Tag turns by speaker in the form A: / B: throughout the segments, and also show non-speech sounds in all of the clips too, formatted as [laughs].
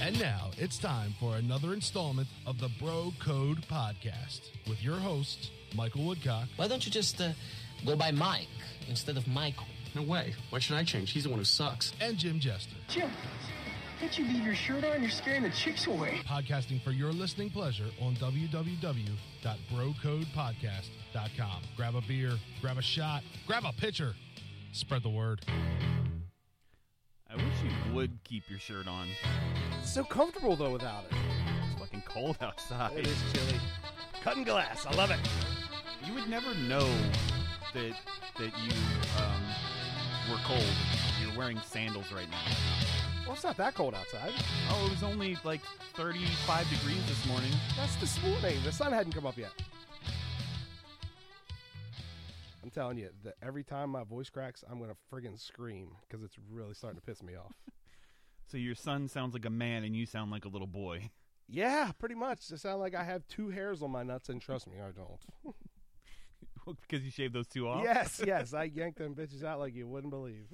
A: And now it's time for another installment of the Bro Code Podcast with your host, Michael Woodcock.
B: Why don't you just uh, go by Mike instead of Michael?
C: No way. Why should I change? He's the one who sucks.
A: and Jim Jester,
D: Jim, can't you leave your shirt on? You're scaring the chicks away.
A: podcasting for your listening pleasure on www.brocodepodcast.com. Grab a beer, grab a shot, grab a pitcher, spread the word.
E: I wish you would keep your shirt on.
F: So comfortable though without it.
E: It's fucking cold outside.
F: It is chilly. Cutting glass, I love it.
E: You would never know that that you um, were cold. You're wearing sandals right now.
F: Well, it's not that cold outside.
E: Oh, it was only like 35 degrees this morning.
F: That's this morning. The sun hadn't come up yet. I'm telling you, that every time my voice cracks, I'm gonna friggin' scream because it's really starting to piss me off.
E: So your son sounds like a man, and you sound like a little boy. [laughs]
F: yeah, pretty much. It sound like I have two hairs on my nuts, and trust me, I don't.
E: Because you shaved those two off.
F: [laughs] Yes, yes, I yanked them bitches out like you wouldn't believe.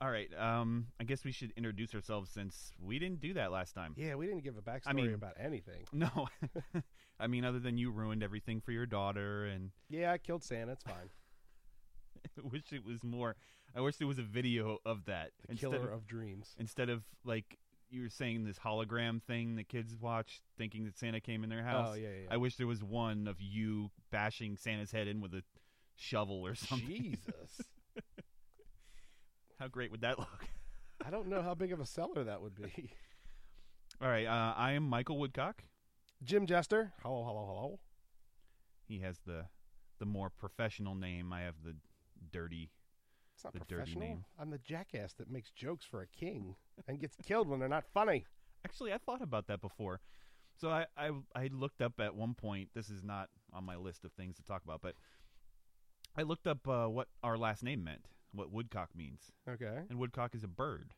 E: All right. Um, I guess we should introduce ourselves since we didn't do that last time.
F: Yeah, we didn't give a backstory
E: mean-
F: about anything.
E: [laughs] No, [laughs] I mean other than you ruined everything for your daughter, and [laughs]
F: Yeah, I killed Santa. It's fine.
E: I wish it was more. I wish there was a video of that.
F: The
E: instead
F: killer of dreams.
E: instead of like you were saying this hologram thing that kids watch thinking that Santa came in their house.
F: Oh, yeah, yeah, yeah.
E: I wish there was one of you bashing Santa's head in with a shovel or something. [laughs]
F: [laughs] Jesus.
E: How great would that look?
F: I don't know how big of a seller that would be.
E: All right, uh, I am Michael Woodcock.
F: Jim Jester. Hello, hello, hello.
E: He has the the more professional name. I have the dirty.
F: It's not
E: The dirty
F: professional.
E: name.
F: I'm the jackass that makes jokes for a king and gets killed when they're not funny.
E: Actually, I thought about that before. So I, I I looked up at one point. This is not on my list of things to talk about, but I looked up uh, what our last name meant, what Woodcock means.
F: Okay.
E: And woodcock is a bird.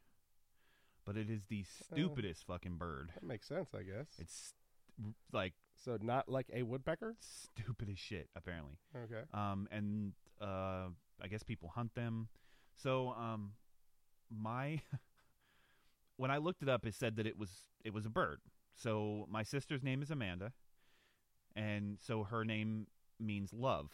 E: But it is the stupidest fucking bird.
F: That makes sense, I guess.
E: It's st- like
F: So not like a woodpecker?
E: stupid as shit, apparently.
F: Okay.
E: Um, and uh, I guess people hunt them. So um, my [laughs] when I looked it up, it said that it was it was a bird. So my sister's name is Amanda, and so her name means love,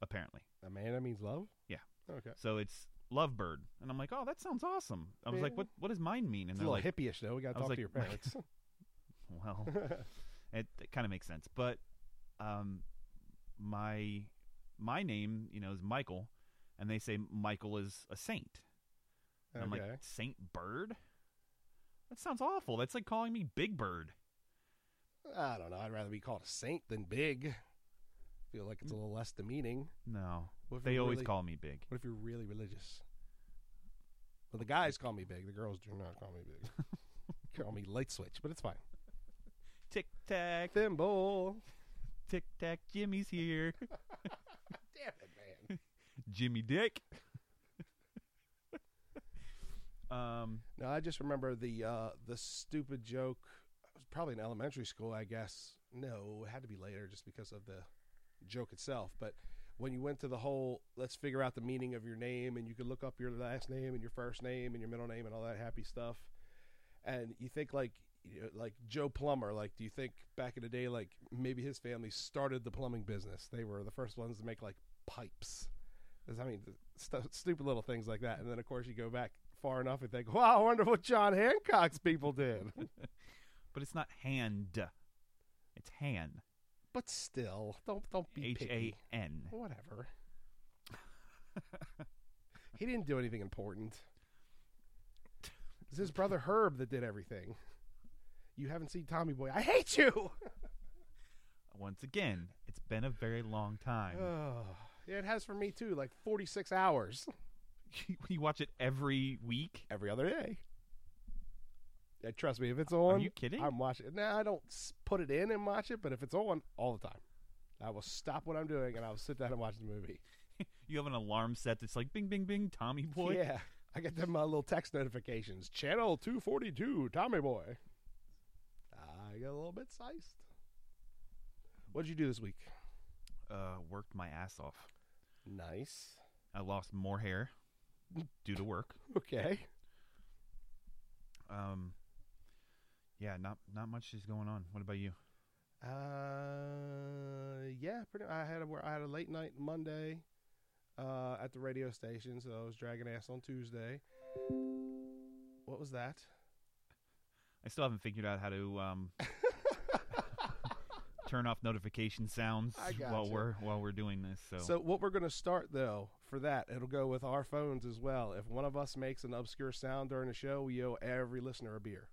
E: apparently.
F: Amanda means love?
E: Yeah.
F: Okay. It's
E: So it's lovebird, and I'm like, oh, that sounds awome. I was like,
F: Yeah.
E: what what does mine mean? And
F: a
E: they're
F: little
E: like,
F: hippie-ish, though. We got
E: I
F: to
E: was
F: talk
E: like,
F: to your
E: [laughs]
F: parents.
E: Well, it, it kind of makes sense, but um, my my name, you know, is Michael, and they say Michael is a saint. And I'm
F: Okay.
E: like Saint Bird. That sounds awful. That's like calling me Big Bird.
F: [laughs] I don't know. I'd rather be called a saint than big. feel like it's a little less demeaning.
E: No,
F: What if
E: they
F: you
E: always
F: really-
E: call me Big.
F: What if you're really religious? Well, the guys call me big. The girls do not call me big.
E: [laughs]
F: call me light switch, but it's fine.
E: Tic tac,
F: Thimble.
E: tic tac. Jimmy's here. [laughs]
F: Damn it, man.
E: Jimmy Dick. [laughs] um.
F: No, I just remember the uh, the stupid joke. It was probably in elementary school, I guess. No, it had to be later, just because of the joke itself. But when you went to the whole, let's figure out the meaning of your name, and you could look up your last name and your first name and your middle name and all that happy stuff. and you think like you know, like Joe Plumber, like do you think back in the day like maybe his family started the plumbing business? They were the first ones to make like pipes. 'Cause, I mean, th- stu- stupid little things like that. And then of course you go back far enough and think, wow, I wonder what John Hancock's people did. [laughs]
E: But it's not hand. It's Han.
F: but still, don't don't be
E: H A
F: picky.
E: N.
F: Whatever. he didn't do anything important. It's his brother Herb that did everything. You haven't seen Tommy Boy. I hate you.
E: Once again, it's been a very long
F: Uh.
E: time.
F: Yeah, it has for me too, like 46 hours.
E: [laughs] you watch it every week.
F: Every other day. Yeah, trust me, if it's
E: Are
F: on,
E: you kidding?
F: I'm watching it. Now, I don't s- put it in and watch it, but if it's on, all the time. I will stop what I'm doing and I will sit down and watch the movie.
E: You have an alarm set that's like bing, bing, bing, Tommy boy.
F: Yeah. I get them uh, little text notifications. Channel 242, Tommy Boy. I get a little bit sized. What did you do this week?
E: Uh, worked my ass off.
F: Nice.
E: I lost more hair due to work.
F: Okay.
E: Um, Yeah, not not much is going on. What about you?
F: Uh, yeah, pretty. I had a wor- I had a late night Monday, uh, at the radio station, so I was dragging ass on Tuesday. What was that?
E: I still haven't figured out how to
F: [laughs]
E: um, turn off notification sounds
F: I got
E: while
F: you.
E: we're while we're doing this. So,
F: So what we're gonna start though for that, it'll go with our phones as well. If one of us makes an obscure sound during the show, we owe every listener a beer.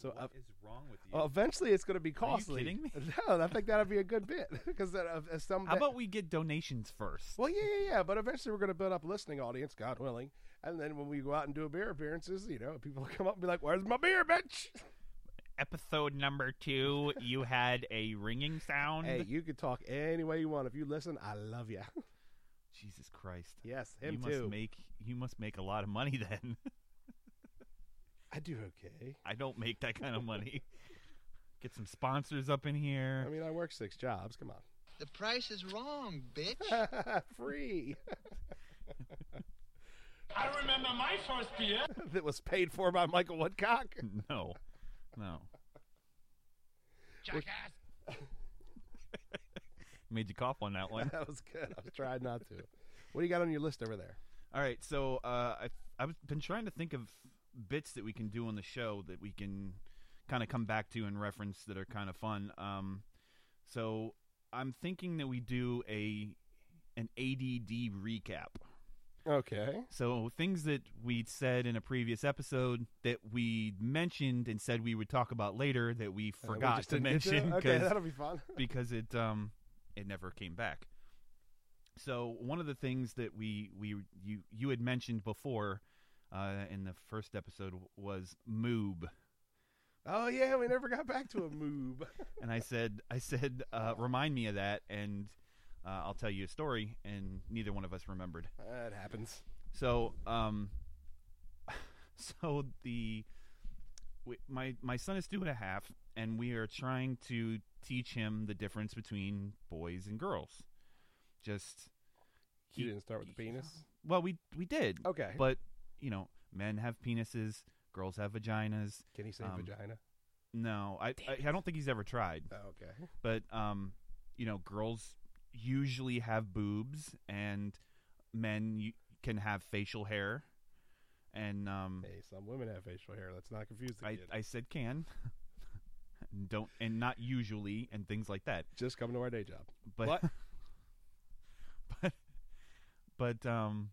F: So uh,
E: wrong with you?
F: well, eventually, it's gonna be costly.
E: kidding me?
F: [laughs] No, I think that'd be a good bit [laughs] because uh, if some.
E: how about we get donations first?
F: Well, yeah, yeah, yeah. But eventually, we're going to build up a listening audience, God willing. And then when we go out and do a beer appearances, you know, people come up and be like, "Where's my beer, bitch?"
E: Episode number two, you had a ringing sound.
F: Hey, you can talk any way you want. If you listen, I love you.
E: Jesus Christ!
F: [laughs] Yes,
E: you
F: him
E: must
F: too.
E: make you must make a lot of money [laughs] then.
F: I do okay.
E: I don't make that kind of money. Get some sponsors up in here.
F: I mean, I work six jobs. Come
G: The price is wrong, bitch.
F: on, [laughs] free. I remember my first beer that was paid for by Michael Woodcock. [laughs]
E: no, no.
G: Jackass.
E: Made you cough on that one.
F: that was good. I was trying not to. What do you got on your list over there?
E: All right, so uh, I've I've been trying to think of bits that we can do on the show that we can kind of come back to and reference that are kind of fun. Um, so I'm thinking that we do a an ADD recap.
F: Okay.
E: So things that we'd said in a previous episode that we mentioned and said we would talk about later that we
F: Uh, we
E: forgot
F: just
E: to
F: didn't get
E: mention [laughs]
F: Okay,
E: 'cause-
F: that'll be fun.
E: because it um it never came back. So one of the things that we we you you had mentioned before uh, in the first episode was moob,
F: Oh yeah, we never got back to a move.
E: and I said I said uh, remind me of that, and uh, I'll tell you a story, and neither one of us remembered.
F: [laughs] That happens.
E: So, um, [laughs] so the we- my my son is two and a half, and we are trying to teach him the difference between boys and girls. Just
F: You didn't start with the penis. [laughs]
E: Well, we we did,
F: Okay.
E: but you know, men have penises, girls have vaginas.
F: Can he say
E: um,
F: vagina?
E: No, I I, I don't think he's ever tried,
F: Oh, okay.
E: but um, you know, girls usually have boobs, and men y- can have facial hair. And um,
F: Hey, some women have facial hair. Let's not confuse the
E: I,
F: kid.
E: I said can [laughs] And don't and not usually and things like that
F: Just coming to our day job.
E: but
F: What?
E: [laughs] but but um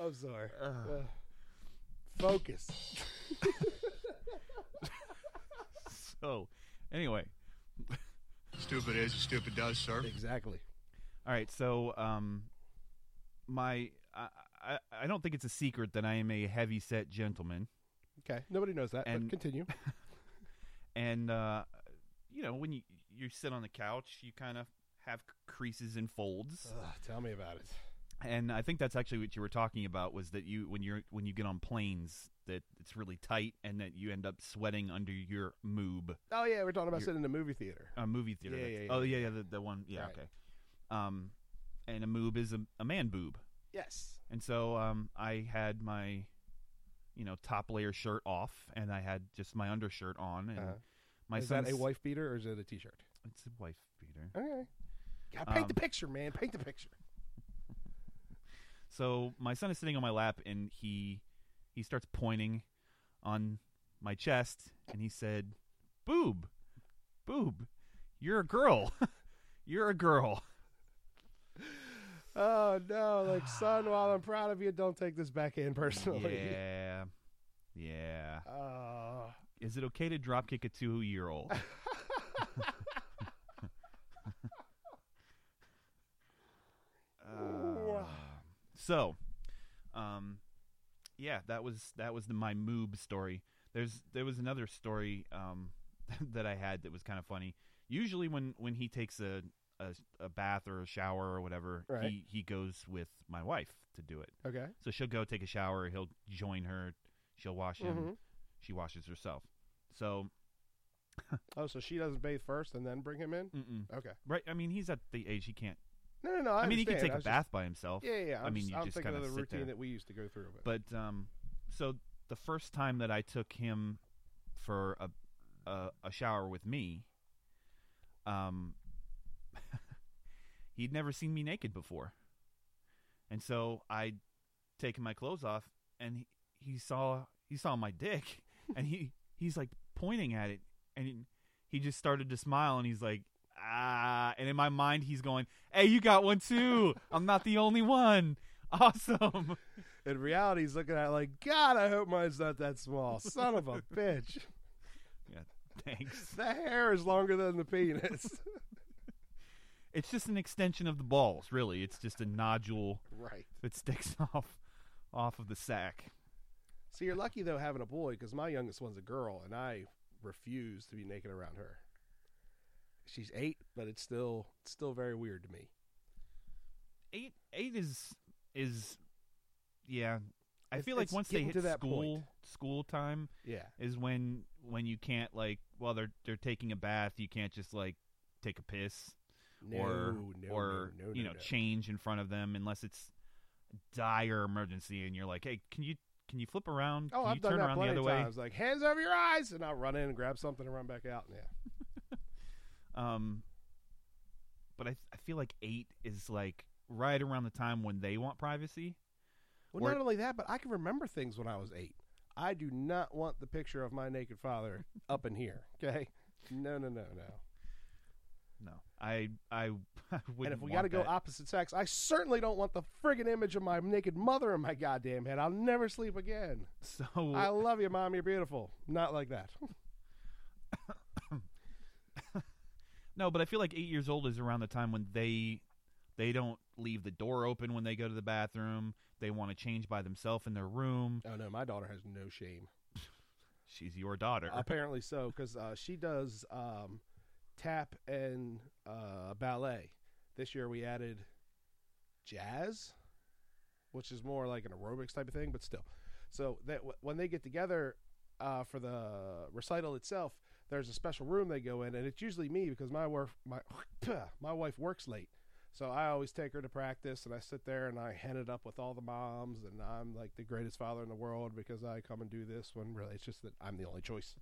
F: I'm sorry. Uh, focus.
E: so anyway
H: Stupid is as stupid does, sir.
F: exactly.
E: all right so um my I, I I don't think it's a secret that I am a heavy set gentleman
F: Okay. Nobody knows that.
E: And- [laughs]
F: but continue.
E: and uh you know when you you sit on the couch you kind of have creases and folds
F: Ugh, tell me about it.
E: and I think that's actually what you were talking about was that you when you're when you get on planes that it's really tight and that you end up sweating under your moob
F: Oh yeah, we're talking about
E: You're-
F: sitting in the movie theater.
E: uh, movie theater.
F: Yeah,
E: that's-
F: yeah, yeah,
E: oh yeah, yeah, the, the one. Yeah,
F: Right.
E: okay. Um, and a moob is a, a man boob,
F: Yes.
E: and so um, I had my, you know, top layer shirt off, and I had just my undershirt on, and
F: Uh-huh.
E: my
F: is that
E: son's-
F: a wife beater or is it a t-shirt?
E: It's a wife beater.
F: Okay. God, paint the
E: Um,
F: picture, man. Paint the picture.
E: So my son is sitting on my lap and he he starts pointing on my chest and he said, "Boob. Boob. You're a girl. [laughs] You're a girl."
F: Oh no,
E: [sighs]
F: like son. While I'm proud of you, don't take this backhand personally.
E: Yeah. Yeah.
F: [laughs] Oh.
E: Is it okay to drop kick a 2-year-old? Uh, so, um, yeah, that was that was the my moob story. There's there was another story um, [laughs] that I had that was kind of funny. Usually, when when he takes a a, a bath or a shower or whatever,
F: Right.
E: he he goes with my wife to do it.
F: Okay.
E: So she'll go take a shower. He'll join her. She'll wash him.
F: Mhm.
E: She washes herself. So,
F: Oh, so she doesn't bathe first and then bring him in?
E: mm-mm.
F: Okay.
E: right. I mean, he's at the age he can't
F: No, no, no.
E: I,
F: I,
E: mean, he
F: can
E: could take a bath by himself.
F: yeah, yeah. yeah.
E: I
F: I'm
E: mean,
F: just-
E: you
F: I'm
E: just
F: thinking
E: kind
F: of the
E: sit
F: routine
E: there.
F: that we used to go through.
E: But um, so the first time that I took him for a a, a shower with me, um, [laughs] he'd never seen me naked before, and so I taken my clothes off, and he, he saw he saw my dick, and he he's like pointing at it, and he, he just started to smile, and he's like. Ah, and in my mind, he's going, "Hey, you got one too. I'm not the only one. [laughs] Awesome." [laughs]
F: in reality, he's looking at it like, God, I hope mine's not that
E: [laughs]
F: small. Son of a bitch.
E: Yeah, thanks.
F: The hair is longer than the penis.
E: [laughs] It's just an extension of the balls, really. It's just a nodule
F: right.
E: that [laughs] sticks off off of the sack.
F: So you're lucky though having a boy because my youngest one's a girl, and I refuse to be naked around her. She's eight, but it's still it's still very weird to me.
E: Eight eight is is yeah. I
F: It's-
E: feel like
F: it's
E: once they
F: getting
E: hit
F: to that
E: school
F: point.
E: school time
F: Yeah,
E: is when when you can't like while they're they're taking a bath you can't just like take a piss
F: no,
E: or
F: no,
E: or
F: no, no,
E: you
F: no,
E: know
F: no.
E: change in front of them unless it's dire emergency and you're like hey can you can you flip around
F: Oh,
E: can
F: I've
E: you
F: done
E: turn
F: that
E: around the
F: plenty
E: other
F: of
E: way
F: times. Like hands over your eyes, and I'll run in and grab something and run back out. Yeah,
E: Um, but I, I feel like eight is like right around the time when they want privacy.
F: Well,
E: Or-
F: not only that, but I can remember things when I was eight. I do not want the picture of my naked father up in here. Okay. No, no, no, no.
E: No, I I, [laughs] I
F: and
E: wouldn't.
F: if we
E: got to
F: to go opposite sex, I certainly don't want the friggin' image of my naked mother in my goddamn head. I'll never sleep again.
E: so
F: I love you, mom. You're beautiful. Not like that.
E: no, but I feel like eight years old is around the time when they they don't leave the door open when they go to the bathroom. They want to change by themselves in their room.
F: oh no, my daughter has no shame.
E: She's your daughter. [laughs]
F: Apparently so, because uh, she does um, tap and uh, ballet. This year we added jazz, which is more like an aerobics type of thing, but still. So that w- when they get together uh, for the recital itself, there's a special room they go in, and it's usually me because my work my [clears throat] my wife works late. So I always take her to practice, and I sit there and I head it up with all the moms, and I'm like the greatest father in the world because I come and do this. When really, it's just that I'm the only choice.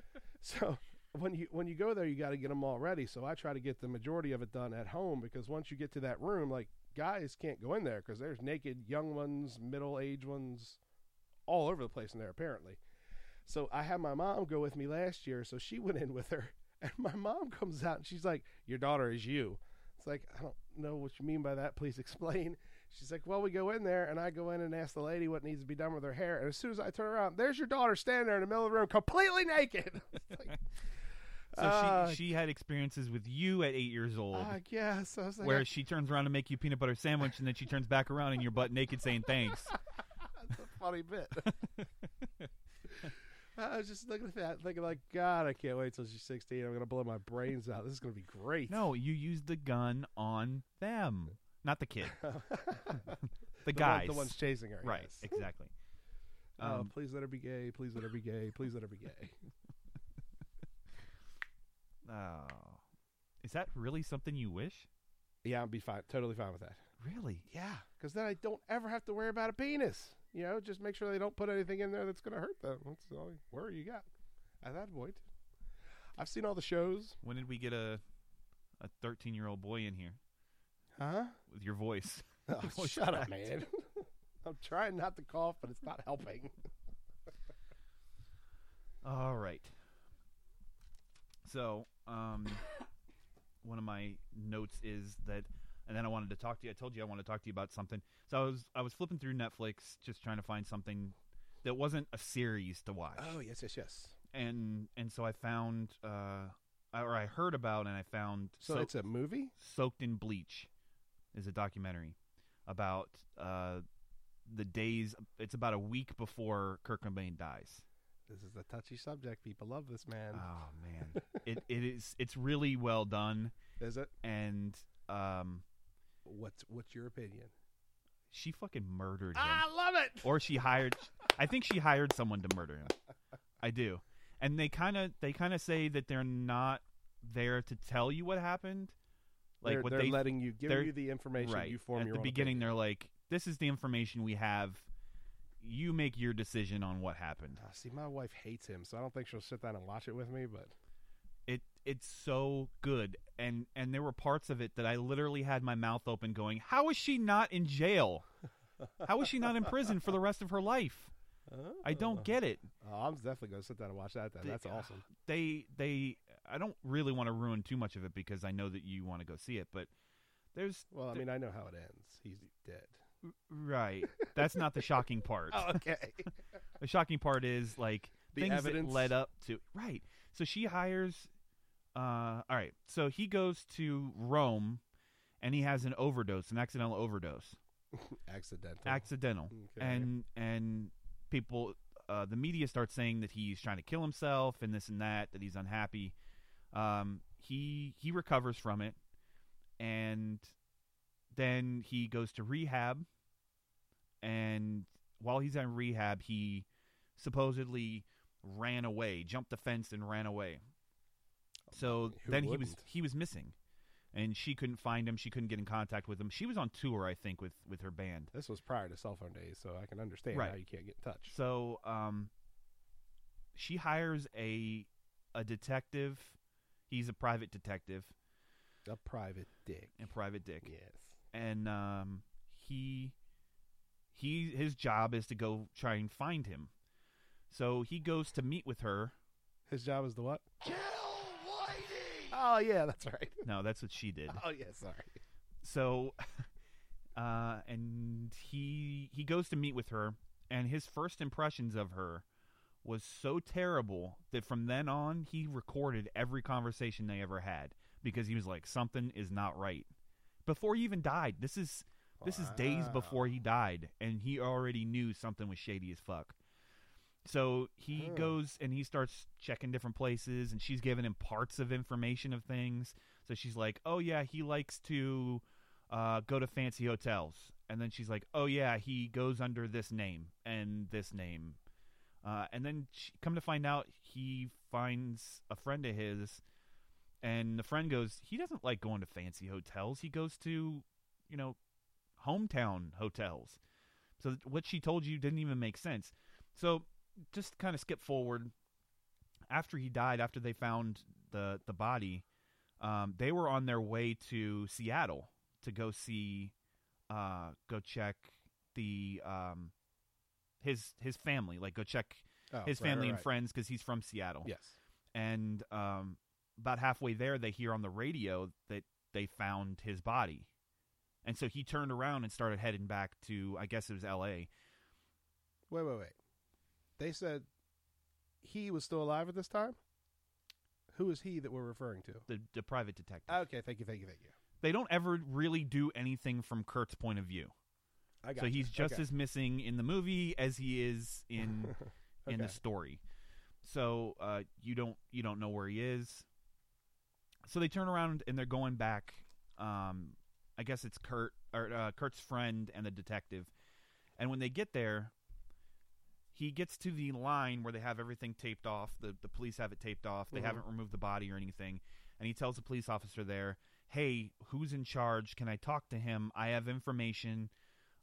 F: [laughs] so when you when you go there, you got to get them all ready. So I try to get the majority of it done at home because once you get to that room, like guys can't go in there because there's naked young ones, middle aged ones, all over the place in there apparently. So I had my mom go with me last year, so she [laughs] went in with her, and my mom comes out and she's like, "Your daughter is you." It's like, I don't know what you mean by that. Please [laughs] explain. She's like, Well, we go in there, and I go in and ask the lady what needs to be done with her hair. And as soon as I turn around, there's your daughter standing there in the middle of the room, completely naked. [laughs] It's like,
E: so
F: uh,
E: she she had experiences with you at eight years old.
F: I guess. I was like,
E: where she turns around to make you peanut butter sandwich, and then she turns back around and you're butt naked saying thanks.
F: That's a
E: [laughs]
F: funny bit. [laughs] I was just looking at that, thinking, like, God, I can't wait till she's 16. I'm going to blow my brains out. This is going to be great.
E: No, you used the gun on them, not the kid.
F: [laughs] the,
E: The
F: one-
E: guys.
F: the one's chasing her.
E: right,
F: yes.
E: exactly.
F: Oh,
E: Um,
F: please let her be gay. Please let her be gay. Please let her be gay.
E: oh. Is that really something you wish?
F: Yeah, I'd be fine. Totally fine with that.
E: Really?
F: Yeah, because then I don't ever have to worry about a penis. You know, just make sure they don't put anything in there that's going to hurt them. That's the only worry you got at that point. I've seen all the shows.
E: When did we get a a 13 year old boy in here
F: Huh?
E: with your voice?
F: [laughs] Oh,
E: Voice
F: shut up,
E: cracked.
F: man. [laughs] I'm trying not to cough, but it's not helping.
E: All right. So, um, [coughs] one of my notes is that, and then I wanted to talk to you. I told you I wanted to talk to you about something. So I was I was flipping through Netflix, just trying to find something that wasn't a series to watch.
F: yes, yes, yes.
E: and and so I found uh I- or I heard about and I found
F: So,
E: Soak-
F: it's a movie?
E: soaked in bleach is a documentary about uh the days it's about a week before Kirk Cobain dies.
F: This is a touchy subject. People love this man.
E: Oh
F: [laughs]
E: man. it it is it's really well done
F: is it?
E: and um
F: What's what's your opinion?
E: she fucking murdered him.
F: love it.
E: or she hired I think she hired someone to murder him. I do. And they kind of they kind of say that they're not there to tell you what happened. Like
F: they're,
E: what
F: they're
E: they
F: letting you give
E: they're-
F: you the information.
E: right
F: You form
E: at
F: your
E: the
F: own
E: beginning.
F: opinion.
E: They're like, "This is the information we have. You make your decision on what happened."
F: Ah, see, my wife hates him, so I don't think she'll sit down and watch it with me. But
E: It it's so good, and and there were parts of it that I literally had my mouth open, going, "How is she not in jail? How is she not in prison for the rest of her life? I don't get it."
F: Oh, I'm definitely gonna sit down and watch that. Then that's
E: They-
F: awesome.
E: They they I don't really want to ruin too much of it because I know that you want to go see it, but there's
F: Well, I mean, I know how it ends. He's
E: [laughs]
F: dead.
E: right. That's not the
F: [laughs]
E: shocking part.
F: okay.
E: The shocking part is like
F: Oh. The
E: things
F: evidence.
E: that led up to right. So she hires. Uh, all right. So he goes to Rome, and he has an overdose, an accidental overdose,
F: Accidental.
E: accidental,
F: Okay.
E: and and people, uh, the media starts saying that he's trying to kill himself and this and that, that he's unhappy. Um, he he recovers from it, and then he goes to rehab, and while he's in rehab, he supposedly ran away, jumped the fence and ran away. So
F: Who
E: then he was
F: wouldn't?
E: he was missing, and she couldn't find him. She couldn't get in contact with him. She was on tour, I think, with with her band.
F: This was prior to cell phone days, so I can understand
E: Right.
F: how you can't get in touch.
E: So um, she hires a a detective. He's a private detective
F: A private dick.
E: and private dick,
F: Yes.
E: and um, he he his job is to go try and find him. So he goes to meet with her.
F: His job is the what? Oh yeah, that's right.
E: No, that's what she did.
F: [laughs] Oh yeah, sorry.
E: so [laughs] uh and he he goes to meet with her and his first impressions of her was so terrible that from then on he recorded every conversation they ever had because he was like something is not right before he even died this is this is days before he died and he already knew something was shady as fuck so he
F: Huh.
E: goes and he starts checking different places and she's giving him parts of information of things so she's like, "Oh yeah, he likes to uh, go to fancy hotels," and then she's like, "Oh yeah, he goes under this name and this name," uh, and then she, come to find out, he finds a friend of his, and the friend goes, "He doesn't like going to fancy hotels. He goes to, you know, hometown hotels." So th- what she told you didn't even make sense. So just kind of skip forward. After he died, after they found the the body, um, they were on their way to Seattle to go see, uh, go check the um, his his family, like go check
F: Oh,
E: his
F: right,
E: family
F: right,
E: and
F: right.
E: friends because he's from Seattle.
F: Yes.
E: And um, about halfway there, they hear on the radio that they found his body, and so he turned around and started heading back to, I guess it was L.A.
F: Wait, wait, wait. They said he was still alive at this time. Who is he that we're referring to?
E: The, the private detective.
F: Okay, thank you, thank you, thank you.
E: they don't ever really do anything from Kurt's point of view.
F: I got.
E: so he's just as missing in the movie as he is
F: [laughs]
E: in in the
F: Okay.
E: story. So uh, you don't you don't know where he is. So they turn around and they're going back. Um, I guess it's Kurt or uh, Kurt's friend and the detective. And when they get there, he gets to the line where they have everything taped off. The the police have it taped off. They
F: Mhm.
E: haven't removed the body or anything. And he tells the police officer there, "Hey, who's in charge? Can I talk to him? I have information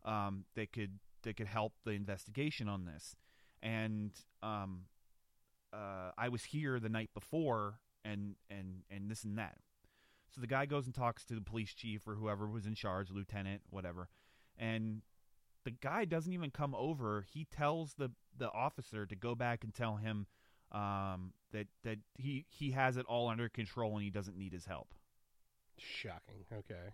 E: um, that could that could help the investigation on this." And um, uh, I was here the night before, and and and this and that. So the guy goes and talks to the police chief or whoever was in charge, lieutenant, whatever, and the guy doesn't even come over. He tells the the officer to go back and tell him um, that that he he has it all under control and he doesn't need his help.
F: shocking. Okay.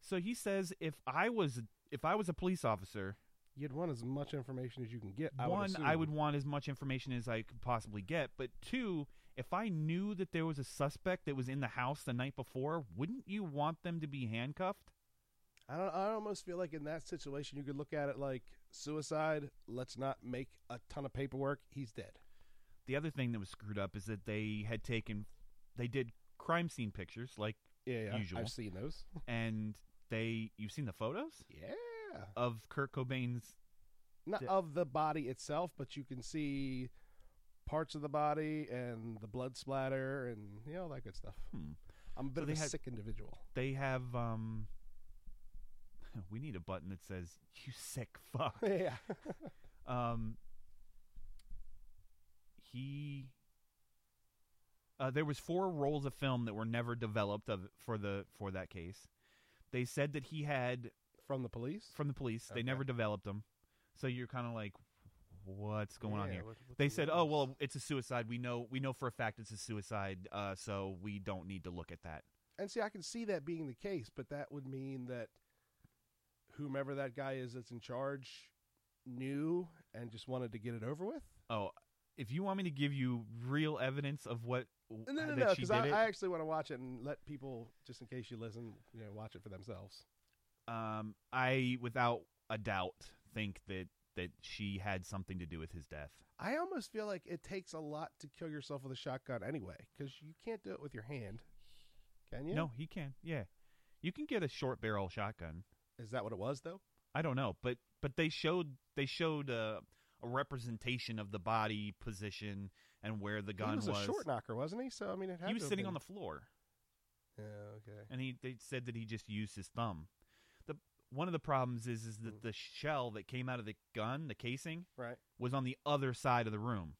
E: So he says, if I was if I was a police officer,
F: You'd want as much information as you can get. I
E: one
F: would
E: I
F: assume.
E: would want as much information as I could possibly get, but two, if I knew that there was a suspect that was in the house the night before, wouldn't you want them to be handcuffed?
F: I don't. I almost feel like in that situation, you could look at it like suicide. Let's not make a ton of paperwork. He's dead.
E: The other thing that was screwed up is that they had taken they did crime scene pictures like
F: Yeah, yeah.
E: Usual.
F: I've seen those.
E: and they you've seen the photos
F: Yeah.
E: of Kurt Cobain's
F: Not
E: Yeah.
F: of the body itself, but you can see parts of the body and the blood splatter and you know all that good stuff. I'm a bit
E: Hmm. So
F: of
E: they
F: a
E: had-
F: sick individual. [laughs]
E: They have um [laughs] we need a button that says you sick fuck.
F: yeah.
E: um he uh, there was four rolls of film that were never developed of for the for that case. They said that he had
F: From the police?
E: from the police. They
F: Okay.
E: never developed them. So you're kind of like what's going on
F: Yeah,
E: here?
F: what- what's
E: They
F: the
E: said, "Oh,
F: difference?
E: well, it's a suicide. We know we know for a fact it's a suicide, uh, so we don't need to look at that."
F: And see, I can see that being the case, but that would mean that whomever that guy is that's in charge knew and just wanted to get it over with.
E: Oh, if you want me to give you real evidence of what
F: No, no,
E: Uh, that
F: no,
E: she
F: because
E: did
F: I,
E: it,
F: I actually want to watch it and let people, just in case you listen, you know, watch it for themselves.
E: um, I without a doubt think that that she had something to do with his death.
F: I almost feel like it takes a lot to kill yourself with a shotgun anyway, because you can't do it with your hand, can you?
E: No, he can. Yeah, you can get a short barrel shotgun.
F: Is that what it was though?
E: I don't know, but but they showed they showed a, a representation of the body position and where the gun
F: he was, a short knocker, wasn't he? So I mean, it had
E: he
F: to
E: was
F: have
E: sitting
F: been-
E: on the floor.
F: Yeah. Okay.
E: and he they said that he just used his thumb. The one of the problems is is that the shell that came out of the gun, the casing,
F: Mm. Right.
E: was on the other side of the room.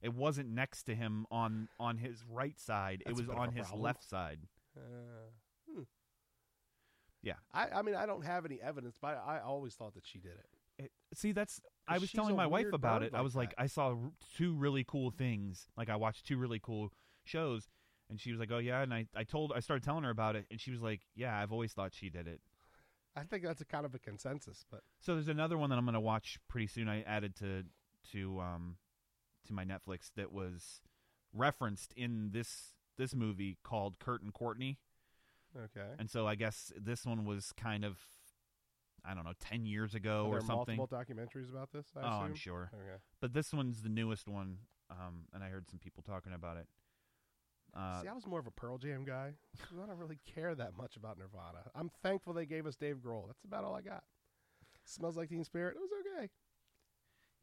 E: It wasn't next to him on on his right side.
F: That's a
E: it was
F: bit of
E: on
F: a
E: his
F: problem.
E: left side.
F: Uh, hmm.
E: Yeah.
F: I, I mean, I don't have any evidence, but I, I always thought that she did it.
E: It- see, that's I was
F: she's
E: telling
F: a
E: my wife
F: weird
E: about
F: bird
E: it. I
F: like
E: was like,
F: that.
E: I saw r- two really cool things. Like I watched two really cool shows, and she was like, Oh yeah. And I I told I started telling her about it, and she was like, Yeah, I've always thought she did it.
F: I think that's a kind of a consensus, but
E: So there's another one that I'm going to watch pretty soon. I added to to um to my Netflix that was referenced in this this movie called Kurt and Courtney,
F: okay.
E: and so I guess this one was kind of I don't know ten years ago
F: Are
E: or
F: there
E: something.
F: multiple documentaries about this? I
E: oh,
F: assume?
E: I'm sure.
F: Okay.
E: But this one's the newest one, um, and I heard some people talking about it. Uh,
F: See, I was more of a Pearl Jam guy. 'cause I don't really care that much about Nirvana. I'm thankful they gave us Dave Grohl. That's about all I got. Smells like Teen Spirit. It was okay.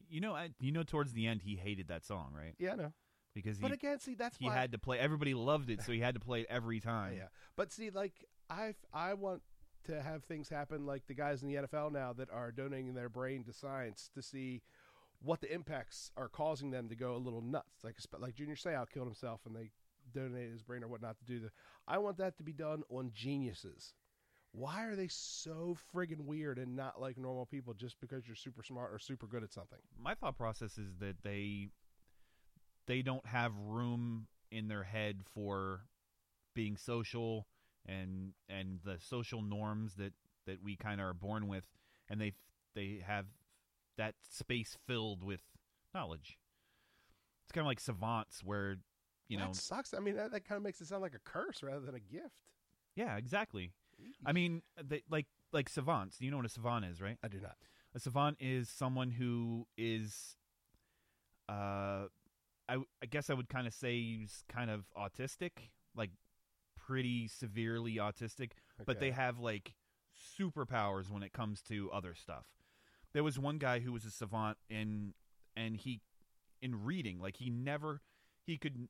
E: you know, I, you know, towards the end, he hated that song, right?
F: Yeah, no.
E: Because he
F: But again, see, that's
E: he
F: why
E: had to play. Everybody loved it, so he had to play it every time.
F: [laughs] Yeah, but see, like I, I want to have things happen like the guys in the NFL now that are donating their brain to science to see what the impacts are causing them to go a little nuts. Like sp- like Junior Seau killed himself and they donated his brain or whatnot to do the. I want that to be done on geniuses. Why are they so friggin' weird and not like normal people just because you're super smart or super good at something?
E: my thought process is that they they don't have room in their head for being social and and the social norms that that we kind of are born with and they they have that space filled with knowledge it's kind of like savants where you know
F: that sucks. I mean, that, that kind of makes it sound like a curse rather than a gift.
E: yeah exactly i mean they, like like savants you know what a savant is right
F: I do not.
E: A Uh, savant is someone who is, uh, I, w- I guess I would kind of say he's kind of autistic, like pretty severely autistic, but they
F: Okay.
E: have like superpowers when it comes to other stuff. There was one guy who was a savant and and he in reading like he never he could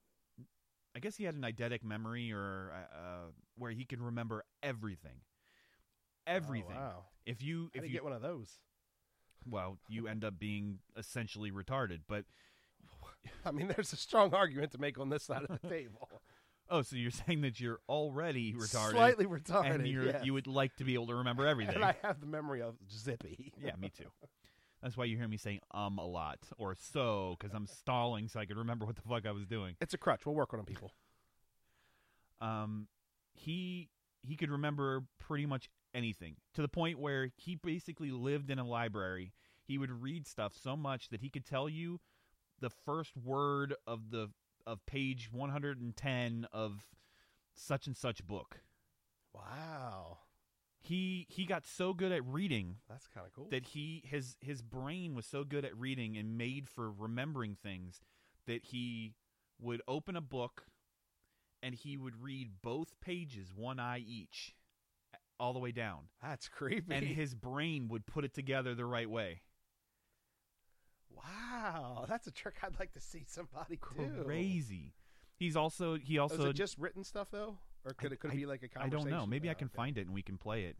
E: I guess he had an eidetic memory or uh, where he could remember everything. Everything.
F: Oh, wow.
E: If you
F: How
E: if
F: do
E: you
F: you get one of those?
E: well, you end up being essentially retarded. But
F: [laughs] I mean, there's a strong argument to make on this side
E: [laughs]
F: of the table.
E: oh, so you're [laughs] saying that you're already retarded,
F: Slightly retarded.
E: and you're,
F: yes.
E: you would like to be able to remember everything?
F: [laughs] And I have the memory of Zippy.
E: yeah, me too. That's why you hear me saying um a lot or so because I'm stalling so I can remember what the fuck I was doing.
F: [laughs] It's a crutch. We'll work on it, people.
E: um, he he could remember pretty much anything to the point where he basically lived in a library. He would read stuff so much that he could tell you the first word of the of page 110 of such and such book.
F: Wow.
E: He he got so good at reading
F: That's kind of cool.
E: that he his his brain was so good at reading and made for remembering things that he would open a book and he would read both pages one eye each all the way
F: [laughs]
E: down
F: That's creepy.
E: and his brain would put it together the right way
F: wow. That's a trick I'd like to see somebody do.
E: crazy he's also he
F: Oh, Is
E: also
F: it just written stuff, though? or could it could it be like a
E: I don't
F: conversation?
E: know. Maybe I
F: about
E: can
F: it? [laughs]
E: find it and we can play it.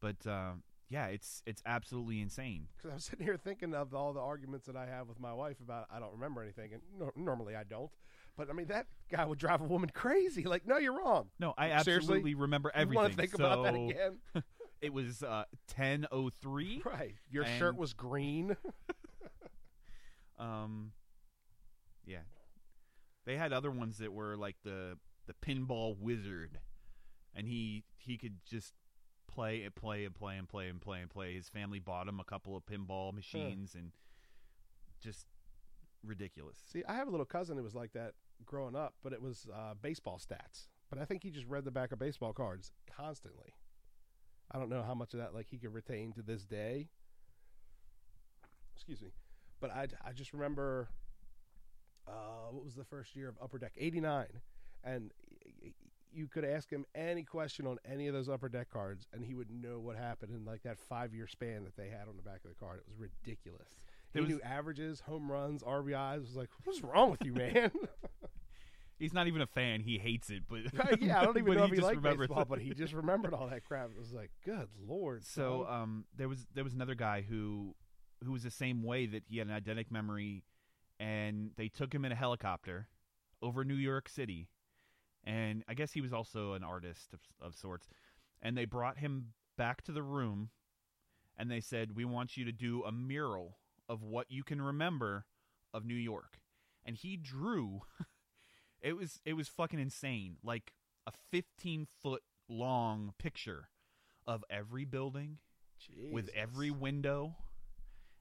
E: But uh, yeah, it's it's absolutely insane.
F: Because I'm sitting here thinking of all the arguments that I have with my wife about I don't remember anything, and nor- normally I don't. But I mean, that guy would drive a woman crazy. Like, no, you're wrong.
E: No, I
F: Seriously?
E: absolutely remember
F: You
E: everything.
F: want to think about that
E: So,
F: again?
E: It was uh, ten oh
F: [laughs]
E: three.
F: Right. Your
E: And-
F: shirt was green.
E: Um, yeah, they had other ones that were like the the pinball wizard, and he he could just play and play and play and play and play and play. His family bought him a couple of pinball machines and just ridiculous.
F: See, I have a little cousin who was like that growing up, but it was uh, baseball stats. But I think he just read the back of baseball cards constantly. I don't know how much of that like he could retain to this day. Excuse me, but I I just remember uh, what was the first year of Upper Deck '89, and y- y- you could ask him any question on any of those Upper Deck cards, and he would know what happened in like that five year span that they had on the back of the card. It was ridiculous. He
E: There was-
F: knew averages, home runs, RBIs. It was like, what's wrong with you, man? [laughs]
E: He's not even a fan. He hates it, but
F: Right, [laughs] yeah,
E: [laughs]
F: I don't even
E: but
F: know if he
E: just
F: liked
E: remembers
F: baseball,
E: it.
F: but he just remembered all that crap. It was like, good lord.
E: So
F: son.
E: um, there was there was another guy who who was the same way that he had an eidetic memory, and they took him in a helicopter over New York City, and I guess he was also an artist of, of sorts, and they brought him back to the room, and they said, "We want you to do a mural of what you can remember of New York," and he drew. [laughs] it was it was fucking insane, like a fifteen foot long picture of every building uh, with
F: Jesus.
E: every window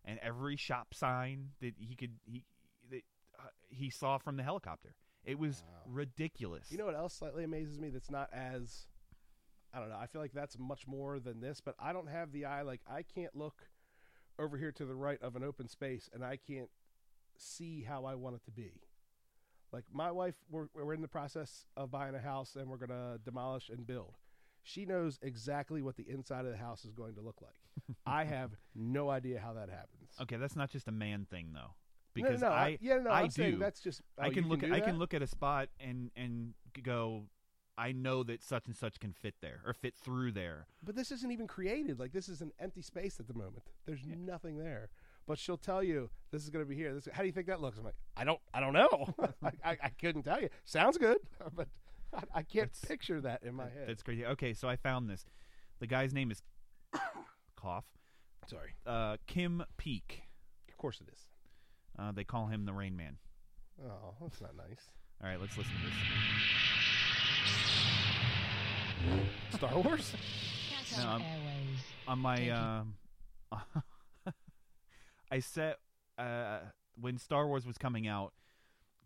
E: and every shop sign that he could he that uh, he saw from the helicopter. It was
F: Wow.
E: ridiculous.
F: You know what else slightly amazes me that's not as I don't know. I feel like that's much more than this, but I don't have the eye like I can't look over here to the right of an open space and I can't see how I want it to be. Like my wife we're we're in the process of buying a house and we're going to demolish and build. She knows exactly what the inside of the house is going to look like.
E: [laughs]
F: I have no idea how that happens.
E: okay, that's not just a man thing though, Uh,
F: No, no,
E: because
F: no,
E: I
F: yeah, no,
E: I
F: I'm
E: do.
F: saying that's just oh,
E: I
F: you
E: can look
F: do
E: at, I can
F: that?
E: look at a spot and and go. I know that such and such can fit there or fit through there.
F: But this isn't even created. Like this is an empty space at the moment. There's nothing there. But she'll tell you this is going to be here. This, how do you think that looks? I'm like, I don't, I don't know. [laughs] I, I, I couldn't tell you. Sounds good, [laughs] but I, I can't
E: That's-
F: picture that in my head.
E: That's crazy. Okay, so I found this. The guy's name is [coughs] cough
F: Sorry.
E: uh, Kim Peek.
F: Of course it is.
E: Uh, they call him the Rain Man.
F: Oh, that's not nice.
E: All right, let's listen to this.
F: Star Wars.
E: No, I'm- on my um, [laughs] I set uh, when Star Wars was coming out,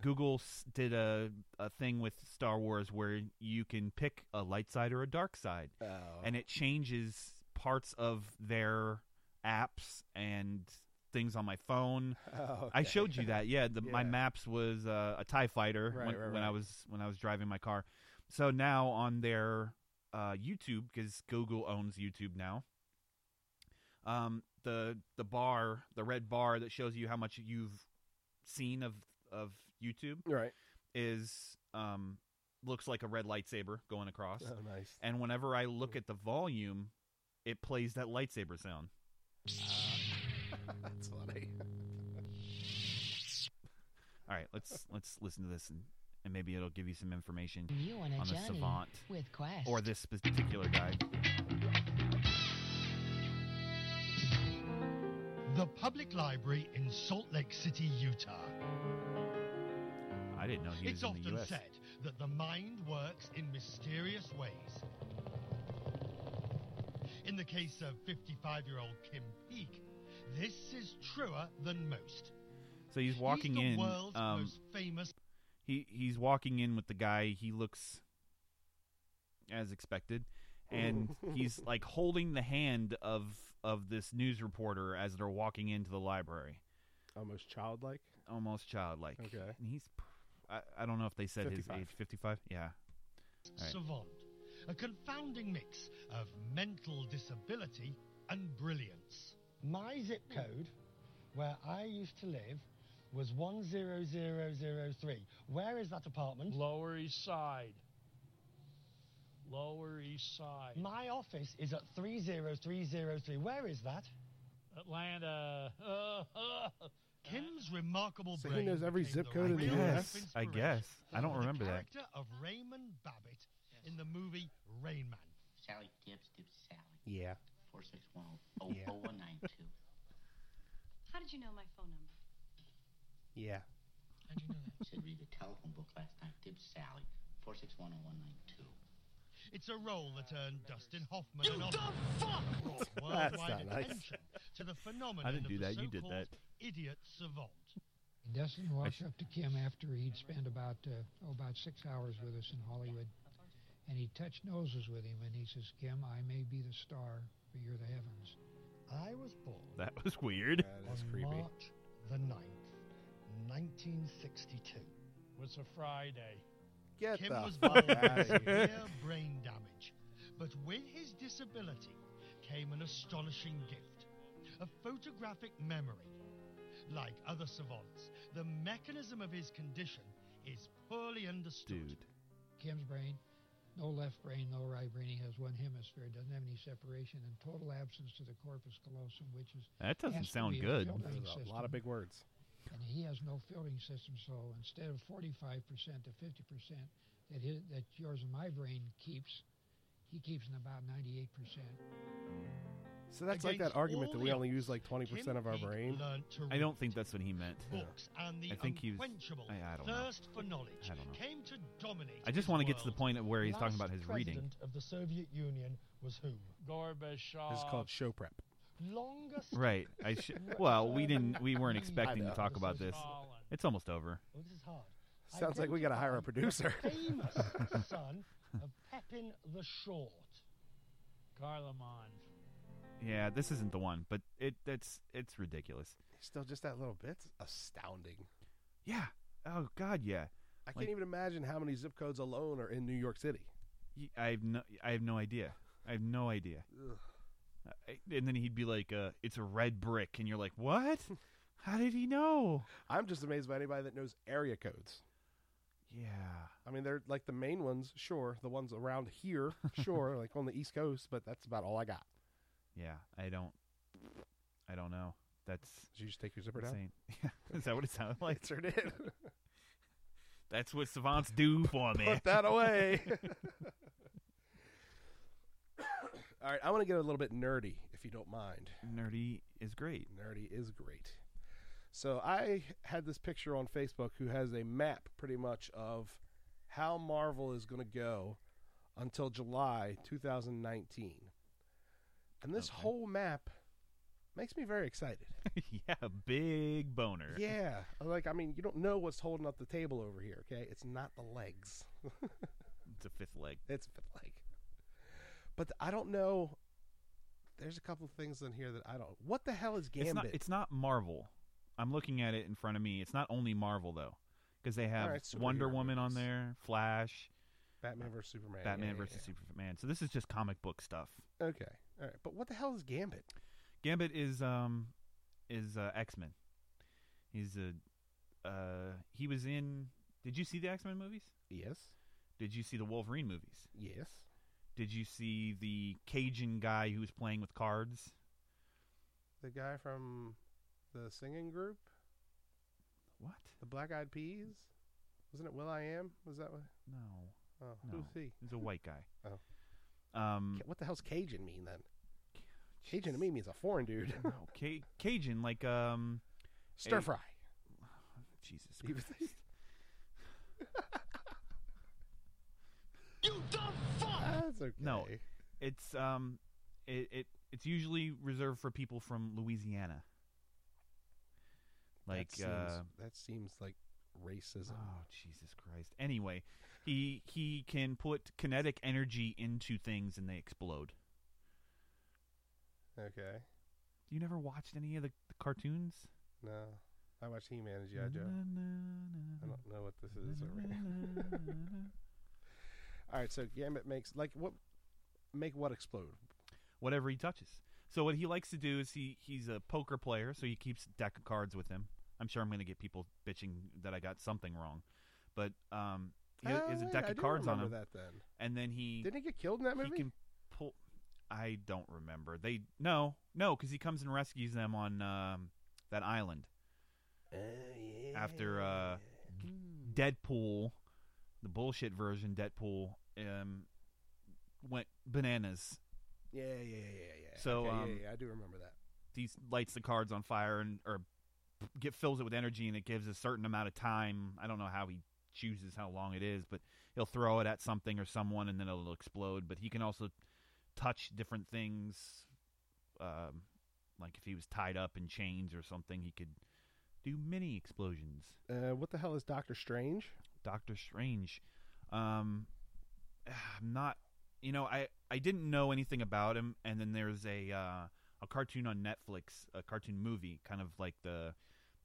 E: Google s- did a a thing with Star Wars where you can pick a light side or a dark side,
F: [laughs] Oh.
E: and it changes parts of their apps and things on my phone.
F: Oh,
E: I
F: okay.
E: showed you that. Yeah, the, my
F: Yeah.
E: maps was uh, a Tie Fighter
F: Right,
E: when,
F: right,
E: when I
F: right.
E: was when I was driving my car. So now on their uh, YouTube because Google owns YouTube now. Um, the the bar, the red bar that shows you how much you've seen of of YouTube
F: Right.
E: is um looks like a red lightsaber going across.
F: Oh, nice.
E: And whenever I look at the volume, it plays that lightsaber sound.
F: [laughs] That's funny.
E: All right, let's let's listen to this and, and maybe it'll give you some information.
I: You on a
E: on the
I: journey
E: Savant
I: with Quest.
E: or this particular guy.
H: The public library in Salt Lake City, Utah.
E: I didn't know he was
H: It's
E: in the
H: often
E: U.S.
H: said that the mind works in mysterious ways. In the case of 55 year old Kim Peek, this is truer than most.
E: So he's walking
H: He's the
E: in.
H: world's
E: Um,
H: most famous
E: he he's walking in with the guy. He looks as expected, and he's like holding the hand of of this news reporter as they're walking into the library,
F: Almost childlike.
E: almost childlike.
F: Okay.
E: And he's. I, I don't know if they said his
F: 55.
E: age, fifty-five. Yeah, All right.
H: savant, a confounding mix of mental disability and brilliance.
J: My zip code, where I used to live, was 10003. Where is that apartment? Lower East Side.
I: Lower East Side.
J: My office is at 30303. Where is that?
H: [laughs]
I: Atlanta.
H: Kim's remarkable
F: So he
H: brain.
F: knows every
H: became
F: zip code in the
H: real
F: US?
H: life
E: I guess. I don't
H: for the
E: remember that.
H: character of Raymond Babbitt in the movie Rain Man.
K: Sally Gibbs, Gibbs Sally,
F: Yeah.
K: 461
F: Yeah.
K: 0192.
L: How did you know my phone number?
F: Yeah.
K: How'd you know that? Said read a telephone book last night, Gibbs Sally, 461 0192.
H: It's a role that earned Dustin Hoffman an Oscar. Brought
E: [laughs]
H: worldwide
F: That's not nice.
H: attention to the phenomenon
E: didn't
H: of
E: do
H: the
E: that, you did
H: so-called
E: that.
H: Idiot savant.
M: Dustin walked up to Kim after he'd spent about uh, oh, about six hours with us in Hollywood, and he touched noses with him, and he says, "Kim, I may be the star, but you're the heavens."
J: I was born
E: That was weird.
F: That is creepy.
J: March the 9th, 1962.
I: was a Friday.
F: Get
H: Kim
F: the
H: was born
F: fuck
H: with
F: [laughs] out of here.
H: severe brain damage, but with his disability came an astonishing gift a photographic memory. Like other savants, the mechanism of his condition is poorly understood.
E: Dude.
M: Kim's brain, no left brain, no right brain. He has one hemisphere, doesn't have any separation, and total absence to the corpus callosum, which is
E: That doesn't
M: has to
E: sound
M: be a
E: good.
M: filtering
F: There's a lot of
M: system.
F: big words.
M: and he has no filtering system. So instead of 45% to 50% that his, that yours and my brain keeps, he keeps in about 98%.
F: So that's like that
H: Against
F: argument
H: all
F: that we
H: the
F: only use like 20% of our
H: Kim
F: brain.
H: learned to
E: I don't
H: read.
E: think that's what he meant.
H: books and the
E: I think he was-
H: unquenchable
E: I- I don't know.
H: thirst for knowledge
E: I don't know.
H: came to dominate.
E: I just
H: want to
E: get to the point of where he's talking about
J: Last
E: his reading.
J: president of the Soviet Union was who?
I: Gorbachev.
F: This is called show prep.
J: Longest.
E: Right. I sh- well, we didn't. We weren't expecting to
F: know.
E: talk about this.
I: Stalin.
E: It's almost over.
J: Oh, this is hard.
F: Sounds like we gotta hire a
J: Identify
H: [laughs]
F: producer.
J: the [laughs] famous son of Pepin the Short.
I: Garlemon.
E: Yeah, this isn't the one, but it that's it's ridiculous.
F: Still just that little bit's astounding.
E: Yeah. Oh God, yeah.
F: I
E: Like-
F: can't even imagine how many zip codes alone are in New York City.
E: Y- I have no. I have no idea. I have no idea.
F: Ugh.
E: I- And then he'd be like, uh, "It's a red brick," and you're like, "What? How did he know?"
F: I'm just amazed by anybody that knows area codes.
E: Yeah.
F: I mean, they're like the main ones, sure. The ones around [laughs] here, sure, like on the East Coast, but that's about all I got.
E: Yeah. I don't. I don't know. That's
F: Did you just take your zipper down?
E: insane. [laughs] Yeah. Is that what it sounded like?
F: It sure did.
E: [laughs] That's what savants do for me. [laughs]
F: Put [laughs] that away. all right, I want to get a little bit nerdy, if you don't mind.
E: Nerdy is great.
F: Nerdy is great. So I had this picture on Facebook who has a map pretty much of how Marvel is going to go until July 2019. And this
E: Okay.
F: whole map makes me very excited.
E: [laughs] yeah, big boner.
F: Mm. yeah. Like, I mean, you don't know what's holding up the table over here, okay? It's not the legs, [laughs]
E: It's a fifth leg.
F: it's the leg. But I don't know. There's a couple of things in here that I don't. What the hell is Gambit?
E: It's not. It's not Marvel. I'm looking at it in front of me. It's not only Marvel though, because they have
F: All right,
E: Wonder
F: superhero
E: Woman on
F: movies.
E: there, Flash,
F: Batman versus Superman. yeah,
E: Batman
F: yeah,
E: versus
F: yeah.
E: Superman. So this is just comic book stuff.
F: Okay. All right. But what the hell is Gambit?
E: Gambit is um is uh, X Men. He's a uh he was in. Did you see the X Men movies?
F: Yes.
E: Did you see the Wolverine movies?
F: Yes.
E: Did you see the Cajun guy who was playing with cards?
F: The guy from the singing group,
E: What?
F: the Black Eyed Peas? Wasn't it Will I Am? Was that what?
E: No,
F: Oh,
E: no.
F: who's he?
E: He's a white guy.
F: Oh.
E: Um,
F: Ca- What the hell's Cajun mean then? Cajun to me means a foreign dude.
E: [laughs] no, ca- Cajun like um.
F: Stir
E: Hey.
F: fry. [laughs]
E: Jesus
F: He was-
E: Christ.
F: That's okay.
E: No. It's um it, it it's usually reserved for people from Louisiana. Like
F: that seems,
E: uh
F: that seems like racism.
E: oh Jesus Christ. Anyway, he he can put kinetic energy into things and they explode. Ah.
F: Okay.
E: You never watched any of the, the cartoons?
F: No. I watched He Man and G.I. Joe. I don't know what this is.
E: [laughs]
F: over here. All right, so Gambit makes like what make what explode?
E: Whatever he touches. So what he likes to do is he he's a poker player, so he keeps a deck of cards with him. I'm sure I'm going to get people bitching that I got something wrong, but um He has-
F: Oh,
E: he has a
F: yeah,
E: deck
F: I
E: of
F: do
E: cards on him.
F: remember that then.
E: And then he
F: Didn't he get killed in that movie?
E: He can pull. I don't remember. They no no because he comes and rescues them on um, that island. After uh,
F: Hmm.
E: Deadpool, the bullshit version Deadpool um, went bananas.
F: Yeah, yeah, yeah, yeah, yeah.
E: So,
F: Okay, yeah,
E: um,
F: yeah, I do remember that.
E: He lights the cards on fire and or get fills it with energy and it gives a certain amount of time. I don't know how he chooses how long it is, but he'll throw it at something or someone and then it'll explode. But he can also touch different things. Um, like if he was tied up in chains or something, he could do mini explosions.
F: Uh, what the hell is Doctor Strange?
E: Doctor Strange. Um, [sighs] I'm not, you know, I I didn't know anything about him, and then there's a uh, a cartoon on Netflix, a cartoon movie, kind of like the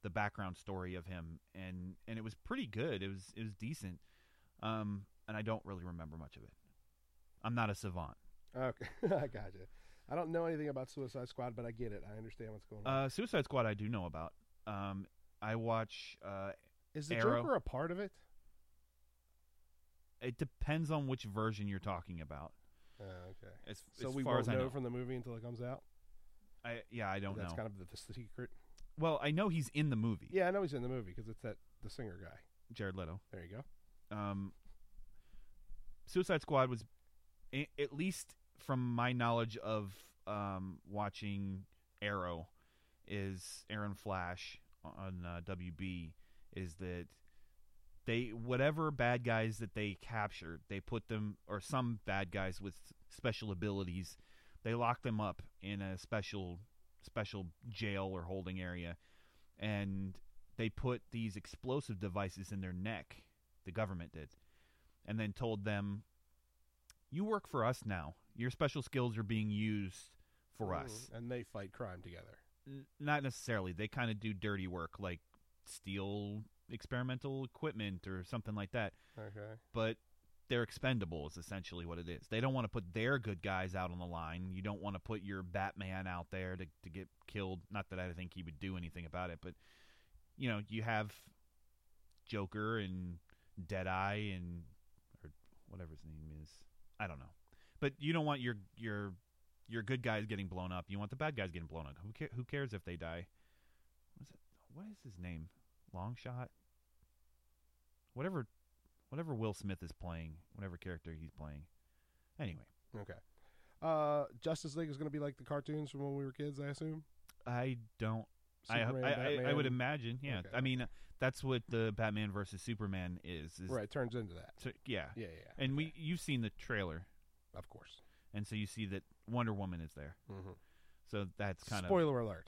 E: the background story of him, and and it was pretty good. It was it was decent, um, and I don't really remember much of it. I'm not a savant.
F: Okay, [laughs] I got you. I don't know anything about Suicide Squad, but I get it. I understand what's going on.
E: Uh, Suicide Squad, I do know about. Um, I watch. Uh,
F: Is the
E: Arrow.
F: Joker a part of it?
E: It depends on which version you're talking about.
F: Uh, okay.
E: As,
F: so
E: as
F: we
E: far
F: won't
E: as I
F: know
E: know.
F: from the movie until it comes out.
E: I yeah, I don't
F: That's
E: know.
F: kind of the, the secret.
E: Well, I know he's in the movie,
F: Yeah, I know he's in the movie because it's that the singer guy.
E: Jared Leto.
F: There you
E: go. Um, Suicide Squad was, a- at least from my knowledge of um, watching Arrow, is Aaron Flash on uh, WB is that they whatever bad guys that they captured, they put them or some bad guys with special abilities, they lock them up in a special special jail or holding area and they put these explosive devices in their neck, the government did, and then told them you work for us now. Your special skills are being used for
F: Mm,
E: us
F: and they fight crime together.
E: n- not necessarily. They kind of do dirty work, like steal experimental equipment or something like that.
F: Okay.
E: But they're expendable, is essentially what it is. They don't want to put their good guys out on the line. You don't want to put your Batman out there to, to get killed. Not that I think he would do anything about it, but, you know, you have Joker and Deadeye and or whatever his name is. I don't know. But you don't want your your your good guys getting blown up. You want the bad guys getting blown up. Who ca- who cares if they die? What's it, what is his name? Long shot. Whatever whatever Will Smith is playing, whatever character he's playing. Anyway,
F: Okay. Uh, Justice League is going to be like the cartoons from when we were kids, I assume.
E: I don't I,
F: Superman,
E: I, I I would
F: Batman.
E: imagine, yeah.
F: Okay.
E: I mean, that's what the Batman versus Superman is. is
F: Right, turns into that.
E: So- yeah.
F: Yeah, yeah, yeah.
E: And we you've seen the trailer.
F: Of course.
E: And so you see that Wonder Woman is there.
F: Mhm.
E: So that's kind of
F: Spoiler alert.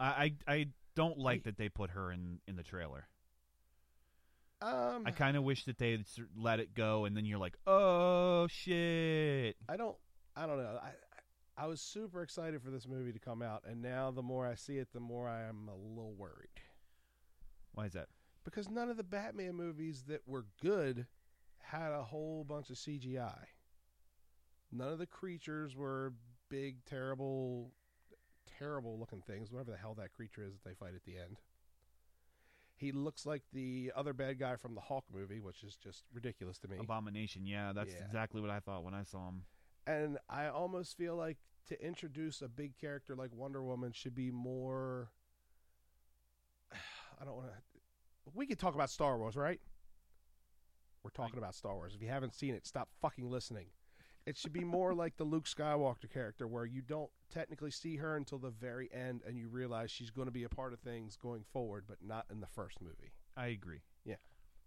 E: I, I I don't like that they put her in in the trailer.
F: Um,
E: I kind of wish that they had s- let it go, and then you're like, oh shit.
F: I don't. I don't know. I I was super excited for this movie to come out, and now the more I see it, the more I am a little worried
E: Why is that?
F: because none of the Batman movies that were good had a whole bunch of CGI. None of the creatures were big, terrible, terrible looking things. Whatever the hell that creature is that they fight at the end. He looks like the other bad guy from the Hulk movie, which is just ridiculous to me.
E: Abomination. Yeah, that's
F: Yeah.
E: exactly what I thought when I saw him.
F: and I almost feel like to introduce a big character like Wonder Woman should be more. [sighs] I don't want to. We could talk about Star Wars, right? We're talking about Star Wars. If you haven't seen it, stop fucking listening. It should be more like the Luke Skywalker character, where you don't technically see her until the very end, and you realize she's going to be a part of things going forward, but not in the first movie.
E: I agree.
F: Yeah.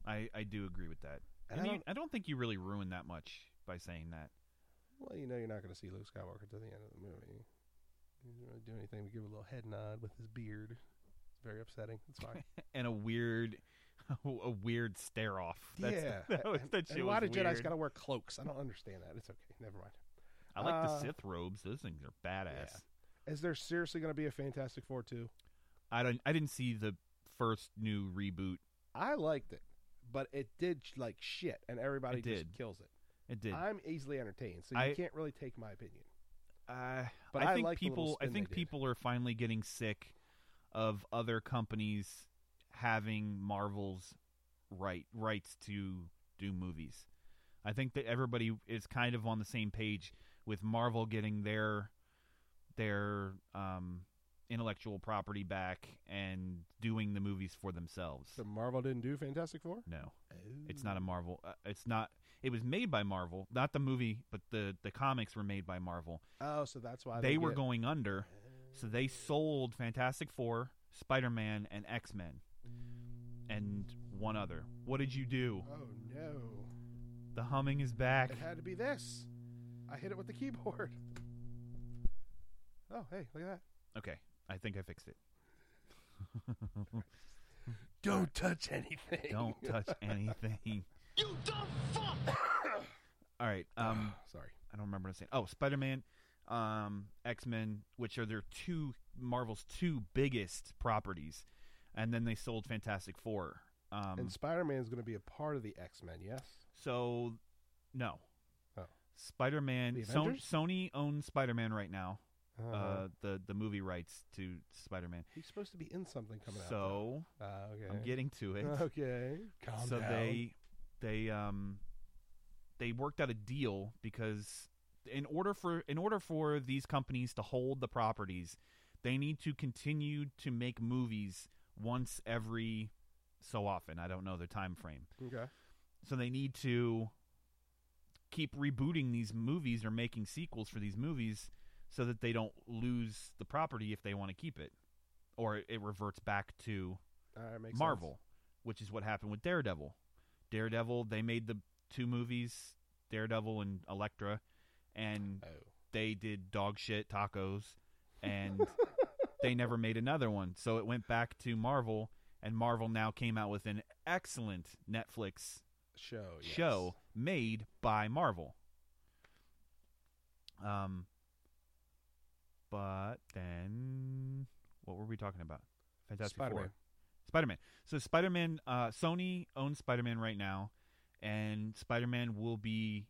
E: I I do agree with that. And,
F: And I
E: you-
F: don't-
E: I don't think you really ruined that much by saying that.
F: Well, you know you're not going to see Luke Skywalker till the end of the movie. He doesn't really do anything but give a little head nod with his beard. It's very upsetting. It's fine.
E: And a weird, [laughs] a weird stare off. [laughs] That's,
F: yeah.
E: [laughs] that was,
F: and-
E: that
F: and
E: shit
F: why
E: was
F: do Jedi's
E: weird.
F: got to wear cloaks? I don't understand that. It's okay. Never mind.
E: I like
F: Uh,
E: the Sith robes. Those things are badass.
F: Is there seriously going to be a Fantastic Four too?
E: I don't. I didn't see the first new reboot.
F: I liked it, but it did sh- like shit, and everybody
E: It
F: just
E: did.
F: kills it.
E: It did.
F: I'm easily entertained, so you
E: I-
F: can't really take my opinion.
E: Uh,
F: But
E: I,
F: I
E: think
F: like the little
E: people. I
F: spin they
E: think
F: did.
E: people are finally getting sick of other companies having Marvel's right rights to do movies. I think that everybody is kind of on the same page with Marvel getting their their um, intellectual property back and doing the movies for themselves.
F: So Oh. Marvel didn't do Fantastic Four.
E: No, it's not a Marvel. Uh, it's not. It was made by Marvel, not the movie, but the the comics were made by Marvel.
F: Oh, so that's why
E: they,
F: they
E: were
F: get-
E: going under, so they sold Fantastic Four, Spider Man, and X Men, and one other. What did you do?
F: Oh no!
E: The humming is back.
F: It had to be this. I hit it with the keyboard. Oh hey, look at that.
E: Okay, I think I fixed it.
F: Don't touch anything. [laughs]
E: Don't touch anything.
D: You dumb fuck!
E: [coughs] All right. Um,
F: [sighs] Sorry.
E: I don't remember what I was saying. Oh, Spider Man, um, X Men, which are their two Marvel's two biggest properties, and then they sold Fantastic Four. Um,
F: and Spider Man is going to be a part of the X Men. Yes.
E: so, no.
F: Oh.
E: Spider Man.
F: The
E: Sony,
F: Avengers?
E: Sony owns Spider Man right now.
F: Uh-huh.
E: Uh, the the movie rights to Spider Man.
F: He's supposed to be in something coming out.
E: So
F: Ah, okay. [laughs]
E: I'm getting to it.
F: Okay. Calm
E: so
F: down.
E: they they um they worked out a deal because in order for in order for these companies to hold the properties, they need to continue to make movies once every so often. I don't know their time frame.
F: Okay.
E: So they need to keep rebooting these movies or making sequels for these movies so that they don't lose the property if they want to keep it or it reverts back to
F: Uh, it makes
E: Marvel, which is what happened with Daredevil. Daredevil, they made the two movies, Daredevil and Elektra, and
F: Oh,
E: they did dog shit tacos, and they never made another one. So it went back to Marvel, and Marvel now came out with an excellent Netflix
F: Show. yes.
E: show made by Marvel. Um, but then what were we talking about? Fantastic
F: Spider-Man.
E: Four. Spider Man. So Spider Man, uh, Sony owns Spider Man right now, and Spider Man will be.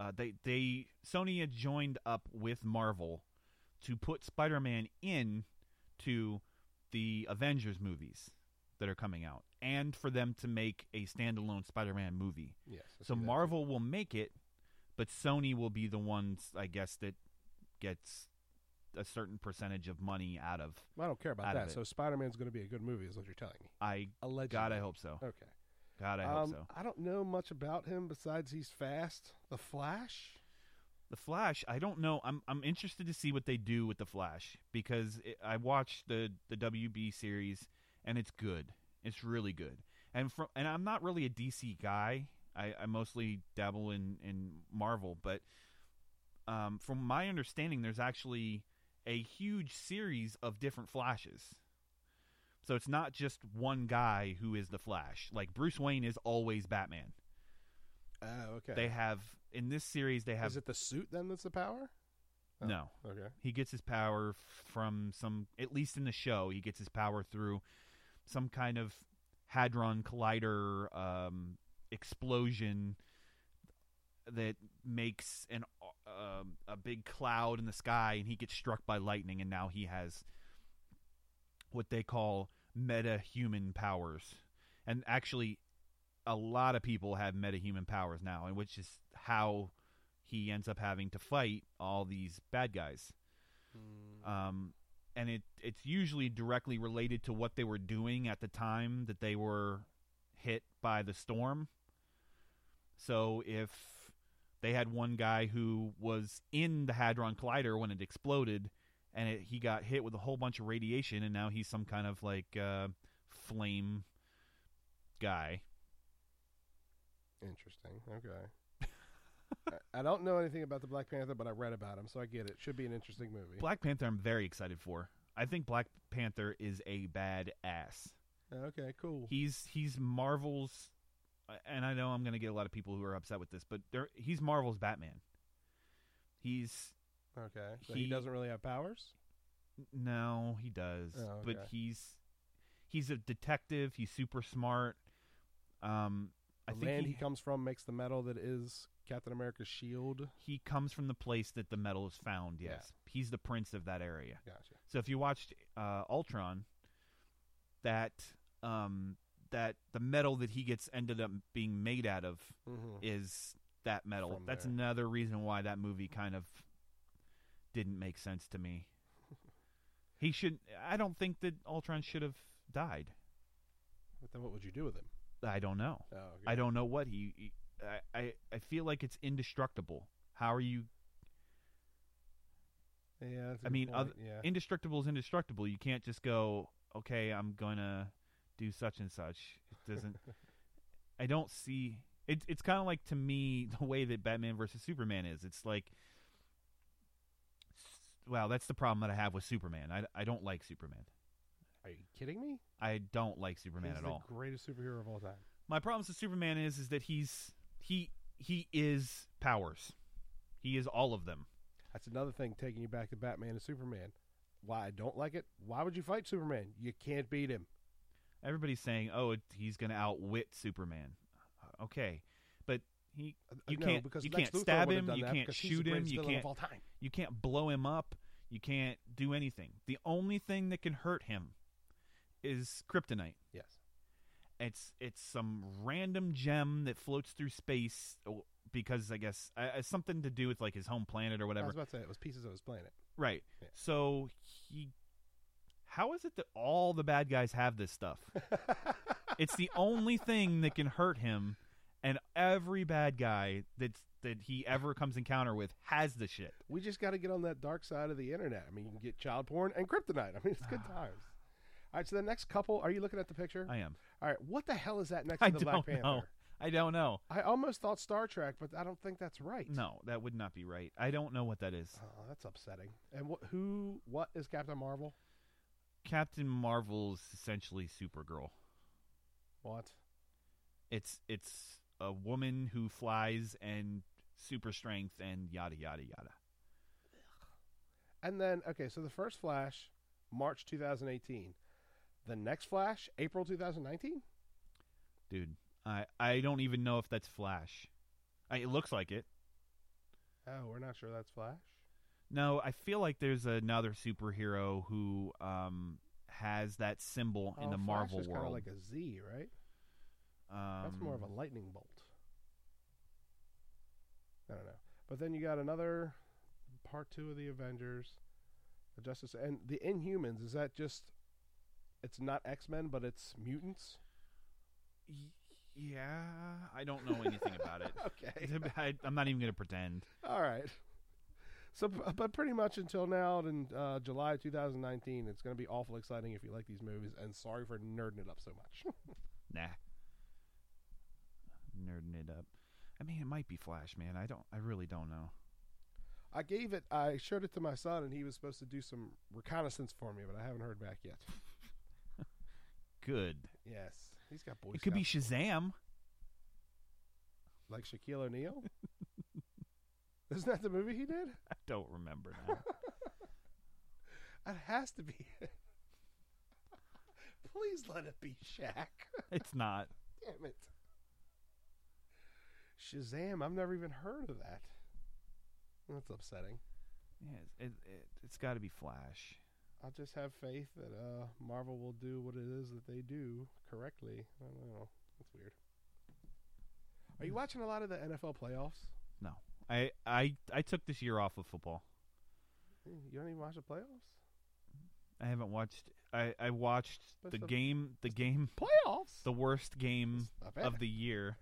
E: Uh, they they Sony had joined up with Marvel to put Spider Man in to the Avengers movies that are coming out, and for them to make a standalone Spider Man movie.
F: Yes, I
E: So
F: see that.
E: Marvel will make it, but Sony will be the ones, I guess, that gets a certain percentage of money out of.
F: I don't care about
E: out of
F: that.
E: it.
F: So Spider Man's going to be a good movie, is what you're telling me.
E: I God, I hope so.
F: Okay.
E: God, I hope
F: Um,
E: so.
F: I don't know much about him besides he's fast. The Flash.
E: The Flash, I don't know. I'm I'm interested to see what they do with the Flash because it, I watched the the WB series and it's good. It's really good. And from and I'm not really a DC guy. I, I mostly dabble in in Marvel, but um, from my understanding, there's actually a huge series of different Flashes. So it's not just one guy who is the Flash. Like Bruce Wayne is always Batman.
F: Oh, okay.
E: They have in this series they have
F: Is it the suit then that's the power? Oh,
E: no.
F: Okay.
E: He gets his power f- from some, at least in the show, he gets his power through some kind of hadron collider um, explosion that makes an uh, a big cloud in the sky, and he gets struck by lightning, and now he has what they call meta-human powers, and actually. A lot of people have meta-human powers now, and which is how he ends up having to fight all these bad guys. Um, and it it's usually directly related to what they were doing at the time that they were hit by the storm. So if they had one guy who was in the hadron collider when it exploded, and it, he got hit with a whole bunch of radiation, and now he's some kind of like uh, flame guy.
F: Interesting. Okay.
E: [laughs]
F: I I don't know anything about the Black Panther, but I read about him, so I get it. Should be an interesting movie.
E: Black Panther, I'm very excited for. I think Black Panther is a bad ass.
F: Okay, cool.
E: He's he's Marvel's, and I know I'm going to get a lot of people who are upset with this, but they're, he's Marvel's Batman. He's
F: okay. So he,
E: he-
F: doesn't really have powers.
E: no, he does,
F: Oh,
E: but
F: okay.
E: he's he's a detective. He's super smart. Um, I
F: the
E: think
F: land
E: he,
F: he, comes from makes the metal that is Captain America's shield.
E: he comes from the place that the metal is found.
F: Yeah.
E: Yes, he's the prince of that area.
F: Gotcha.
E: So if you watched uh, Ultron, that um, that the metal that he gets ended up being made out of
F: Mhm.
E: is that metal.
F: From
E: That's
F: there.
E: another reason why that movie kind of didn't make sense to
F: [laughs]
E: me. he should. I don't think that Ultron should have died.
F: But then what would you do with him?
E: I don't know.
F: Oh, okay.
E: I don't know what he. he- I, I I feel like it's indestructible. How are you?
F: Yeah, that's a
E: I
F: good
E: mean,
F: point,
E: oth-
F: yeah.
E: indestructible is indestructible. You can't just go, okay, I'm gonna do such and such. It
F: [laughs]
E: doesn't. I don't see. It, it's kind of like to me [laughs] the way that Batman versus Superman is. It's like, wow, that's the problem that I have with Superman. I, I don't like Superman.
F: Are you kidding me?
E: I don't like Superman
F: He's
E: at
F: the
E: all.
F: Greatest superhero of all time.
E: My problems with Superman is is that he's he he is powers. He is all of them.
F: That's another thing taking you back to Batman and Superman. Why I don't like it? Why would you fight Superman? You can't beat him.
E: Everybody's saying, "Oh, it, he's going to outwit Superman." Uh, Okay, but he you
F: Uh, no,
E: can't
F: because
E: you
F: Lex
E: can't
F: Luthor
E: stab
F: would've
E: him,
F: done
E: you
F: that
E: can't
F: because he's the
E: shoot him,
F: greatest
E: you
F: villain
E: can't
F: of all time.
E: you can't blow him up, you can't do anything. The only thing that can hurt him is kryptonite.
F: Yes.
E: It's it's some random gem that floats through space oh, because I guess uh, it's something to do with like his home planet or
F: I
E: whatever.
F: was about to say it was pieces of his planet.
E: Right. So he how is it that all the bad guys have this
F: [laughs]
E: stuff? it's the only thing that can hurt him and every bad guy that's that he ever comes encounter with has the shit.
F: We just got to get on that dark side of the internet. I mean, you can get child porn and kryptonite. I mean, it's
E: [sighs]
F: good times. All right, so the next couple, are you looking at the picture?
E: I am.
F: All right, what the hell is that next
E: I
F: to the Black
E: don't
F: Panther?
E: know. I don't know.
F: I almost thought Star Trek, but I don't think that's right.
E: No, that would not be right. I don't know what that is.
F: Oh, that's upsetting. And what, who, what is Captain Marvel?
E: Captain Marvel's essentially Supergirl.
F: What?
E: It's it's a woman who flies and super strength and yada yada yada.
F: And then, okay, so the first Flash, March 2018. The next Flash, April 2019?
E: Dude, I I don't even know if that's Flash. I, it looks like it.
F: Oh, we're not sure that's Flash.
E: No, I feel like there's another superhero who um has that symbol in
F: Oh,
E: the
F: Flash
E: Marvel
F: is kinda
E: world.
F: like a Z, right?
E: um,
F: That's more of a lightning bolt. I don't know. But then you got another part two of the Avengers, the Justice, and the Inhumans. Is that just? It's not X Men, but it's mutants.
E: yeah. I don't know anything about it.
F: [laughs] Okay.
E: [laughs] I, I'm not even gonna pretend.
F: All right. So, b- but pretty much until now, in uh, July 2019, it's going to be awful exciting if you like these movies. And sorry for nerding it up so much.
E: Nah. Nerding it up. I mean, it might be Flash, man. I don't. I really don't know.
F: I gave it. I showed it to my son, and he was supposed to do some reconnaissance for me, but I haven't heard back yet.
E: Good.
F: Yes, he's got boys.
E: It could be
F: [laughs]
E: Shazam.
F: like Shaquille O'Neal. [laughs] Isn't that the movie he did?
E: I don't remember
F: [laughs]
E: now.
F: It has to be. [laughs] Please let it be Shaq. [laughs]
E: it's not.
F: Damn it. Shazam! I've never even heard of that. That's upsetting.
E: Yeah, it, it, it's got to be Flash.
F: I just have faith that uh, Marvel will do what it is that they do correctly. I don't know. That's weird. Are you watching a lot of the NFL playoffs?
E: No, I I I took this year off of football.
F: You don't even watch the playoffs?
E: I haven't watched. I I watched
F: But
E: the
F: the-
E: game. The game
F: Playoffs?
E: the worst game
F: not bad.
E: of the
F: [laughs]
E: year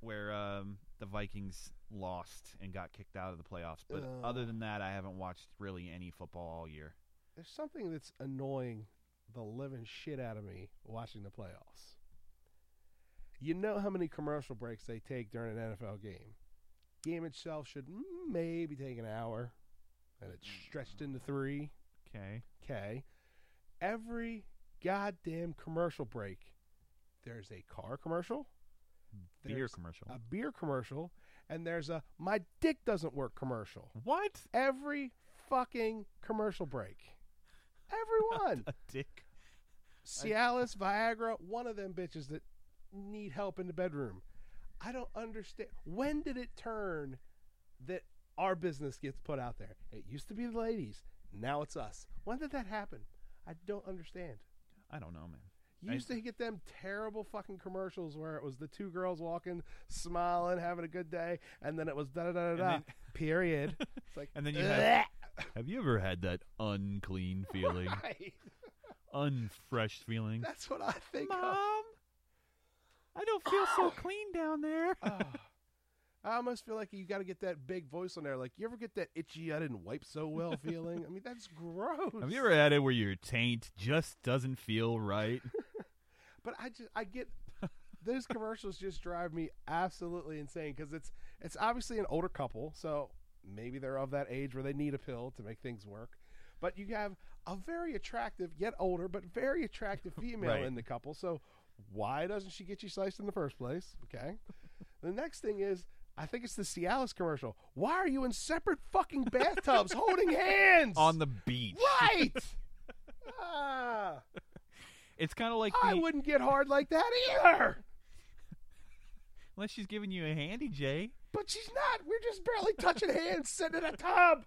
E: where um, the Vikings lost and got kicked out of the playoffs. But
F: Ugh.
E: other than that, I haven't watched really any football all year.
F: There's something that's annoying the living shit out of me watching the playoffs. You know how many commercial breaks they take during an NFL game. Game itself should maybe take an hour, and it's stretched into three.
E: Okay.
F: Okay. Every goddamn commercial break, there's a car commercial,
E: Beer
F: there's
E: commercial.
F: a beer commercial, and there's a my dick doesn't work commercial.
E: What?
F: Every fucking commercial
E: [laughs]
F: break. Everyone.
E: A dick.
F: Cialis, Viagra, one of them bitches that need help in the bedroom. I don't understand. When did it turn that our business gets put out there? It used to be the ladies. Now it's us. When did that happen? I don't understand.
E: I don't know, man.
F: You used to get them terrible fucking commercials where it was the two girls walking, smiling, having a good day, and then it was da da da da da.
E: then- [laughs]
F: Period. It's like [laughs]
E: And then you have, have you ever had that unclean
F: [laughs]
E: feeling,
F: Right.
E: unfresh feeling?
F: That's what I think. of.
E: I don't feel so clean down
F: [laughs]
E: there.
F: I almost feel like you got to get that big voice on there. Like, you ever get that itchy, I didn't wipe so well feeling? I mean, that's gross.
E: Have you ever had it where your taint just doesn't feel
F: [laughs]
E: right?
F: But I just, I get those commercials just drive me absolutely insane because it's, it's obviously an older couple. So maybe they're of that age where they need a pill to make things work. But you have a very attractive, yet older, but very attractive
E: [laughs]
F: female
E: Right.
F: in the couple. So why doesn't she get you sliced in the first place?
E: [laughs]
F: Okay. the next thing is, I think it's the Cialis commercial. Why are you in separate fucking
E: [laughs]
F: bathtubs holding hands?
E: on the beach. [laughs]
F: Right. ah,
E: It's kind of like
F: I
E: the-
F: wouldn't get hard like that either.
E: unless she's giving you a handy, Jay.
F: But she's not. We're just barely touching hands sitting in a tub.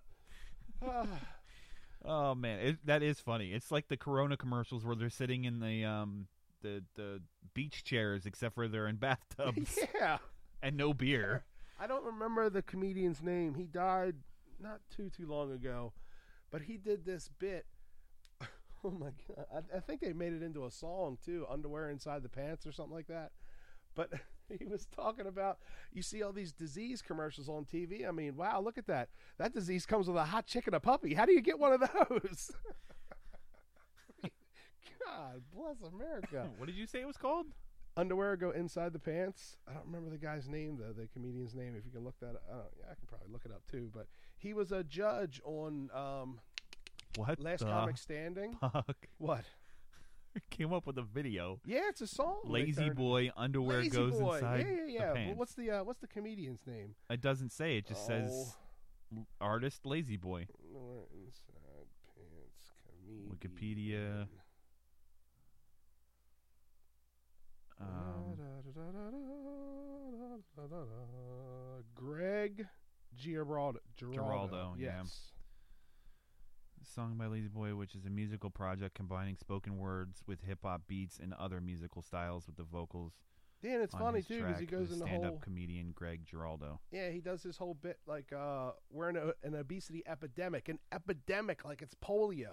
F: Ah.
E: Oh man, it, that is funny. It's like the Corona commercials where they're sitting in the um the the beach chairs, except for they're in bathtubs
F: [laughs] yeah.
E: and no
F: [laughs]
E: beer.
F: I don't remember the comedian's name. He died not too too long ago, but he did this bit. [laughs] Oh my god! I, I think they made it into a song too, "Underwear Inside the Pants" or something like that. But [laughs] he was talking about you see all these disease commercials on TV. I mean, wow, look at that! That disease comes with a hot chick and a puppy. How do you get one of those? [laughs] God bless America.
E: what did you say it was called?
F: underwear go inside the pants. I don't remember the guy's name, the the comedian's name. If you can look that, up. I, don't, yeah, I can probably look it up too. But he was a judge on um,
E: What
F: Last
E: the
F: Comic Standing.
E: Fuck. [laughs]
F: What?
E: Came up with a video.
F: Yeah, it's a song. they
E: Lazy
F: turned-
E: boy underwear
F: Lazy
E: goes
F: boy.
E: inside
F: Yeah, yeah, yeah.
E: the
F: But
E: pants.
F: what's the uh, what's the comedian's name?
E: It doesn't say. It just says
F: Oh.
E: l- artist lazy boy.
F: Underwear inside pants. Comedian.
E: Wikipedia. Um,
F: Da-da-da-da-da-da-da-da-da. Greg Giraldo.
E: Geraldo, yeah.
F: Yes.
E: song by Lazy Boy, which is a musical project combining spoken words with hip hop beats and other musical styles with the vocals.
F: Yeah, and it's
E: on
F: funny
E: his
F: too because he
E: track
F: goes
E: with
F: in the
E: stand-up
F: whole-
E: comedian Greg Giraldo.
F: Yeah, he does his whole bit like uh, we're in a, an obesity epidemic, an epidemic like it's polio.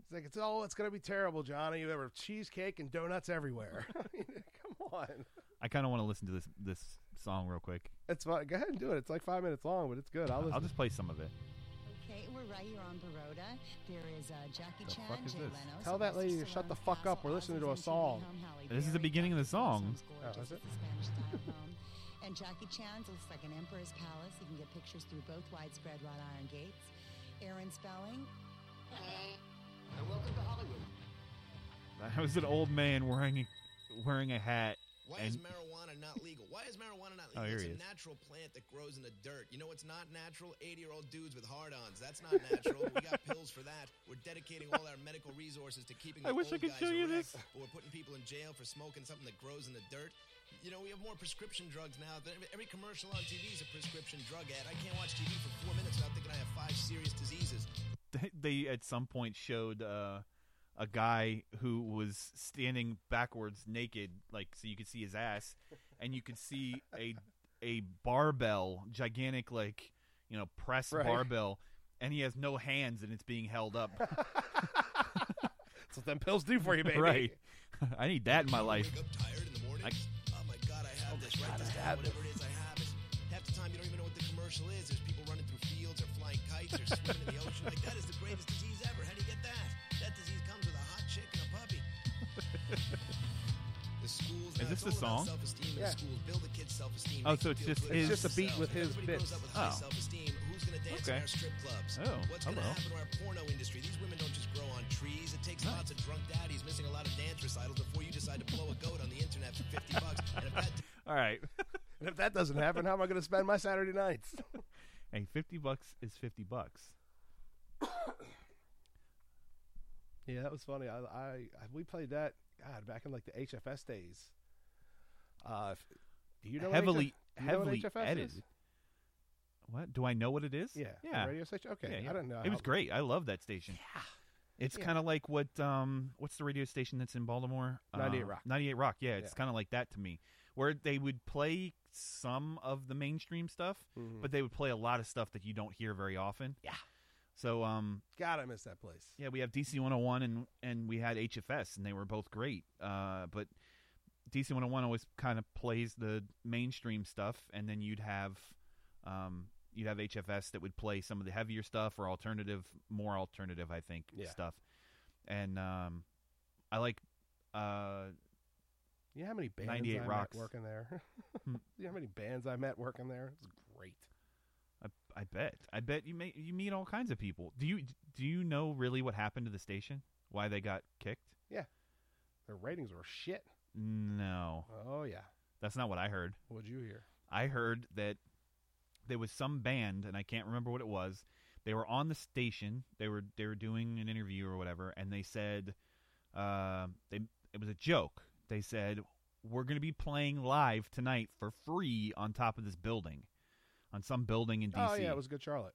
F: It's like it's oh, it's gonna be terrible, Johnny. There were cheesecake and donuts everywhere. [laughs] I mean, come on,
E: I kind of want to listen to this this song real quick.
F: it's fine. Go ahead and do it. It's like five minutes long, but it's good. I'll,
E: I'll
F: listen.
E: just play some of it.
N: Okay, we're right here on Baroda. There is uh, Jackie
E: The
N: Chan,
E: fuck is
N: Jay
E: this?
N: Leno,
F: Tell that lady to shut the fuck up. We're listening to a song.
E: This is the beginning of the song.
N: Oh, is it?
E: [laughs]
N: Spanish-style home. And Jackie Chan's looks like an emperor's palace. You can get pictures through both widespread wrought iron gates. Aaron Spelling. And welcome to Hollywood.
E: That was an old man wearing wearing a hat.
O: Why is
E: and
O: marijuana not legal? Why is marijuana not
E: Oh,
O: legal?
E: here
O: it's
E: he
O: a
E: is.
O: natural plant that grows in the dirt. You know what's not natural? 80 year old dudes with hard ons. That's not natural. we got pills for that. We're dedicating all our medical resources to keeping
E: I
O: the
E: wish
O: old
E: I could
O: guys
E: show you
O: erect,
E: this.
O: But we're putting people in jail for smoking something that grows in the dirt. You know, we have more prescription drugs now. Than every, every commercial on TV is a prescription drug ad. I can't watch TV for four minutes without thinking I have five serious diseases.
E: they at some point showed uh, a guy who was standing backwards naked, like so you could see his ass, and you could see a a barbell, gigantic like you know press
F: Right.
E: barbell, and he has no hands and it's being held up.
F: That's what them pills do for you, baby.
E: right? [laughs] I need that in my life.
O: Oh my god, I have this. Write this down. Whatever it is, I have it. Half the time, you don't even know what the commercial is. There's people running through fields or flying kites or swimming in the ocean. Like, that is the greatest disease ever. How do you get that? That disease comes with a hot chick and a
E: [laughs]
O: puppy. The schools.
E: Is
O: now,
E: this
O: it's
E: the
O: all about
E: song?
O: Self-esteem in
E: Yeah.
O: the schools. Build the kids' self-esteem.
E: Oh,
O: Make
E: so
O: them
E: it's
O: feel
E: just
O: good
E: his-
O: about
E: It's just a beat
O: themselves.
E: with his
O: Everybody grows
E: bits.
O: up with high
E: Oh.
O: self-esteem. Who's gonna dance
E: Okay.
O: in our strip clubs?
E: Oh,
O: What's
E: oh
O: gonna
E: well.
O: happen to our porno industry? These women don't just grow on trees. It takes lots of drunk daddies missing a lot of dance recitals before you decide to blow a goat on the internet for 50 bucks. And if that
E: All right. [laughs]
F: And if that doesn't happen, how am I going to spend my Saturday nights?
E: Hey, fifty bucks is fifty bucks.
F: Yeah, that was funny. I, I, I we played that God back in like the HFS days. Uh, if, do you know what
E: heavily
F: HF do you know what
E: heavily
F: HFS is?
E: edited. What do I know? What it is?
F: Yeah, the
E: Yeah,
F: radio station? Okay, I don't know
E: It
F: uh, how-
E: was great. I love that station. It's kind of like what um what's the radio station that's in Baltimore?
F: 98
E: Uh,
F: Rock.
E: 98 Rock. Yeah, it's
F: Yeah.
E: kind of like that to me. Where they would play some of the mainstream stuff,
F: Mhm.
E: but they would play a lot of stuff that you don't hear very often. Yeah. So um
F: God, I miss that place.
E: yeah, we have DC 101 and and we had HFS and they were both great. Uh but DC 101 always kind of plays the mainstream stuff and then you'd have um you'd have HFS that would play some of the heavier stuff or alternative more alternative I think
F: Yeah.
E: stuff. And um I like uh
F: You know how many bands
E: 98
F: I
E: Rocks. Hmm.
F: met working there? [laughs] you know how many bands I met working there? It's great.
E: I, I bet. I bet you may, you meet all kinds of people. Do you do you know really what happened to the station? Why they got kicked?
F: Yeah. Their ratings were shit.
E: No.
F: Oh, yeah.
E: That's not what I heard.
F: What'd you hear?
E: I heard that there was some band and I can't remember what it was. They were on the station. They were they were doing an interview or whatever, and they said uh, they it was a joke. They said we're going to be playing live tonight for free on top of this building, on some building in DC.
F: Oh, yeah, it was Good Charlotte.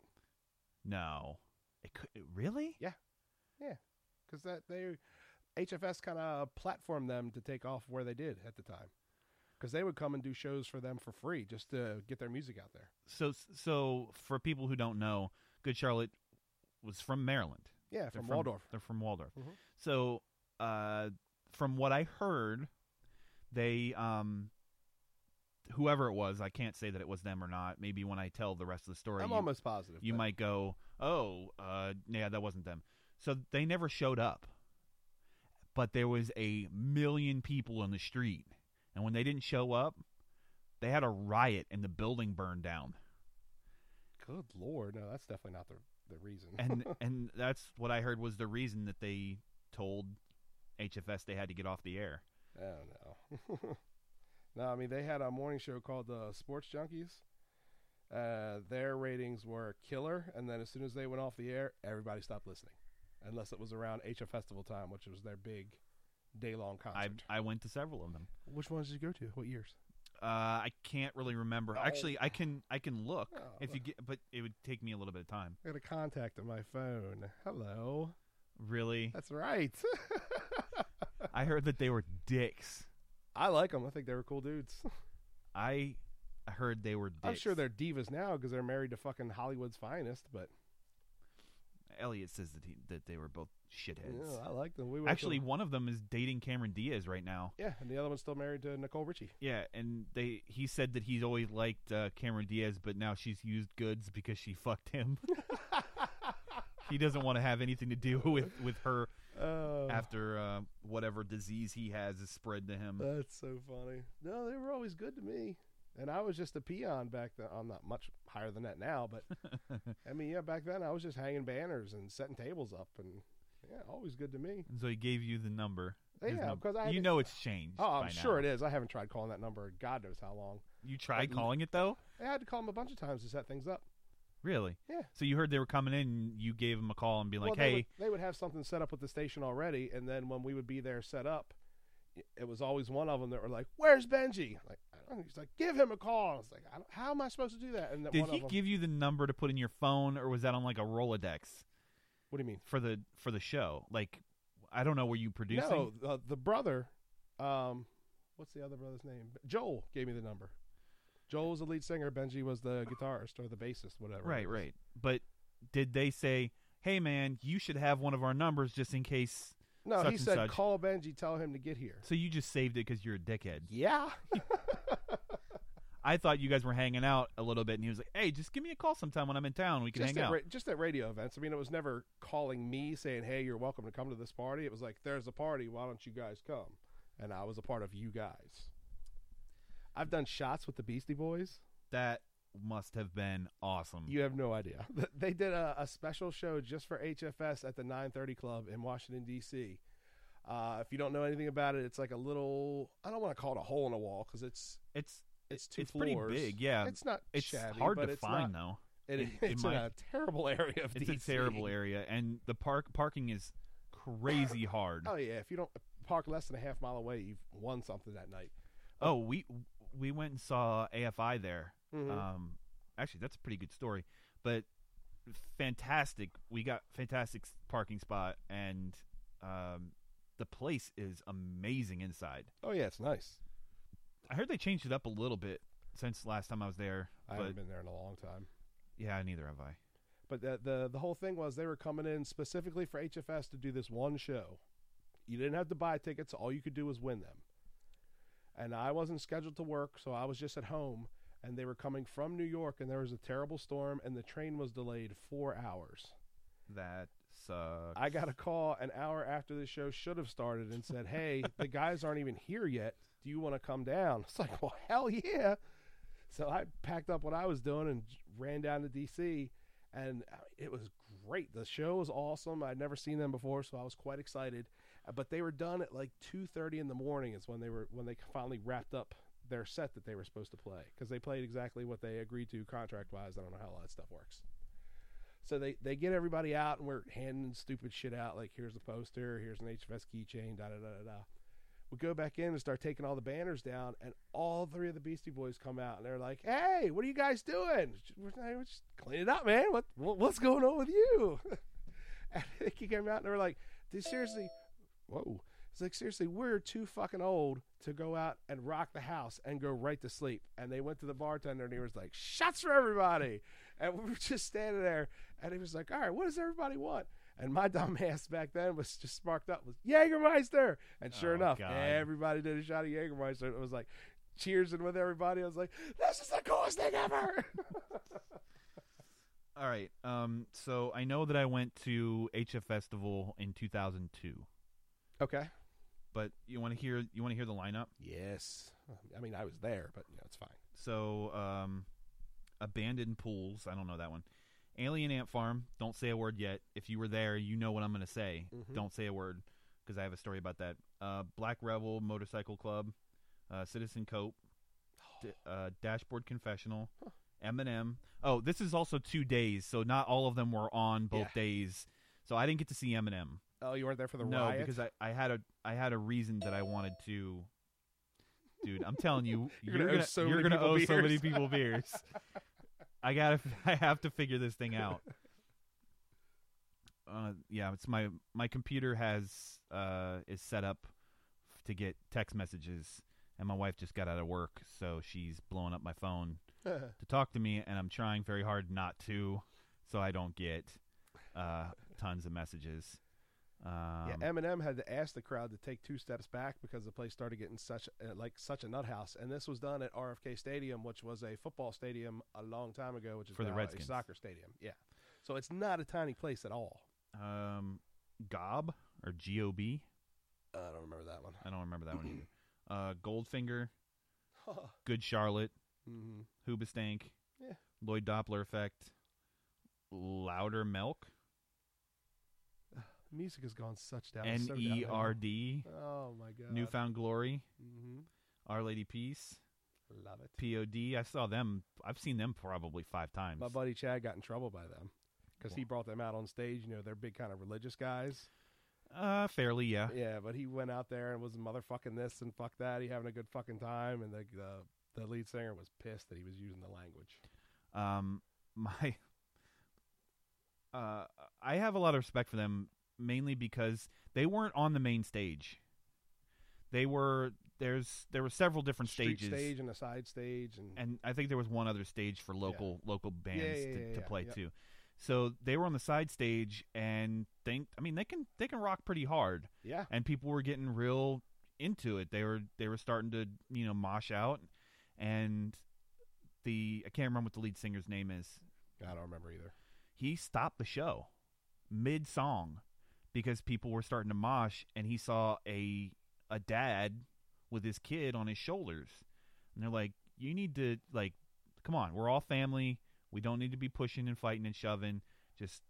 E: no. It could it, really?
F: Yeah. Yeah. Because that they HFS kind of platformed them to take off where they did at the time. Because they would come and do shows for them for free just to get their music out there.
E: So so for people who don't know, Good Charlotte was from Maryland.
F: Yeah,
E: They're
F: from Waldorf.
E: They're from Waldorf.
F: Mhm.
E: So uh, from what I heard, they um, whoever it was, I can't say that it was them or not. Maybe when I tell the rest of the story,
F: I'm almost positive,
E: you
F: but-
E: might go, "Oh, uh, yeah, that wasn't them." So they never showed up, but there was a million people on the street, and when they didn't show up, they had a riot and the building burned down.
F: Good Lord. No, that's definitely not the, the reason. [laughs]
E: and and that's what I heard was the reason that they told HFS they had to get off the air.
F: Oh no. [laughs] no, I mean they had a morning show called the Sports Junkies. Uh, their ratings were killer, and then as soon as they went off the air, everybody stopped listening, unless it was around HF Festival time, which was their big day-long concert.
E: I I went to several of them.
F: Which ones did you go to? What years?
E: Uh, I can't really remember.
F: Oh.
E: Actually, I can I can look if you
F: Oh.
E: get, but it would take me a little bit of time.
F: I got a contact on my phone. Hello. [laughs]
E: Really,
F: That's right.
E: I heard that they were dicks.
F: I like them. I think they were cool dudes.
E: I I heard they were dicks.
F: I'm sure they're divas now because they're married to fucking Hollywood's finest. But
E: Elliot says that he, that they were both shitheads.
F: Yeah, I like them. We went to-
E: Actually, one of them is dating Cameron Diaz right now.
F: yeah, and the other one's still married to Nicole Richie.
E: Yeah, and they he said that he's always liked uh, Cameron Diaz, but now she's used goods because she fucked him. [laughs] he doesn't want to have anything to do [laughs] with with her
F: Oh.
E: after uh, whatever disease he has is spread to him.
F: That's so funny. No, they were always good to me. And I was just a peon back then. I'm not much higher than that now, [laughs] but I mean, yeah, back then I was just hanging banners and setting tables up, and yeah, always good to me.
E: and so he gave you the number.
F: Yeah,
E: His num-
F: because I
E: you
F: had-
E: know it's changed.
F: Oh, I'm
E: by
F: sure
E: now.
F: it is. I haven't tried calling that number in God knows how long.
E: You tried calling it though,
F: I had to call them a bunch of times to set things up.
E: really?
F: Yeah.
E: So you heard they were coming in, and you gave him a call and be like,
F: well,
E: "Hey,
F: they would, they would have something set up with the station already, and then when we would be there set up, i- it was always one of them that were like, "Where's Benji?" Like, I don't. know. He's like, "Give him a call." I was like, I don't, "How am I supposed to do that?" And then
E: did
F: one
E: he
F: of them,
E: give you the number to put in your phone, or was that on like a Rolodex?"
F: What do you mean
E: for the for the show? Like, I don't know. Were you producing?
F: No, the, the brother. Um, what's the other brother's name? Joel gave me the number. Joel was the lead singer. Benji was the guitarist or the bassist, whatever. it
E: Right,
F: was.
E: right. But did they say, "Hey, man, you should have one of our numbers just in case"?
F: No,
E: such
F: he
E: and
F: said,
E: such."
F: "Call Benji, tell him to get here."
E: So you just saved it because you're a dickhead.
F: Yeah.
E: I thought you guys were hanging out a little bit, and he was like, "Hey, just give me a call sometime when I'm in town. We can
F: Just
E: hang
F: at,
E: out."
F: ra- just at radio events. I mean, it was never calling me saying, "Hey, you're welcome to come to this party." It was like, "There's a party. Why don't you guys come?" And I was a part of you guys. I've done shots with the Beastie Boys.
E: that must have been awesome.
F: You have no idea. [laughs] They did a, a special show just for HFS at the 930 Club in Washington, D.C. Uh, if you don't know anything about it, it's like a little, I don't want to call it a hole in the wall because it's,
E: it's,
F: it's two
E: it's pretty
F: floors.
E: big, yeah.
F: It's not
E: It's
F: shabby,
E: hard
F: but
E: to
F: it's
E: find,
F: not-
E: though.
F: It,
E: In- in
F: it's [laughs] in,
E: my-
F: a terrible area of
E: it's
F: D.C.
E: a terrible area, and the park parking is crazy hard.
F: Oh, yeah. If you don't park less than a half mile away, you've won something that night.
E: Oh, we we went and saw AFI there.
F: Mhm.
E: Um, actually, that's a pretty good story. But fantastic. We got fantastic s- parking spot, and um, the place is amazing inside.
F: Oh yeah, it's nice.
E: I heard they changed it up a little bit since last time I was there.
F: I
E: but
F: haven't been there in a long time.
E: yeah, neither have I.
F: But the, the the whole thing was they were coming in specifically for HFS to do this one show. You didn't have to buy tickets; all you could do was win them. And I wasn't scheduled to work, so I was just at home. And they were coming from New York, and there was a terrible storm, and the train was delayed four hours.
E: That sucks.
F: [laughs] I got a call an hour after the show should have started and said, "Hey, the guys aren't even here yet. Do you want to come down?" It's like, "Well, hell yeah!" So I packed up what I was doing and j- ran down to DC, and uh, it was great. The show was awesome. I'd never seen them before, so I was quite excited. Uh, But they were done at like two thirty in the morning. Is when they were when they finally wrapped up their set that they were supposed to play because they played exactly what they agreed to contract wise. I don't know how all that stuff works. So they, they get everybody out and we're handing stupid shit out like here's the poster, here's an HFS keychain, da da da da da. We go back in and start taking all the banners down, and all three of the Beastie Boys come out and they're like, "Hey, what are you guys doing? We're, not- we're just clean it up, man. What, what what's going on with you?" and he came out and [laughs] they were like, "Dude, seriously, whoa." It's like seriously, we're too fucking old to go out and rock the house and go right to sleep. And they went to the bartender and he was like, "Shots for everybody!" [laughs] And we were just standing there, and he was like, "All right, what does everybody want?" And my [laughs] dumb ass back then was just sparked up with Jägermeister, and sure enough,
E: God.
F: everybody did a shot of Jägermeister. And it was like, cheers and with everybody. I was like, "This is the coolest thing ever!" [laughs]
E: All right. Um. So I know that I went to HF Festival in 2002,
F: okay.
E: but you want to hear you want to hear the lineup?
F: Yes. I mean, I was there, but you know, it's fine.
E: So, um, Abandoned Pools. I don't know that one. Alien Ant Farm. Don't say a word yet. If you were there, you know what I'm going to say.
F: Mhm.
E: Don't say a word because I have a story about that. Uh, Black Rebel Motorcycle Club, uh, Citizen Cope, D- uh, Dashboard Confessional, Eminem. Oh, this is also two days, so not all of them were on both days. So I didn't get to see Eminem.
F: Oh, you weren't there for the
E: no,
F: riot?
E: because I, I had a I had a reason that I wanted to. Dude, I'm telling you,
F: [laughs] You're gonna owe so
E: you're
F: many
E: gonna
F: people
E: owe so
F: beers.
E: many people beers.
F: [laughs]
E: I gotta [laughs] I have to figure this thing
F: [laughs]
E: out. Uh, yeah, it's my my computer has uh is set up to get text messages, and my wife just got out of work, so she's blowing up my
F: [laughs]
E: phone to talk to me, and I'm trying very hard not to, so I don't get uh tons of messages. Um,
F: yeah, Eminem had to ask the crowd to take two steps back because the place started getting such uh, like such a nut house, and this was done at RFK Stadium, which was a football stadium a long time ago, which is
E: For the
F: now
E: Redskins.
F: a soccer stadium. Yeah, so it's not a tiny place at all.
E: um, Gob or G O B.
F: I don't remember that one.
E: I don't remember that one
F: [clears throat]
E: either. Uh, Goldfinger, Good Charlotte,
F: Mhm.
E: Hoobastank,
F: Yeah.
E: Lloyd Doppler Effect, Louder Milk,
F: Music has gone such down.
E: N
F: so down
E: E
F: the
E: R
F: hill.
E: D,
F: Oh my god.
E: Newfound Glory,
F: Mhm.
E: Our Lady Peace,
F: Love it.
E: P O D. I saw them. I've seen them probably five times.
F: My buddy Chad got in trouble by them because he brought them out on stage. You know, they're big kind of religious guys.
E: Uh, fairly, yeah. [laughs]
F: Yeah, but he went out there and was motherfucking this and fuck that. He having a good fucking time, and the the, the lead singer was pissed that he was using the language.
E: um my [laughs] uh i have a lot of respect for them mainly because they weren't on the main stage they were there's there were several different
F: Street
E: stages
F: stage and a side stage, and,
E: and i think there was one other stage for local local bands
F: Mm-hmm. yeah,
E: to,
F: yeah,
E: to
F: yeah,
E: play
F: yeah.
E: too so they were on the side stage and think i mean they can they can rock pretty hard
F: Yeah.
E: and people were getting real into it they were they were starting to you know mosh out and the i can't remember what the lead singer's name is
F: I don't remember either.
E: he stopped the show mid song because people were starting to mosh and he saw a a dad with his kid on his shoulders and they're like you need to like come on we're all family we don't need to be pushing and fighting and shoving just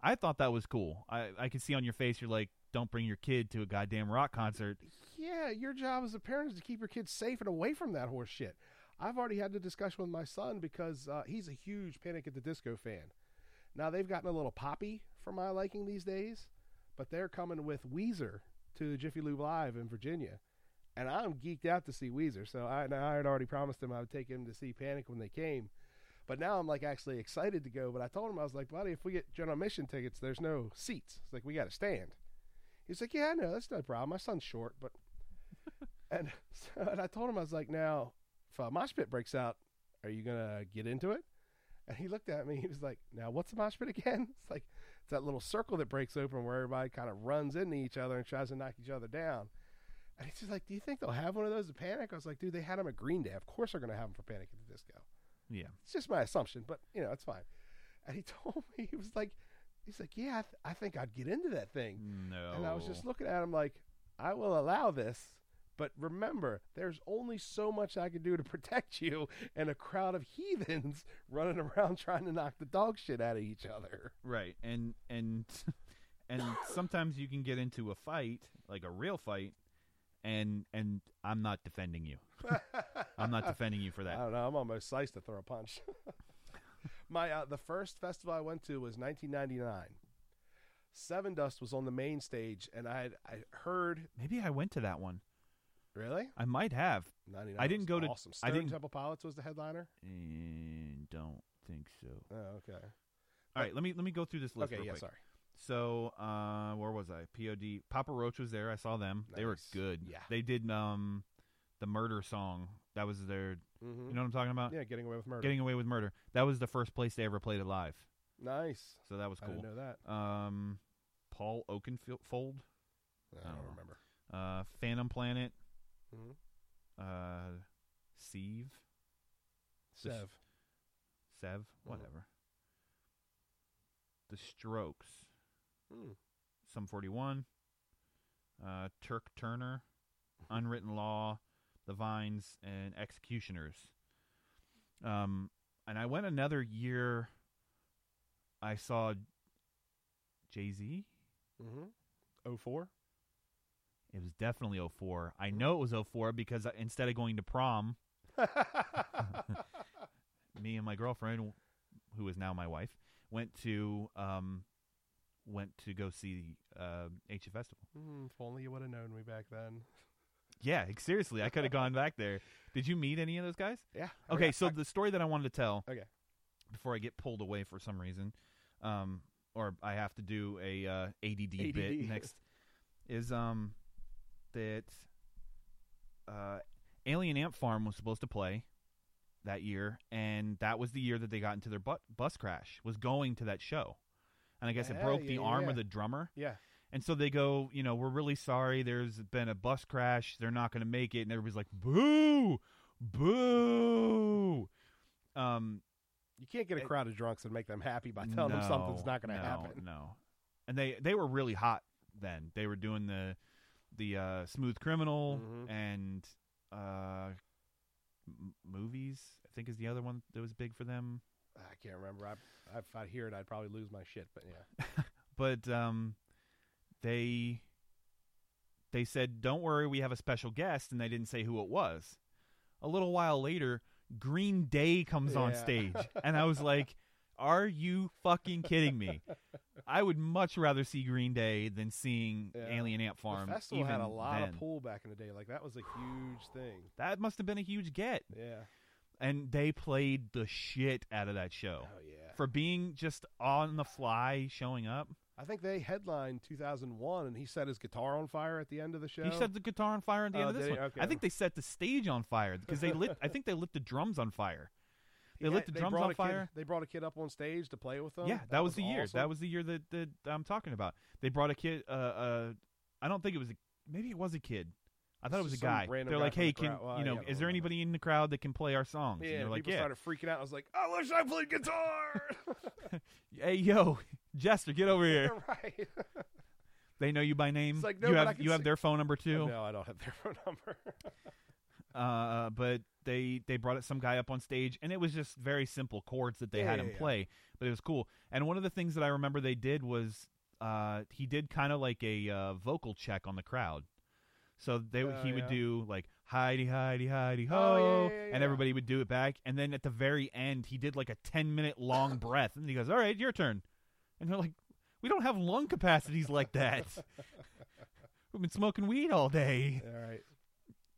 E: i thought that was cool i i could see on your face you're like don't bring your kid to a goddamn rock concert
F: Yeah, your job as a parent is to keep your kids safe and away from that horse shit. I've already had the discussion with my son because uh, he's a huge Panic at the Disco fan. Now they've gotten a little poppy for my liking these days, but they're coming with Weezer to the Jiffy Lube Live in Virginia, and I'm geeked out to see Weezer. So I, and I had already promised him I would take him to see Panic when they came, But now I'm like actually excited to go. But I told him I was like, buddy, if we get general admission tickets, there's no seats. It's like we got to stand. He's like, yeah, I know that's not a problem. My son's short, but and [laughs] so, and I told him I was like, now if a mosh pit breaks out, are you gonna get into it? And he looked at me. He was like, now what's a mosh pit again? [laughs] It's like it's that little circle that breaks open where everybody kind of runs into each other and tries to knock each other down. And he's just like, do you think they'll have one of those to Panic? I was like, dude, they had them at Green Day. Of course they're gonna have them for Panic at the Disco.
E: Yeah.
F: It's just my assumption, but you know, it's fine. And he [laughs] told me he was like, he's like, yeah, I, th- I think I'd get into that thing.
E: No.
F: And I was
E: Oh.
F: just looking at him like, I will allow this, but remember, there's only so much I can do to [laughs] protect you and a crowd of heathens [laughs] running around trying to knock the dog shit out of each other.
E: Right. And and [laughs] and sometimes you can get into a fight, like a real fight, and and I'm not defending
F: [laughs]
E: you. I'm not defending you for that.
F: I don't know. I'm almost sliced to throw a punch. [laughs] My uh, the first festival I went to was 1999. Seven Dust was on the main stage, and I had I heard
E: Maybe I went to that one.
F: really
E: I might have.
F: 99
E: I didn't
F: was
E: go to.
F: awesome.
E: I
F: Stone
E: didn't.
F: Temple Pilots was the headliner.
E: Mm, don't think so.
F: Oh, okay.
E: All right, let me let me go through this list.
F: Uh, Okay,
E: real
F: yeah,
E: quick.
F: sorry.
E: So, uh, where was I? Pod Papa Roach was there. I saw them. They were
F: Nice.
E: good.
F: Yeah.
E: they did um, the murder song. That was their.
F: Mhm.
E: You know what I'm talking about?
F: Yeah, Getting Away with Murder.
E: Getting away with murder. That was the first place they ever played it live.
F: Nice.
E: So that was
F: I
E: cool.
F: didn't know that.
E: Um, Paul Oakenfold. Fold?
F: I don't
E: know.
F: remember.
E: Uh, Phantom Planet.
F: Mhm.
E: Uh, Sieve. The s-
F: Sev.
E: Sev. Whatever. The Strokes.
F: Mm.
E: Sum 41. Uh, Turk Turner. Unwritten Law. The Vines and Executioners. Um, and I went another year. I saw Jay Z. oh
F: Mm-hmm. [laughs] 04?
E: It was definitely 04. I
F: Mm-hmm.
E: know it was 04 because I, instead of going to prom,
F: Hmm,
E: me and my girlfriend, who is now my wife, went to um, went to go see uh, HF Festival.
F: Mm, if only you would have known me back then.
E: Yeah, like, seriously, I
F: [laughs]
E: could have gone back there. Did you meet any of those guys?
F: Yeah. I
E: Okay,
F: got-
E: so the story that I wanted to tell.
F: Okay.
E: Before I get pulled away for some reason, um, or I have to do a uh, ADD, bit
F: ADD.
E: next, is um that uh, Alien Ant Farm was supposed to play that year, and that was the year that they got into their bu- bus crash. Was going to that show, and I guess it
F: Yeah,
E: broke
F: yeah,
E: the
F: yeah,
E: arm
F: yeah.
E: of the drummer.
F: Yeah.
E: And so they go, you know, we're really sorry. There's been a bus crash. They're not going to make it. And everybody's like, boo, boo. Um,
F: You can't get a crowd of drunks and make them happy by telling them something's
E: no,
F: not going to
E: no,
F: happen.
E: No, and they they were really hot then. They were doing the the uh, smooth criminal
F: Mhm.
E: and uh, m- movies. I think is the other one that was big for them.
F: I can't remember. I, if I hear it, I'd probably lose my shit. But yeah,
E: but um, they they said, "Don't worry, we have a special guest," and they didn't say who it was. A little while later, Green Day comes on
F: Yeah.
E: stage, and I was like, "Are you fucking kidding me?" I would much rather see Green Day than seeing
F: Yeah.
E: Alien Ant Farm.
F: the festival
E: even
F: had a lot
E: then.
F: of pull back in the day. Like that was a huge thing.
E: That must have been a huge get,
F: Yeah,
E: and they played the shit out of that show.
F: Oh, yeah.
E: for being just on the fly showing up.
F: I think they headlined 2001, and he set his guitar on fire at the end of the show.
E: He set the guitar on fire at the
F: Oh,
E: end of this
F: did he?
E: one.
F: Okay.
E: I think they set the stage on fire because they lit. I think they lit the drums on fire. They
F: He
E: lit the
F: had-
E: drums
F: brought
E: on
F: a kid-
E: fire.
F: they brought a kid up on stage to play with them.
E: yeah, that, was, the year.
F: awesome.
E: That was the year that, that I'm talking about. They brought a kid. Uh, uh, I don't think it was. a Maybe it was a kid. I thought it
F: It's
E: was a
F: just some
E: guy.
F: random
E: They're
F: guy
E: like,
F: from the
E: hey, can
F: crowd. Well,
E: you know?
F: yeah, I don't
E: is there
F: remember.
E: anybody in the crowd that can play our songs?
F: Yeah,
E: and they're
F: and
E: like,
F: people
E: yeah.
F: started freaking out. I was like, I wish I
E: [laughs]
F: played guitar.
E: hey, yo, [laughs] Jester, get over here. [laughs]
F: [laughs] right.
E: They know you by name.
F: It's like, no,
E: you
F: but
E: have
F: I can Oh,
E: you have
F: sing-
E: their phone number too.
F: No, I don't have their [laughs] phone number.
E: uh, but they they brought some guy up on stage, and it was just very simple chords that they
F: Yeah,
E: had
F: yeah,
E: him
F: yeah.
E: play. But it was cool. And one of the things that I remember they did was uh, he did kind of like a uh, vocal check on the crowd. So they
F: Oh,
E: he would
F: yeah.
E: do like Heidi Heidi Heidi ho,
F: Oh, yeah, yeah, yeah,
E: and
F: yeah.
E: everybody would do it back. And then at the very end, he did like a ten minute
F: [laughs]
E: long breath, and he goes, "All right, your turn." And they're like, "We don't have lung capacities like
F: [laughs]
E: that. We've been smoking weed all day."
F: All right.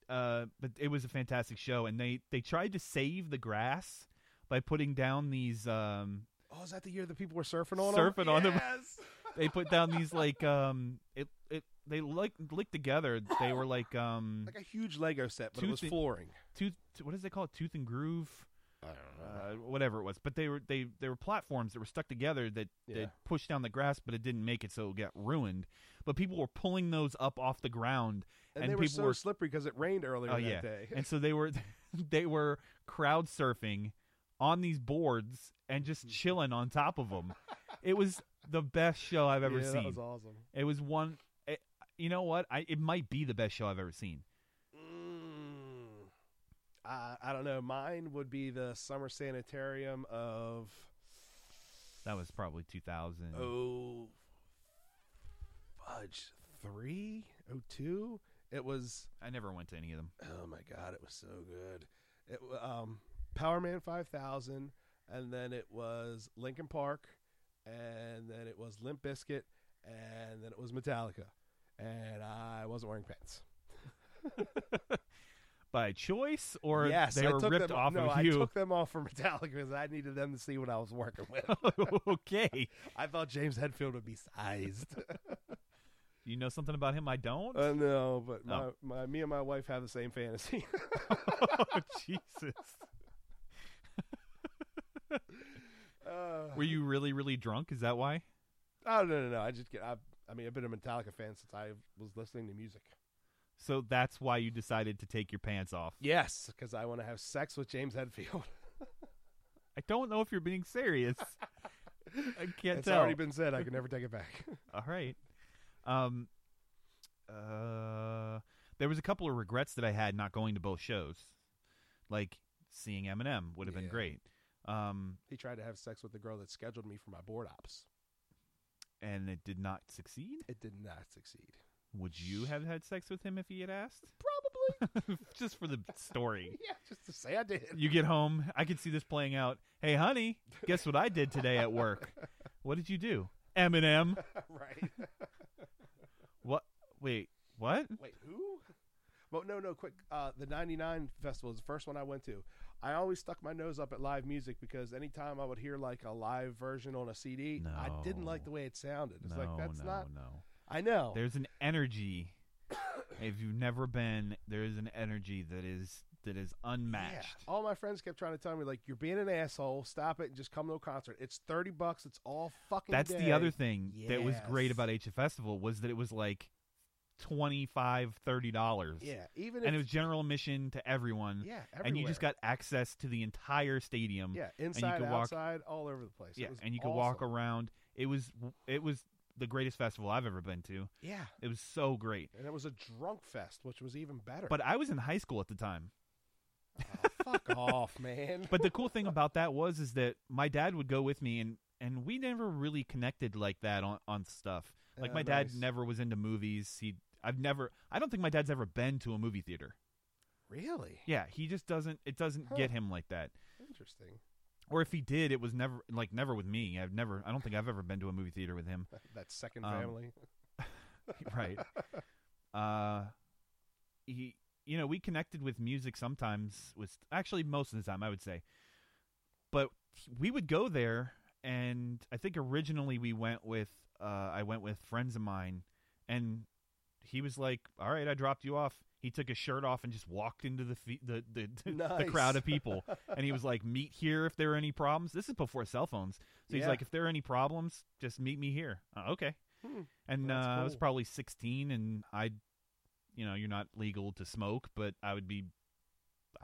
E: uh, but it was a fantastic show, and they they tried to save the grass by putting down these um,
F: Oh, is that the year that people were surfing on 'em?
E: surfing on them.
F: Yes!
E: they put down these like um, it it they like licked together. They were like um,
F: like a huge Lego set, but it was
E: and-
F: flooring.
E: Tooth, t- what does they call it? Tooth and groove. Uh, whatever it was, but they were they they were platforms that were stuck together that
F: Yeah.
E: that pushed down the grass, but it didn't make it, so it got ruined. But people were pulling those up off the ground,
F: And,
E: and,
F: they
E: people
F: were so slippery because it rained earlier
E: oh
F: that
E: yeah,
F: day.
E: and so they were [laughs] they were crowd surfing on these boards and
F: Hmm.
E: just chilling on top of them. It was the best show I've ever
F: Yeah,
E: seen.
F: that was awesome.
E: It was one. It, you know what? I it might be the best show I've ever seen.
F: Mm. I, I don't know. Mine would be the summer sanitarium of
E: That was probably two thousand.
F: oh fudge three oh two. It was.
E: I never went to any of them.
F: Oh my god, it was so good. It wa- um Power Man five thousand, and then it was Linkin Park, and then it was Limp Bizkit, and then it was Metallica, and I wasn't wearing pants.
E: by choice or
F: yes,
E: they
F: I
E: were
F: took
E: ripped
F: them,
E: off
F: no,
E: of
F: I
E: you.
F: took them off for Metallica because I needed them to see what I was working with.
E: [laughs] okay.
F: I thought James Hetfield would be
E: [laughs]
F: sized.
E: you know something about him I don't?
F: Uh, no, but my,
E: Oh.
F: my me and my wife have the same fantasy.
E: [laughs]
F: [laughs]
E: oh, Jesus.
F: Uh,
E: Were you really, really drunk? Is that why?
F: Oh no, no, no! I just get. I, I mean, I've been a Metallica fan since I was listening to music.
E: So that's why you decided to take your pants off.
F: Yes, because I want to have sex with James Hetfield.
E: I don't know if you're being
F: [laughs]
E: serious. I can't
F: it's
E: tell.
F: already been said. I can never take it back.
E: [laughs] All right. Um uh there was a couple of regrets that I had not going to both shows. Like seeing Eminem would have been
F: Yeah.
E: great. Um
F: he tried to have sex with the girl that scheduled me for my board ops.
E: and it did not succeed.
F: It did not succeed. [laughs]
E: Would you have had sex with him if he had asked? Probably. [laughs] just for the story.
F: Yeah, just to say I did.
E: [laughs] You get home, I could see this playing out. Hey, honey, guess what I did today at
F: [laughs]
E: work? What did you do? Eminem.
F: right.
E: What? Wait, what?
F: [laughs] Wait, who? Well, no, no, quick. Uh, the 99 festival is the first one I went to. I always stuck my nose up at live music because anytime I would hear like a live version on a CD, I didn't like the way it sounded. It's like,
E: No,
F: that's
E: no,
F: not.
E: no.
F: I know.
E: There's an
F: [coughs]
E: energy. if you've never been, there is an energy that is that is
F: Yeah.
E: unmatched.
F: All my friends kept trying to tell me, like, you're being an asshole. Stop it and just come to a concert. It's 30 bucks. It's all fucking
E: That's
F: day.
E: the other thing that was great
F: Yes.
E: about HF Festival was that it was like $25, $30.
F: Yeah, even
E: and
F: if-
E: it was general admission to everyone.
F: Yeah,
E: And you just
F: everywhere.
E: got access to the entire stadium.
F: Yeah,
E: and
F: inside,
E: you could walk,
F: outside, all over the place. It
E: Yeah,
F: was
E: and you could walk around. It was it was the greatest festival I've ever been to.
F: Yeah.
E: It was so great.
F: And it was a drunk fest, which was even better. Oh,
E: But I was in high school at the time. [laughs]
F: fuck off, man.
E: But the cool thing about that was is that my dad would go with me and and we never really connected like that on on stuff. Like
F: Yeah,
E: my dad
F: nice.
E: never was into movies. He I've never I don't think my dad's ever been to a movie theater.
F: Really?
E: Yeah, he just doesn't it doesn't get him like that.
F: Interesting.
E: Or if he did, it was never like never with me. I've never I don't think I've ever been to a movie theater with him.
F: That second
E: Um,
F: family.
E: [laughs] right. Uh, he, you know, we connected with music sometimes. Was actually most of the time, I would say. But we would go there, and I think originally we went with, uh, I went with friends of mine, and he was like, "All right, I dropped you off." He took his shirt off and just walked into the fe- the the, the, the
F: Nice. [laughs]
E: crowd of people, and he was like, "Meet here if there are any problems." This is before cell phones, so he's
F: Yeah.
E: like, "If there are any problems, just meet me here." Uh, okay,
F: Hmm.
E: and uh,
F: That's
E: I was
F: cool.
E: probably 16, and I, you know, you're not legal to smoke, but I would be,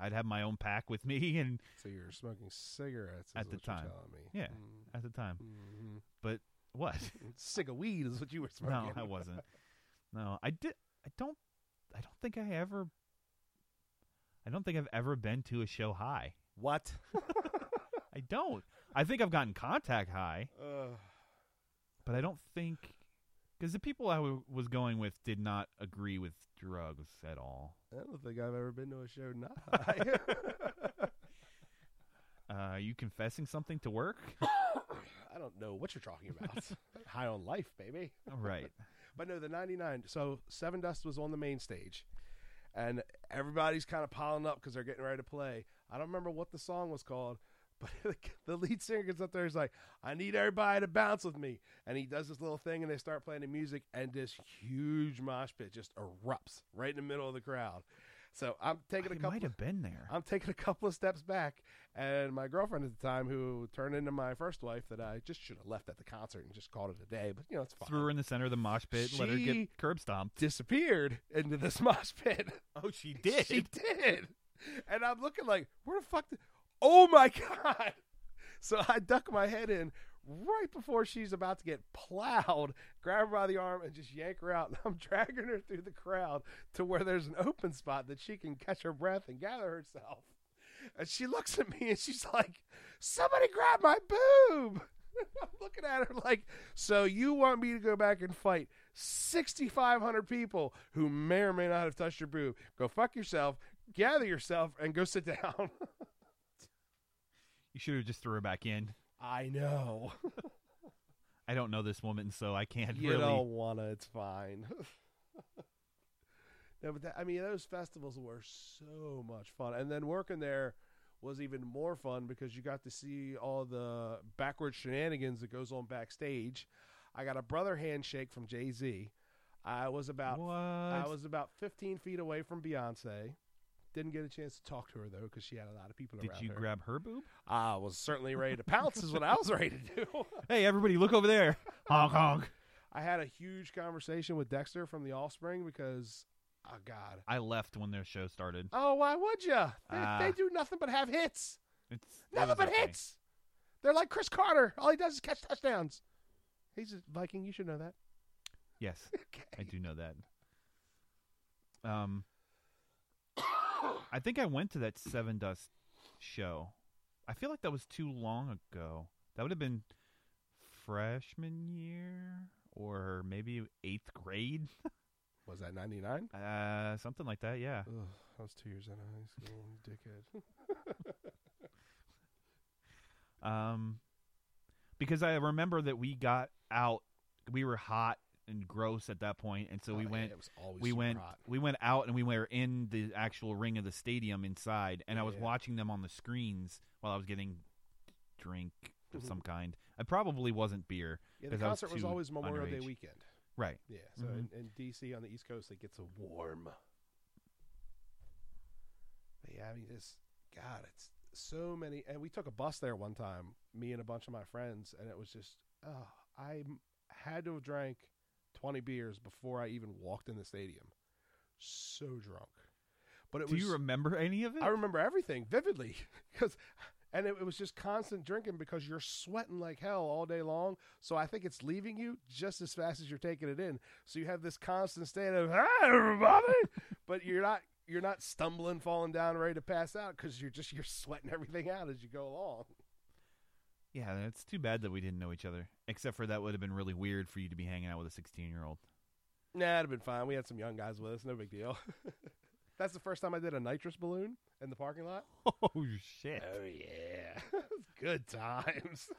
E: I'd have my own pack with me, [laughs] and
F: So you're smoking cigarettes is
E: at the
F: what you're
E: time,
F: telling me.
E: yeah,
F: Mm.
E: at the time,
F: Mhm.
E: but what?
F: Cig of weed is what you were smoking.
E: no, I wasn't. No, I did. I don't. I don't think I ever. I don't think I've ever been to a show high.
F: What?
E: I don't. I think I've gotten contact high,
F: Ugh.
E: but I don't think because the people I w- was going with did not agree with drugs at all.
F: I don't think I've ever been to a show [laughs] not high.
E: Uh, are you confessing something to work? [laughs]
F: I don't know what you're talking [laughs] about. high on life, baby.
E: right.
F: But no, the 99. So Seven Dust was on the main stage, and everybody's kind of piling up because they're getting ready to play. I don't remember what the song was called, [laughs] But the, the lead singer gets up there. He's like, "I need everybody to bounce with me," and he does this little thing, and they start playing the music, and this huge mosh pit just erupts right in the middle of the crowd. So I'm taking a
E: It
F: couple.
E: might have been there.
F: I'm taking a couple of steps back, and my girlfriend at the time, who turned into my first wife, that I just should have left at the concert and just called it a day. But you know, it's
E: [laughs]
F: fine.
E: Threw her in the center of the mosh pit. let her
F: She
E: get curb stomped.
F: Disappeared into this [laughs] mosh pit.
E: Oh, [laughs] she did.
F: She did. And I'm looking like, where the fuck? Did... Oh my [laughs] god! So I duck my head in right before she's about to get plowed. Grab her by the arm and just yank her out. [laughs] And I'm dragging her through the crowd to where there's an open spot that she can catch her breath and gather herself. And she looks at me and she's like, "Somebody grab my boob." [laughs] I'm looking at her like, so you want me to go back and fight 6,500 people who may or may not have touched your boob? Go fuck yourself, gather yourself, and go sit down. [laughs]
E: You should have just threw her back in.
F: I know.
E: I don't know this woman, so I can't
F: you
E: really.
F: don't wanna. It's fine. [laughs] no, but that, I mean, those festivals were so much fun, and then working there was even more fun because you got to see all the backward shenanigans that goes on backstage. I got a brother handshake from Jay Z. I was about I was about 15 feet away from Beyonce. Didn't get a chance to talk to her though because she had a lot of people
E: Did
F: around
E: you
F: her.
E: grab her boob?
F: I was certainly ready to pounce. is what I was ready to do.
E: [laughs] hey, everybody, look over
F: [laughs]
E: there. Honk, honk.
F: I had a huge conversation with Dexter from The Offspring because, oh God,
E: I left when their show started.
F: oh why would you? They,
E: Ah.
F: they do nothing but have hits,
E: It's it
F: nothing
E: was
F: but
E: okay.
F: hits. They're like Chris Carter. All he does is catch touchdowns. He's a Viking. You should know that. [laughs]
E: Yes, I do know that. Um, I think I went to that Seven Dust show. I feel like that was too long ago. That would have been freshman year or maybe eighth grade.
F: Was that ninety nine?
E: Uh, something like that. Yeah.
F: Ugh, I was two years out of high school, dickhead.
E: Um, because I remember that we got out, we were hot and gross at that point, and so
F: Oh,
E: we
F: yeah,
E: went.
F: it was always
E: we
F: super
E: went.
F: hot.
E: We went out and we were in the actual ring of the stadium inside, and I was
F: Yeah.
E: watching them on the screens while I was getting drink
F: Mm-hmm.
E: of some kind. I probably wasn't beer.
F: Yeah, the
E: 'cause I
F: concert was,
E: too
F: always Memorial Day
E: underage.
F: weekend.
E: Right.
F: Yeah, so
E: Mhm.
F: in, in DC on the East Coast, it gets a warm. But yeah, I mean, it's God, it's so many. And we took a bus there one time, me and a bunch of my friends, and it was just, oh, I m- had to have drank twenty beers before I even walked in the stadium. So drunk. But it
E: Do
F: was,
E: you remember any of it?
F: I remember everything vividly [laughs] because, and it, it was just constant drinking because you're sweating like hell all day long. So I think it's leaving you just as fast as you're taking it in. So you have this constant state of "Hi, everybody," [laughs] but you're not you're not stumbling, falling down, ready to pass out because you're just you're sweating everything out as you go along.
E: Yeah, it's too bad that we didn't know each other. Except for that would have been really weird for you to be hanging out with a sixteen-year-old. [laughs]
F: Nah, it'd have been fine. We had some young guys with us, no big deal. [laughs] That's the first time I did a nitrous balloon in the parking lot.
E: Oh shit!
F: Oh yeah, [laughs] good times.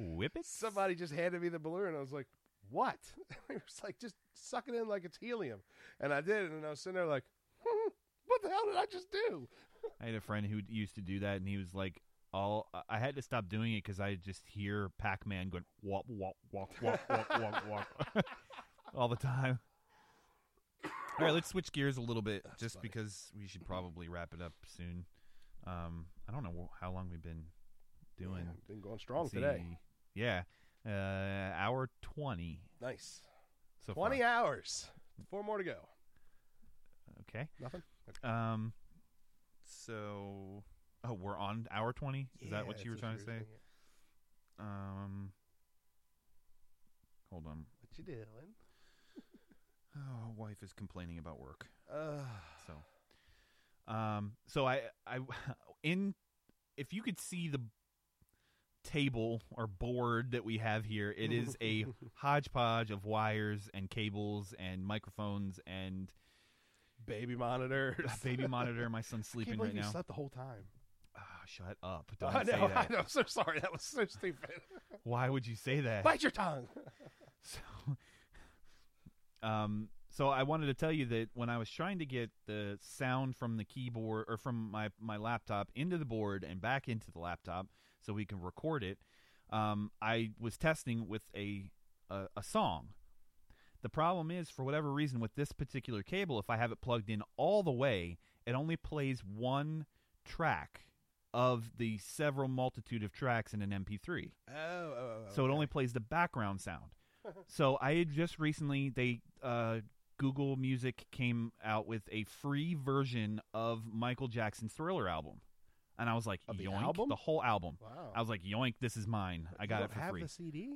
E: Whip it.
F: somebody just handed me the balloon and I was like, what? [laughs] It was like, just suck it in like it's helium. And I did. And I was sitting there like, "Hmm, what the hell did I just do?
E: I had a friend who used to do that, and he was like, "All I had to stop doing it because I just hear Pac-Man going walk, walk, walk, walk, walk, walk, walk, [laughs] all the time." All right, let's switch gears a little bit, just because we should probably wrap it up soon. Um, I don't know wh- how long we've been doing.
F: Yeah, been going strong
E: Let's
F: today.
E: see. Yeah, uh, hour twenty.
F: Nice.
E: So
F: 20
E: far.
F: hours. Four more to go.
E: Okay.
F: Nothing?
E: Um. So, oh, we're on hour twenty. Is that what
F: Yeah,
E: you were
F: that's
E: trying
F: what
E: to
F: you were
E: say? Um. Hold on.
F: What you doing?
E: [laughs] Oh, wife is complaining about work.
F: Uh,
E: So, um, so I, I, [laughs] in, if you could see the table or board that we have here, it is
F: [laughs]
E: a hodgepodge of wires and cables and microphones and
F: baby monitors.
E: baby monitor. My son's
F: I [laughs] can't
E: [laughs] sleeping
F: believe
E: right
F: you
E: now.
F: slept the whole time.
E: Ah, shut up! Don't
F: [laughs] I
E: say
F: know. I
E: that.
F: know. I'm so sorry. That was so
E: [laughs]
F: stupid.
E: Why would you say that?
F: Bite your tongue.
E: Um, So I wanted to tell you that when I was trying to get the sound from the keyboard or from my, my laptop into the board and back into the laptop so we can record it, um, I was testing with a, a a song. The problem is, for whatever reason, with this particular cable, if I have it plugged in all the way, it only plays one track of the several multitude of tracks in an MP3.
F: Oh, oh, oh,
E: so it
F: okay.
E: only plays the background
F: [laughs]
E: sound. so I had just recently they uh, Google Music came out with a free version of Michael Jackson's Thriller album, and I was like,
F: the
E: yoink,
F: album?
E: the whole album.
F: Wow.
E: I was like, yoink, this is mine. I got
F: you
E: it for
F: have
E: free.
F: the CD?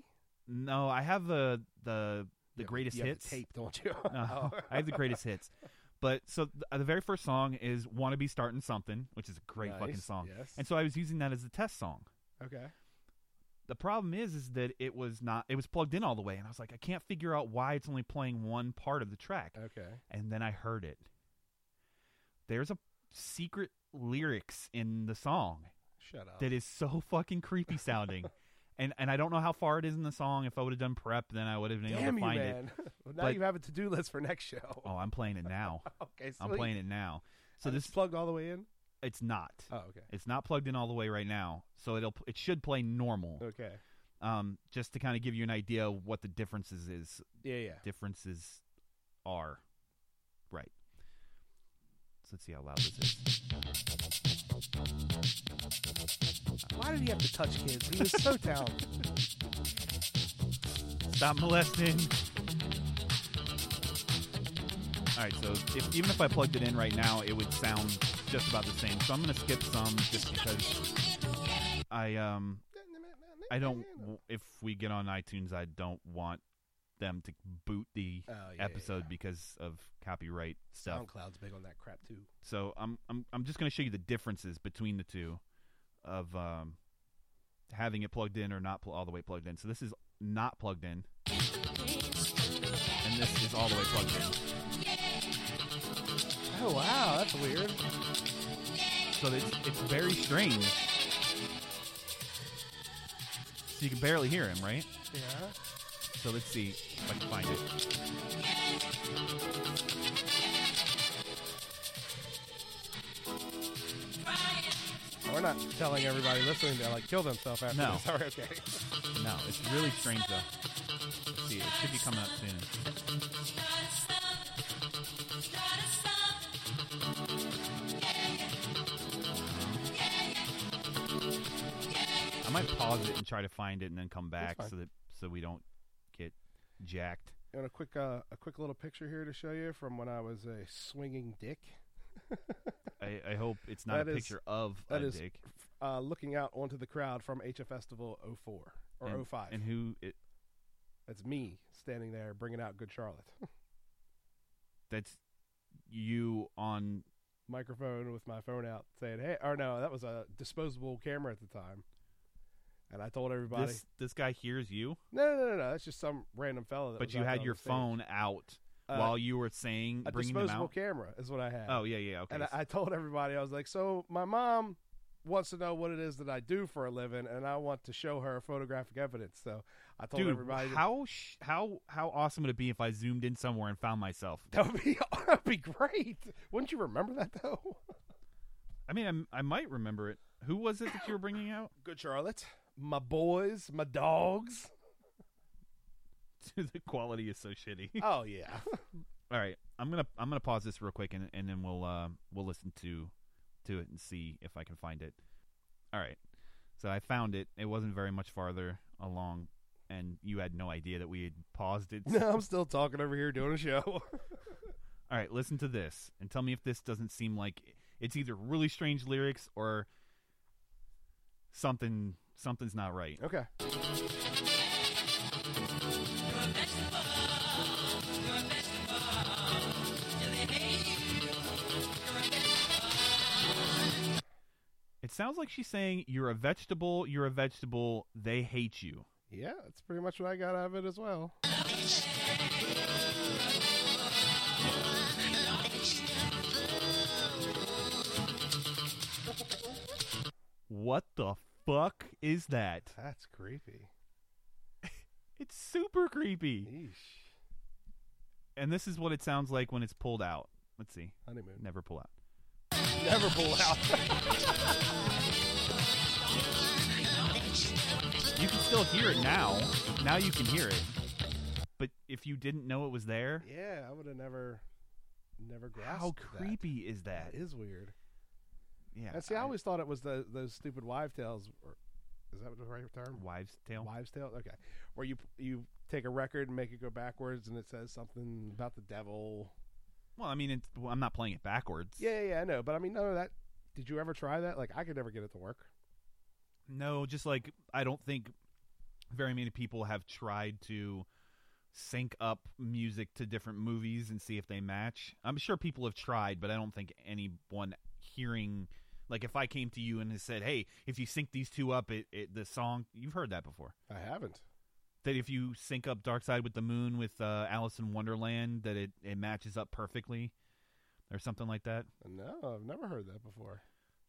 E: No, I have the the the greatest
F: you have the
E: hits
F: tape, don't
E: [laughs]
F: you?
E: No,
F: Oh.
E: I have
F: [laughs]
E: the greatest hits. But so th- uh, the very first song is "Wanna Be Starting Something," which is a great fucking
F: Nice,
E: song.
F: yes.
E: And so I was using that as a test song.
F: Okay.
E: The problem is, is that it was not. It was plugged in all the way, and I was like, I can't figure out why it's only playing one part of the track.
F: Okay.
E: And then I heard it. There's a secret lyrics in the song.
F: Shut up.
E: That is so fucking creepy
F: [laughs]
E: sounding. And, and I don't know how far it is in the song. If I would have done prep, then I would have been able
F: Damn
E: to
F: you,
E: find
F: man. [laughs]
E: it.
F: Well,
E: [laughs]
F: now
E: But-
F: you have a to-do list for next show. [laughs]
E: Oh, I'm playing it now.
F: Okay,
E: I'm
F: sweet.
E: playing it now. So
F: And
E: this
F: it's plugged all the way in.
E: it's not.
F: Oh, okay.
E: It's not plugged in all the way right now. So it'll it should play normal.
F: Okay.
E: Um, just to kind of give you an idea of what the differences is.
F: Yeah, yeah.
E: Differences are. Right. So let's see how loud this is.
F: Why did he have to touch kids? He
E: [laughs]
F: was so talented.
E: Stop molesting. All right, so if, even if I plugged it in right now, it would sound just about the same. So I'm going to skip some just because I um I don't
F: uh,
E: if we get on iTunes, I don't want them to boot the
F: Oh, yeah,
E: episode because of copyright stuff.
F: SoundCloud's big on that crap too.
E: So I'm I'm I'm just going to show you the differences between the two of um, having it plugged in or not pl- all the way plugged in. So this is not plugged in, and this is all the way plugged in.
F: Oh wow, that's weird.
E: So it's it's very strange. So you can barely hear him, right?
F: Yeah.
E: So let's see if I can find it.
F: We're not telling everybody listening to like kill themselves after
E: No.
F: this. [laughs] All right, okay.
E: No, it's really strange though. Let's see, it should be coming up soon. I might pause it and try to find it and then come back
F: That's
E: so
F: fine.
E: that so we don't get
F: [laughs]
E: jacked.
F: And a quick, uh, a quick little picture here to show you from when I was a swinging dick.
E: I, I hope it's not
F: That
E: a
F: is-
E: picture of
F: that
E: a
F: is
E: dick.
F: f- Uh, looking out onto the crowd from HF Festival 04 or
E: and,
F: 05.
E: And who it,
F: That's me standing there bringing out Good Charlotte.
E: that's you on
F: Microphone with my phone out saying, hey, or no, that was a disposable camera at the time. And I told everybody,
E: this this guy hears you,
F: no, no, no, no, no, that's just some random fellow. That
E: but
F: was
E: you
F: out there
E: had
F: on
E: your
F: the stage.
E: phone out
F: Uh,
E: while you were saying
F: a
E: bringing them
F: disposable
E: out.
F: camera is what I had.
E: Oh yeah, yeah, okay.
F: And I, I told everybody, I was like, so my mom wants to know what it is that I do for a living, and I want to show her photographic evidence. So I told
E: Dude,
F: everybody, that-
E: how sh- how how awesome would it be if I zoomed in somewhere and found myself?
F: [laughs] that would be [laughs] that'd be great. Wouldn't you remember that though?
E: I mean, I, I might remember it. Who was it that you were bringing out? [laughs]
F: Good Charlotte, my boys, my dogs.
E: Dude, the quality is so shitty. [laughs]
F: Oh yeah,
E: All right, I'm gonna I'm gonna pause this real quick and and then we'll uh, we'll listen to to it and see if I can find it. All right, so I found it. It wasn't very much farther along, and you had no idea that we had paused
F: [laughs]
E: it.
F: no, I'm still talking over here doing a show. [laughs]
E: All right, listen to this and tell me if this doesn't seem like it's either really strange lyrics or something something's not right.
F: Okay.
E: It sounds like she's saying you're a vegetable, you're a vegetable, they hate you.
F: yeah, that's pretty much what I got out of it as well.
E: What the fuck is that?
F: That's creepy.
E: It's super creepy.
F: Eesh.
E: and this is what it sounds like when it's pulled out. Let's see.
F: Honeymoon.
E: Never pull out.
F: Never pull out.
E: You can still hear it now. Now you can hear it. But if you didn't know it was there,
F: yeah, I would have never, never grasped.
E: how
F: that.
E: creepy is that?
F: That is weird.
E: Yeah.
F: And see, I, always thought it was the those stupid wives tales. Or, is that the right term?
E: Wives tale.
F: Wives tale. Okay, where you you take a record and make it go backwards, and it says something about the devil.
E: Well, I mean, it's, well, I'm not playing it backwards.
F: Yeah, yeah, yeah, I know. But I mean, none of that. Did you ever try that? Like, I could never get it to work.
E: No, just like I don't think very many people have tried to sync up music to different movies and see if they match. I'm sure people have tried, but I don't think anyone hearing like if I came to you and said, "Hey, if you sync these two up, it, it the song you've heard that before."
F: I haven't.
E: That if you sync up Dark Side with the Moon with uh, Alice in Wonderland, that it, it matches up perfectly, or something like that.
F: No, I've never heard that before.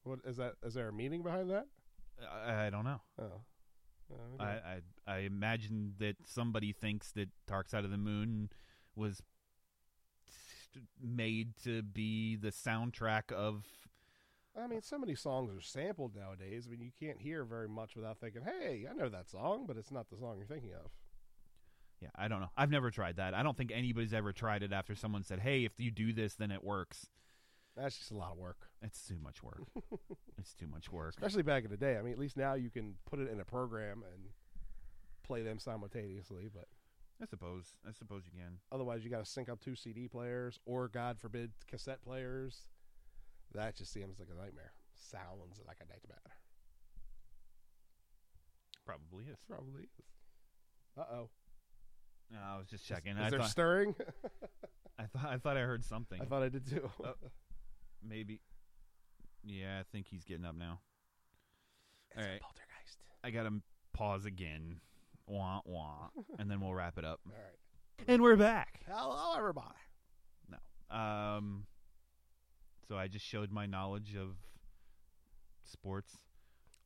F: What is that? Is there a meaning behind that?
E: I, I don't know.
F: Oh. Oh, okay.
E: I, I I imagine that somebody thinks that Dark Side of the Moon was made to be the soundtrack of.
F: I mean, so many songs are sampled nowadays. I mean, you can't hear very much without thinking, "Hey, I know that song," but it's not the song you're thinking of.
E: Yeah, I don't know. I've never tried that. I don't think anybody's ever tried it after someone said, "Hey, if you do this, then it works."
F: That's just a lot of work,
E: It's too much
F: [laughs]
E: work. it's too much work.
F: especially back in the day. I mean, at least now you can put it in a program and play them simultaneously. But
E: I suppose. I suppose you can.
F: otherwise, you got to sync up two CD players or, God forbid, cassette players. That just seems like a nightmare. Sounds like a nightmare.
E: Probably is.
F: Probably. Uh oh.
E: No, I was just checking.
F: Is
E: I
F: there
E: thought, [laughs]
F: stirring?
E: I thought I thought I heard something.
F: I thought I did too. [laughs]
E: Oh, maybe. Yeah, I think he's getting up now. All right.
F: Poltergeist.
E: I gotta m- pause again. Wah wah, and then we'll wrap it up.
F: All right.
E: And we're back.
F: Hello, everybody.
E: Um, so I just showed my knowledge of sports.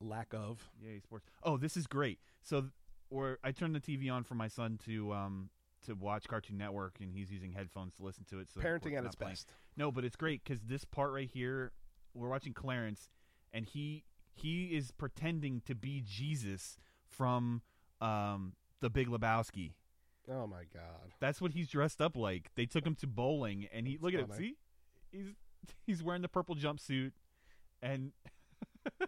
F: Lack of.
E: Yay, sports. Oh, this is great. So, th- or I turned the TV on for my son to um to watch Cartoon Network, and he's using headphones to listen to it. So
F: Parenting
E: we're
F: at
E: not
F: its
E: playing.
F: best.
E: No, but it's great because this part right here, we're watching Clarence, and he he is pretending to be Jesus from um the Big Lebowski.
F: Oh my God.
E: That's what he's dressed up like. They took him to bowling, and he look at him.
F: funny.
E: See, he's he's wearing the purple jumpsuit, and [laughs]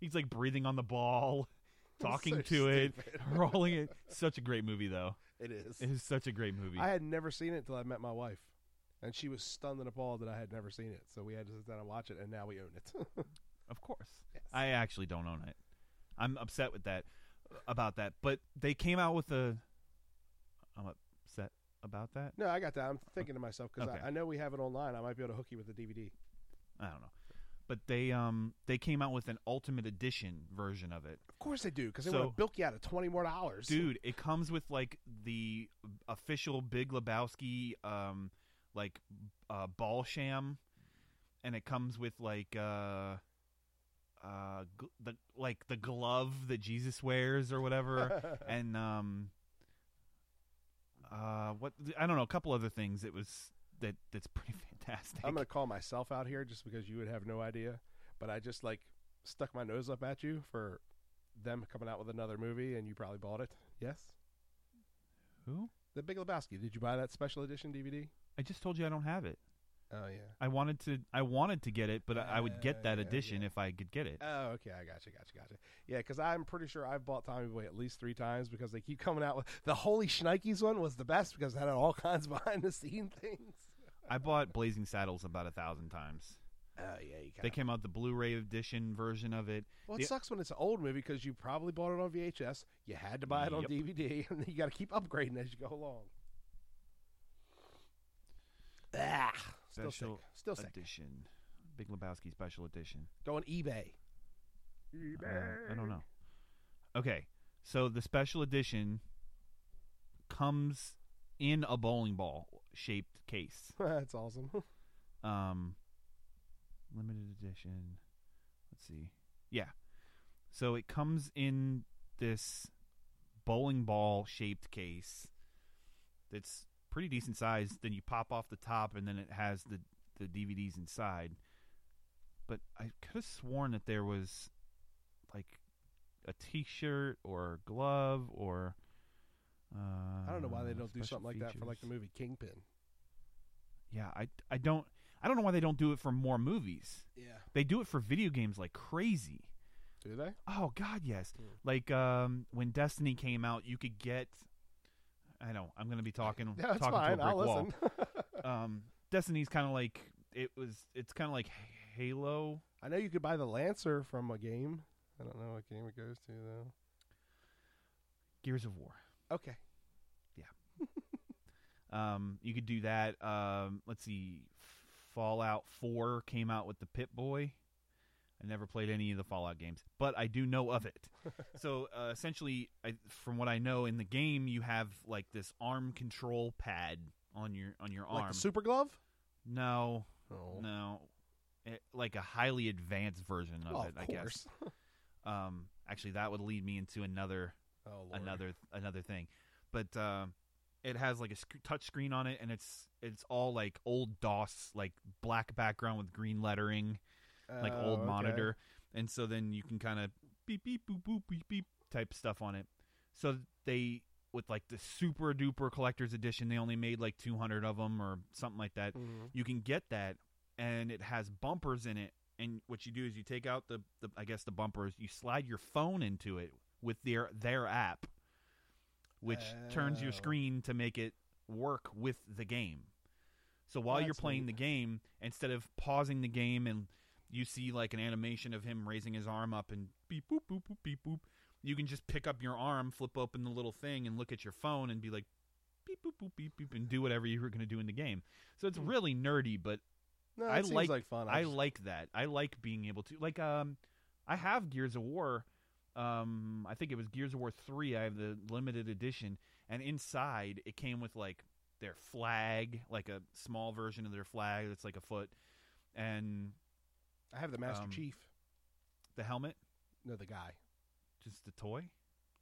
E: he's like breathing on the
F: [laughs]
E: ball, talking
F: so
E: to it,
F: stupid.
E: [laughs] rolling it. Such a great movie, though.
F: It is.
E: It is such a great movie.
F: I had never seen it until I met my wife, and she was stunned and appalled that I had never seen it. So we had to sit down and watch it, and now we own it. [laughs]
E: of course, I actually don't own it. I'm upset with that about that. But they came out with a. I'm upset about that.
F: no, I got that. I'm thinking to myself because
E: Okay.
F: I, I know we have it online. I might be able to hook you with the DVD.
E: I don't know. But they um they came out with an ultimate edition version of it.
F: Of course they do because they
E: So-
F: want to bilk you out of twenty more dollars, [laughs]
E: dude it comes with like the official big lebowski um like uh ball sham and it comes with like uh uh gl- the like the glove that jesus wears or
F: [laughs]
E: whatever and um uh what i don't know a couple other things it was that that's pretty [laughs] fantastic
F: I'm going to call myself out here just because you would have no idea. But I just like stuck my nose up at you for them coming out with another movie, and you probably bought it. Yes,
E: who
F: The Big Lebowski. Did you buy that special edition DVD?
E: i just told you i don't have it
F: Oh yeah.
E: i wanted to i wanted to get it but i, I would get that
F: Uh,
E: edition if i could get it
F: Oh, okay. I gotcha, gotcha, gotcha. Yeah, because I'm pretty sure I've bought Tommy Boy at least three times because they keep [laughs] coming out with the Holy Schnikes one was the best because it had all [laughs] kinds of behind the scene things.
E: I bought Blazing Saddles about a thousand times.
F: Oh yeah, you
E: They came out the Blu-ray edition version of it.
F: Well, it
E: The-
F: sucks when it's an old movie because you probably bought it on VHS, you had to buy it on
E: Yep.
F: DVD, [laughs] and then you got to keep upgrading as you go along. Ah, still sick.
E: special
F: Still sick.
E: edition, Big Lebowski special edition.
F: Go on eBay. [laughs]
E: Uh, I don't know. Okay, so the special edition comes in a bowling ball shaped case.
F: That's awesome. [laughs]
E: Um, limited edition. Let's see. Yeah. So it comes in this bowling ball shaped case that's pretty decent size. Then you pop off the top, and then it has the the DVDs inside. But I could have sworn that there was like a T-shirt or a glove or. Uh,
F: I don't know why they don't do
E: special
F: something like that for like the
E: features.
F: movie Kingpin.
E: Yeah, I I don't I don't know why they don't do it for more movies.
F: Yeah.
E: They do it for video games like crazy.
F: Do they? [laughs]
E: Oh God, yes.
F: Hmm.
E: Like um, when Destiny came out, you could get. I know I'm going to be
F: [laughs]
E: talking
F: Yeah, it's
E: talking
F: fine.
E: to a
F: I'll
E: brick wall. um, Destiny's kind of like it was. It's kind of like Halo.
F: [laughs] I know you could buy the Lancer from a game. I don't know what game it goes to though.
E: Gears of War.
F: Okay.
E: Um, you could do that. Um, let's see. Fallout 4 came out with the Pit Boy. I never played any of the Fallout games, but I do know of
F: [laughs]
E: it. so uh, essentially, I, from what I know in the game, you have like this arm control pad on your on your
F: Like
E: arm.
F: the super glove? Oh,
E: No, no, It- like a highly advanced version of
F: Well,
E: it,
F: Oh, of
E: I guess. um, actually, that would lead me into another,
F: Oh,
E: another, another thing. But um, it has like a sc- touch screen on it, and it's it's all like old DOS, like black background with green lettering, like
F: Oh,
E: old
F: okay.
E: monitor, and so then you can kind of beep beep boop boop beep beep type stuff on it. So they with like the super duper collector's edition, they only made like 200 of them or something like that.
F: Mhm.
E: You can get that, and it has bumpers in it. And what you do is you take out the, the I guess the bumpers, you slide your phone into it with their their app, which turns your
F: Oh.
E: screen to make it work with the game. So while you're
F: That's
E: playing
F: neat.
E: the game, instead of pausing the game and you see like an animation of him raising his arm up and beep boop boop boop beep boop, you can just pick up your arm, flip open the little thing, and look at your phone and be like beep boop boop beep boop, and do whatever you were going to do in the game. So it's really nerdy, but
F: No, it
E: I
F: seems
E: like,
F: like fun. I
E: I
F: just-
E: like that. I like being able to like um, I have Gears of War. Um, I think it was Gears of War three. I have the limited edition, and inside it came with like their flag, like a small version of their flag that's like a foot, and
F: I have the Master
E: um,
F: Chief.
E: the helmet,
F: No, the guy.
E: just the toy.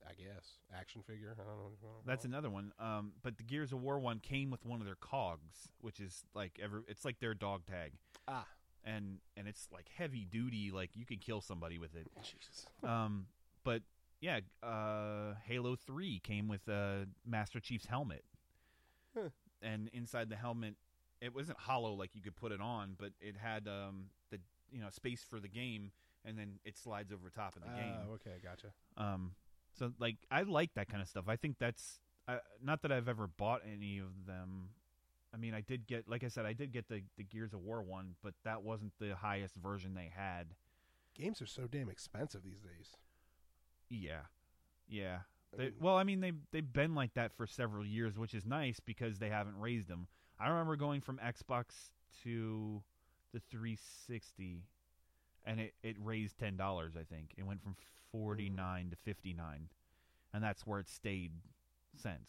F: I guess action figure. I don't know. What you wanna
E: That's
F: call it.
E: another one. Um, but the Gears of War one came with one of their cogs, which is like every it's like their dog tag.
F: Ah.
E: And and it's like heavy duty, like you could kill somebody with it.
F: Jesus.
E: Um, but yeah, uh, Halo Three came with uh, Master Chief's helmet,
F: Huh.
E: and inside the helmet, it wasn't hollow like you could put it on, but it had um the you know space for the game, and then it slides over top of the game.
F: Oh, okay, gotcha.
E: Um, so like I like that kind of stuff. I think that's I, not that I've ever bought any of them. I mean, I did get, like I said, I did get the, the Gears of War one, but that wasn't the highest version they had.
F: Games are so damn expensive these days.
E: Yeah, yeah. They, well, I mean, they they've been like that for several years, which is nice because they haven't raised them. I remember going from Xbox to the 360, and it, it raised ten dollars. I think it went from 49 to 59, and that's where it stayed since.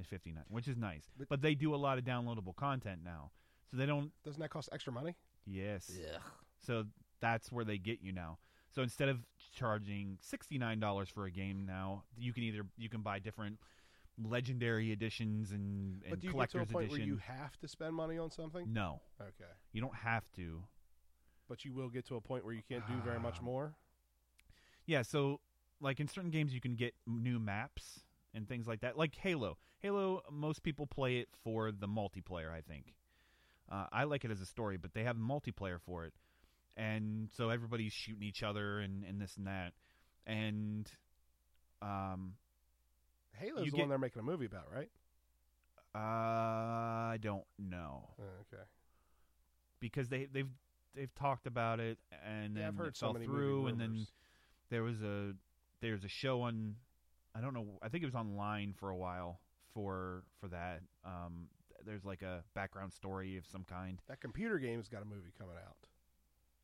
E: Is 59, which is nice. But, they do a lot of downloadable content now, so they don't.
F: Doesn't that cost extra money?
E: Yes.
F: Ugh.
E: So that's where they get you now. So instead of charging sixty nine dollars for a game now, you can either you can buy different legendary editions and, and
F: but do you get to
E: collectors
F: a point
E: edition. Mm.
F: where you have to spend money on something?
E: no.
F: Okay.
E: You don't have to.
F: But you will get to a point where you can't do very
E: Um,
F: much more.
E: Yeah, so like in certain games you can get new maps and things like that. Like Halo. Halo most people play it for the multiplayer, I think. Uh, I like it as a story, but they have multiplayer for it. And so everybody's shooting each other and, and this and that. And um
F: Halo's
E: You
F: the
E: get-
F: one they're making a movie about, right?
E: uh, I don't know.
F: Uh, Okay.
E: because they they've they've talked about it and
F: Yeah,
E: then
F: I've heard
E: it
F: so
E: fell
F: many movie
E: through and then
F: rumors.
E: there was a there's a show on I don't know I think it was online for a while for for that um there's like a background story of some kind [laughs]
F: That computer game's got a movie coming out.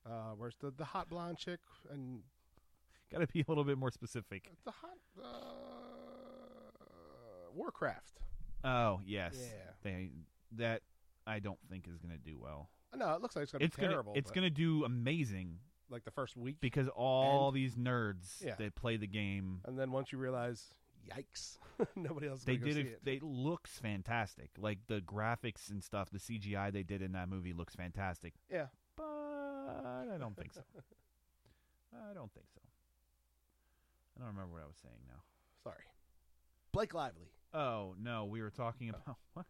F: Uh, where's the the hot blonde chick and
E: got to be a little bit more specific
F: the hot uh, Warcraft?
E: oh yes
F: Yeah.
E: they that I don't think is going to do well
F: No, it looks like it's gonna
E: it's
F: be terrible.
E: gonna it's
F: but-
E: gonna do amazing
F: like the first week
E: because all
F: And-
E: these nerds
F: Yeah.
E: that play the game
F: and then once you realize, yikes. [laughs] Nobody else. is
E: They
F: gonna go
E: did.
F: see
E: It, they- it looks fantastic. Like the graphics and stuff, the CGI they did in that movie looks fantastic.
F: Yeah,
E: but I don't
F: [laughs]
E: think so. I don't think so. I don't remember what I was saying now.
F: Sorry. Blake Lively.
E: Oh no, we were talking
F: Oh.
E: about [laughs] what?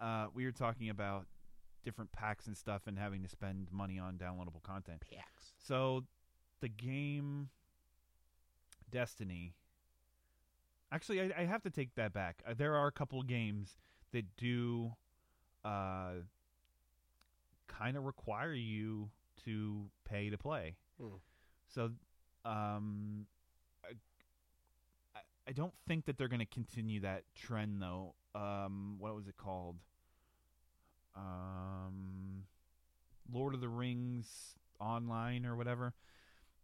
E: Uh, we were talking about different packs and stuff, and having to spend money on downloadable content.
F: Packs.
E: So, the game Destiny. Actually, I, I have to take that back. Uh, there are a couple games that do uh, kind of require you to pay to play.
F: Hmm.
E: So, um, I, I- I don't think that they're going to continue that trend, though. Um, what was it called? Um, Lord of the Rings online or whatever.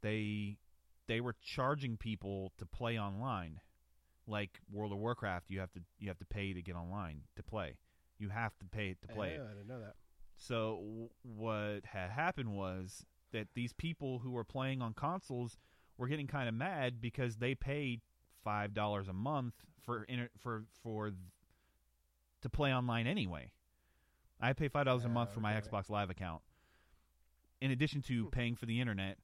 E: They they were charging people to play online. Like World of Warcraft, you have to you have to pay to get online to play. You have to pay to play.
F: Yeah,
E: it.
F: I didn't know that.
E: So w- what had happened was that these people who were playing on consoles were getting kind of mad because they paid five dollars a month for inter- for for th- to play online anyway. I pay five dollars a month for my Xbox Live account. In addition to paying for the internet,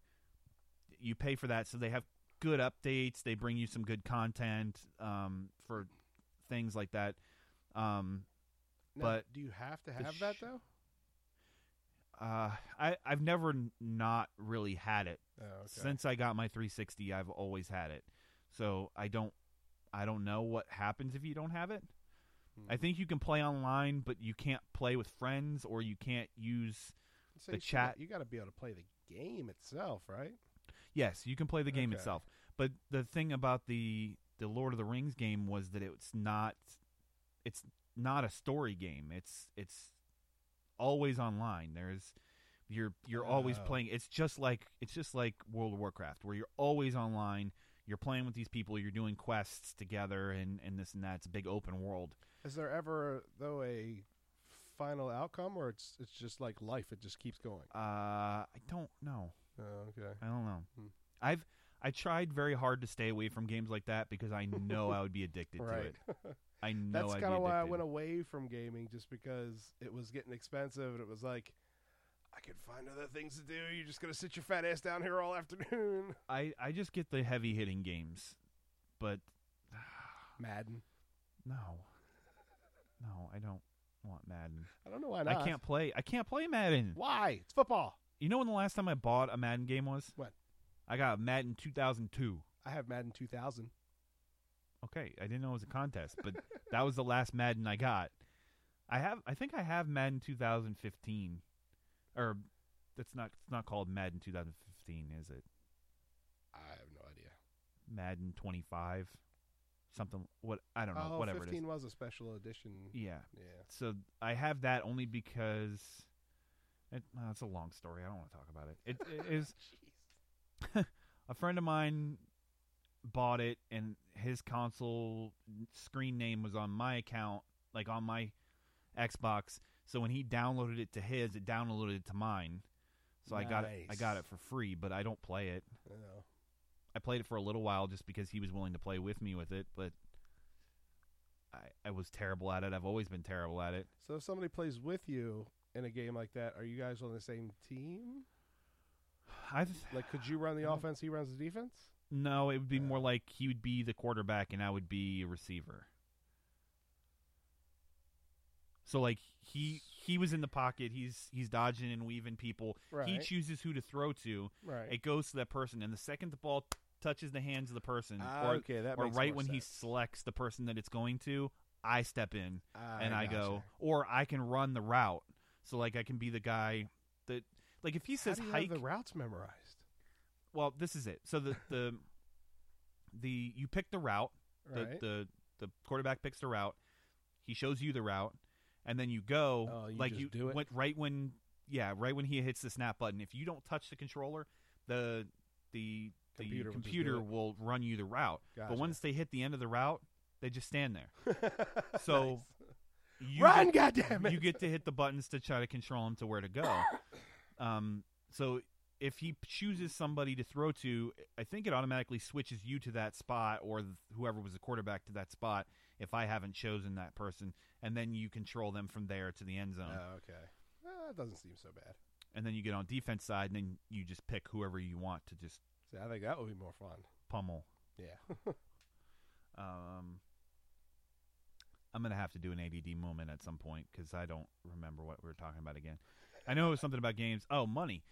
E: you pay for that, so they have good updates. They bring you some good content um, for things like that. Um,
F: Now,
E: but
F: do you have to
E: the
F: have that though?
E: uh, I I've never n- not really had it
F: Oh, okay.
E: since I got my 360. I've always had it, so I don't I don't know what happens if you don't have it. I think you can play online, but you can't play with friends or you can't use
F: So
E: the
F: you should-
E: chat.
F: You got to be able to play the game itself, right?
E: Yes, you can play the game
F: Okay.
E: itself. But the thing about the the Lord of the Rings game was that it's not it's not a story game. It's it's always online. There's you're you're always
F: Oh.
E: playing. It's just like it's just like World of Warcraft where you're always online. You're playing with these people. You're doing quests together and and this and that. It's a big open world.
F: Is there ever though a final outcome, or it's it's just like life? It just keeps going.
E: Uh, I don't know.
F: Oh, okay.
E: I don't know. I've I tried very hard to stay away from games like that because I know I would be addicted
F: Right.
E: to it. I know
F: That's
E: I'd
F: kind
E: be
F: of why I
E: addicted.
F: went away from gaming, just because it was getting expensive, and it was like I could find other things to do. You're just gonna sit your fat ass down here all [laughs] afternoon.
E: I I just get the heavy hitting games, but
F: Madden.
E: No, no, I don't want Madden.
F: I don't know why not.
E: I can't play. I can't play Madden.
F: Why? It's football.
E: You know when the last time I bought a Madden game was?
F: When?
E: I got Madden 2002.
F: I have Madden 2000.
E: Okay, I didn't know it was a contest,
F: [laughs]
E: but that was the last Madden I got. I have. I think I have Madden 2015, or that's not. It's not called Madden 2015, is it?
F: I have no idea.
E: Madden 25, something. What I don't know.
F: oh,
E: whatever it is. E
F: 15 was a special edition.
E: Yeah.
F: Yeah.
E: So I have that only because it, well, it's a long story. I don't want to talk about it. It, it is [laughs] a friend of mine bought it, and his console screen name was on my account, like on my Xbox. So when he downloaded it to his, it downloaded it to mine. So I got it. I got
F: Nice.
E: it for free, but I don't play it.
F: Oh.
E: I played it for a little while just because he was willing to play with me with it, but I, I was terrible at it. I've always been terrible at it.
F: So if somebody plays with you in a game like that, are you guys on the same team?
E: [sighs] I
F: like could you run the offense? He runs the defense.
E: No, it would be more like he would be the quarterback and I would be a receiver. So like he he was in the pocket, he's he's dodging and weaving people. He
F: Right.
E: chooses who to throw to.
F: Right.
E: It goes to that person, and the second the ball touches the hands of the person,
F: Ah,
E: Mm, or,
F: okay, that
E: or
F: makes
E: right
F: more
E: when he selects the person that it's going to, I step in
F: Ah,
E: and
F: I
E: I go, or I can run the route. So like I can be the guy that like if he says
F: How do you
E: hike
F: have the routes memorized?
E: well, this is it. So
F: [laughs]
E: the the the you pick the route.
F: Right.
E: The, the the quarterback picks the route. He shows you the route, and then you go
F: Oh, you
E: like
F: just
E: you
F: do it?
E: Went right when yeah, right when he hits the snap button. If you don't touch the controller, the the the
F: Computer
E: computer,
F: will just do it.
E: will run you the route.
F: Gotcha.
E: But
F: [laughs]
E: once they hit the end of the route, they just stand there. so you
F: Run,
E: get,
F: goddammit!
E: You get to hit the buttons to try to control him to where to go. um, so if he chooses somebody to throw to, I think it automatically switches you to that spot or th- whoever was the quarterback to that spot if I haven't chosen that person, and then you control them from there to the end zone.
F: Oh, okay. Well, that doesn't seem so bad.
E: And then you get on defense side, and then you just pick whoever you want to just
F: See, I think that would be more fun.
E: pummel.
F: Yeah. [laughs]
E: Um, I'm gonna have to do an ADD moment at some point because I don't remember what we were talking about again. I know it was something about games. Oh, money.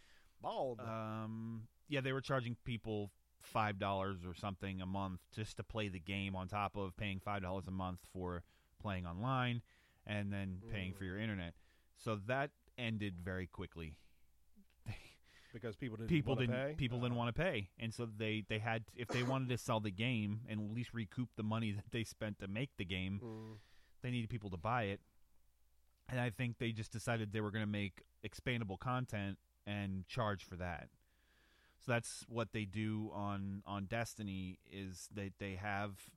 F: Bald.
E: Um, yeah, they were charging people five dollars or something a month just to play the game, on top of paying five dollars a month for playing online, and then paying for your
F: Mm.
E: internet. So that ended very quickly.
F: because people didn't
E: people
F: wanna
E: didn't
F: pay? Uh-huh.
E: people didn't want to pay, and so they they had if they wanted to sell the game and at least recoup the money that they spent to make the game, they needed people to buy it. And I think they just decided they were going to make expandable content and charge for that. So that's what they do on on Destiny is that they have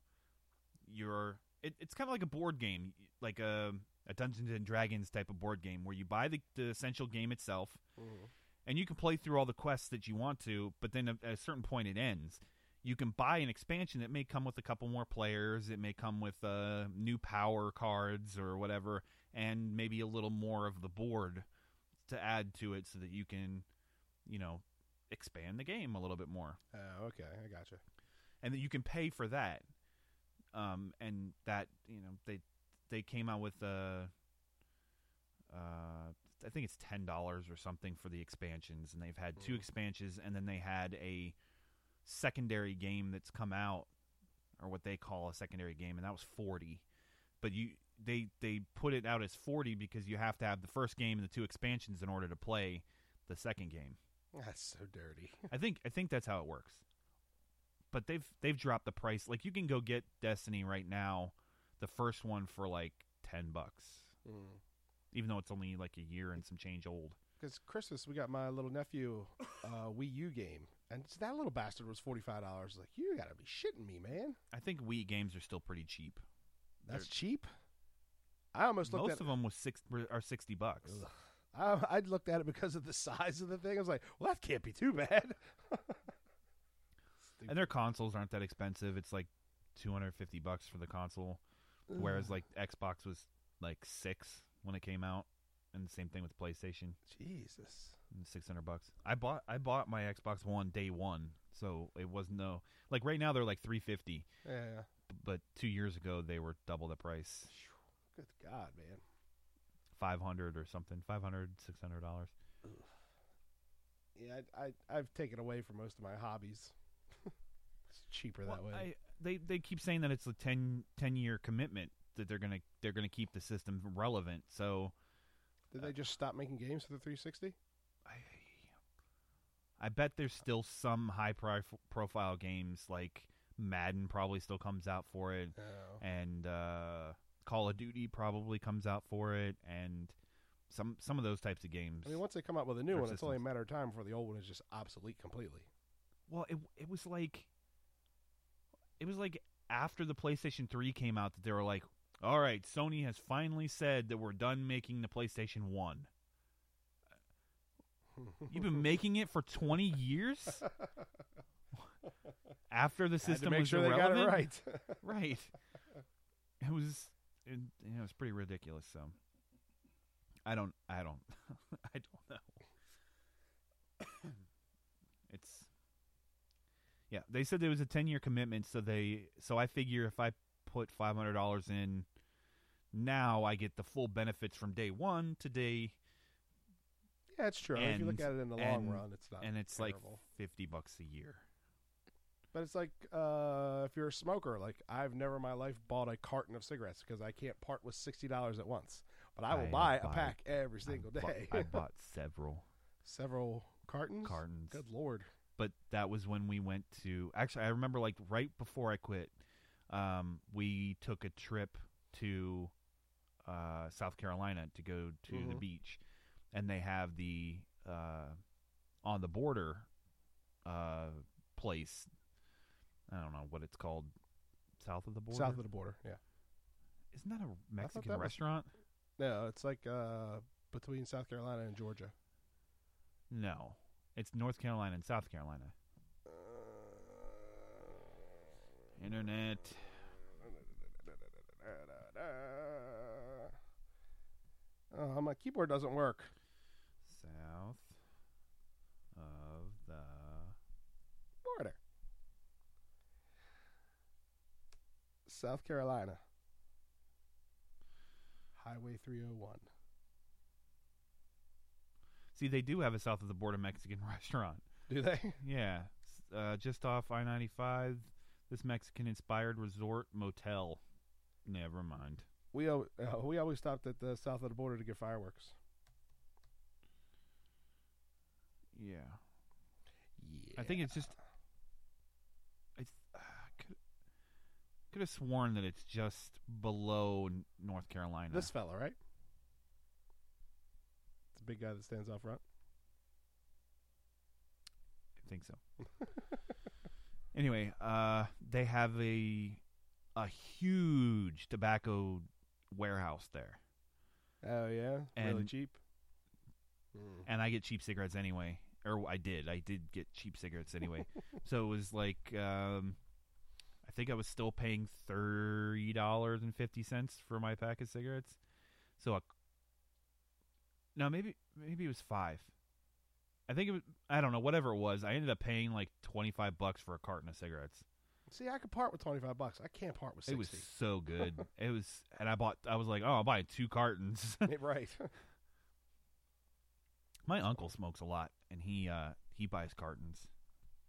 E: your it, it's kind of like a board game, like a a Dungeons and Dragons type of board game where you buy the, the essential game itself,
F: Mhm.
E: and you can play through all the quests that you want to. But then at a certain point, it ends. You can buy an expansion that may come with a couple more players. It may come with uh, new power cards or whatever, and maybe a little more of the board to add to it, so that you can, you know, expand the game a little bit more
F: Oh, okay. I gotcha.
E: and that you can pay for that. Um, and that you know they they came out with uh, uh, I think it's ten dollars or something for the expansions, and they've had two expansions, and then they had a secondary game that's come out, or what they call a secondary game, and that was forty. But you they they put it out as forty because you have to have the first game and the two expansions in order to play the second game.
F: That's so dirty. [laughs]
E: I think I think that's how it works. But they've they've dropped the price. Like you can go get Destiny right now, the first one for like ten bucks,
F: Mm.
E: even though it's only like a year and some change old.
F: Because Christmas, we got my little nephew uh, Wii U game, and so that little bastard was forty five dollars. Like, you gotta be shitting me, man.
E: I think Wii games are still pretty cheap.
F: That's cheap. I almost looked
E: Most
F: at
E: of them was six were- are sixty bucks.
F: I, I looked at it because of the [laughs] size of the thing. I was like, well, that can't be too bad.
E: And their consoles aren't that expensive. It's like two hundred fifty bucks for the console, whereas
F: Ugh.
E: like Xbox was like six when it came out, and the same thing with PlayStation.
F: [laughs] Jesus.
E: six hundred bucks. I bought I bought my Xbox One day one, so it was no like right now they're like three fifty.
F: Yeah.
E: But two years ago they were double the price,
F: Good God, man.
E: five hundred or something, 500 600 dollars.
F: Yeah, I, I I've taken away from most of my hobbies. [laughs] it's cheaper that way.
E: I, they they keep saying that it's a 10, 10 year commitment that they're gonna they're gonna keep the system relevant. So
F: Did they just stop making games for the 360?
E: I bet there's still some high pri- profile games like Madden probably still comes out for it,
F: Oh.
E: and uh, Call of Duty probably comes out for it, and some some of those types of games.
F: I mean, once they come out with a new
E: Their
F: one, it's only a matter of time before the old one is just obsolete completely.
E: Well, it it was like it was like after the PlayStation 3 came out that they were like, "All right, Sony has finally said that we're done making the PlayStation 1." You've
F: [laughs]
E: been making it for 20 years? After the
F: Had to
E: system
F: make
E: was
F: sure they got it
E: irrelevant?
F: right. [laughs]
E: right. It was it, you know, it was pretty ridiculous, so I don't I don't [laughs] I don't know. [coughs] it's yeah, they said it was a 10-year commitment, so they so I figure if I put $500 in now I get the full benefits from day 1 to day
F: Yeah, it's true. I mean, if you look
E: end,
F: at it in the long
E: and-
F: run, it's not
E: And it's
F: terrible.
E: like 50 bucks a year.
F: But it's like uh, if you're a smoker, like I've never in my life bought a carton of cigarettes because I can't part with sixty dollars at once. But I will
E: I
F: buy a
E: buy-
F: pack every
E: I
F: single
E: bought-
F: day. [laughs]
E: I bought several.
F: several cartons.
E: Cartons.
F: Good lord.
E: But that was when we went to. Actually, I remember like right before I quit, um, we took a trip to uh, South Carolina to go to the
F: Mm-hmm.
P: Mhm.
E: beach, and they have the uh, on the border uh, place. I don't know what it's called. South of the border.
F: South of the border. Yeah.
E: Isn't that a Mexican
F: that was-
E: restaurant?
F: No, it's like uh, between South Carolina and Georgia.
E: No. It's North Carolina and South Carolina. Internet.
F: [laughs] Oh, my keyboard doesn't work.
E: South of the
F: Border. South Carolina. Highway 301.
E: See, they do have a south of the border Mexican [laughs] restaurant.
F: Do they? [laughs]
E: Yeah, S- uh, just off I ninety five. This Mexican inspired resort motel. Never mind.
F: We al- uh, we always stopped at the south of the border to get fireworks.
E: Yeah. I think it's just. It's uh, could could have sworn that it's just below N- North Carolina.
F: This fella, right? It's a big guy that stands out front.
E: I think so. [laughs] anyway, uh, they have a a huge tobacco warehouse there,
F: Oh yeah, really
E: And-
F: cheap. Hmm.
E: and I get cheap cigarettes anyway. Or I did. I did get cheap cigarettes anyway. so it was like, um, I think I was still paying thirty dollars and fifty cents for my pack of cigarettes. So a, no, maybe maybe it was five. I think it was. I don't know. Whatever it was, I ended up paying like twenty five bucks for a carton of cigarettes.
F: See, I could part with twenty five bucks. I can't part with sixty.
E: It was [laughs] so good. it was, and I bought. I was like, oh, I'll buy two cartons.
F: right.
E: My uncle smokes a lot, and he uh he buys cartons.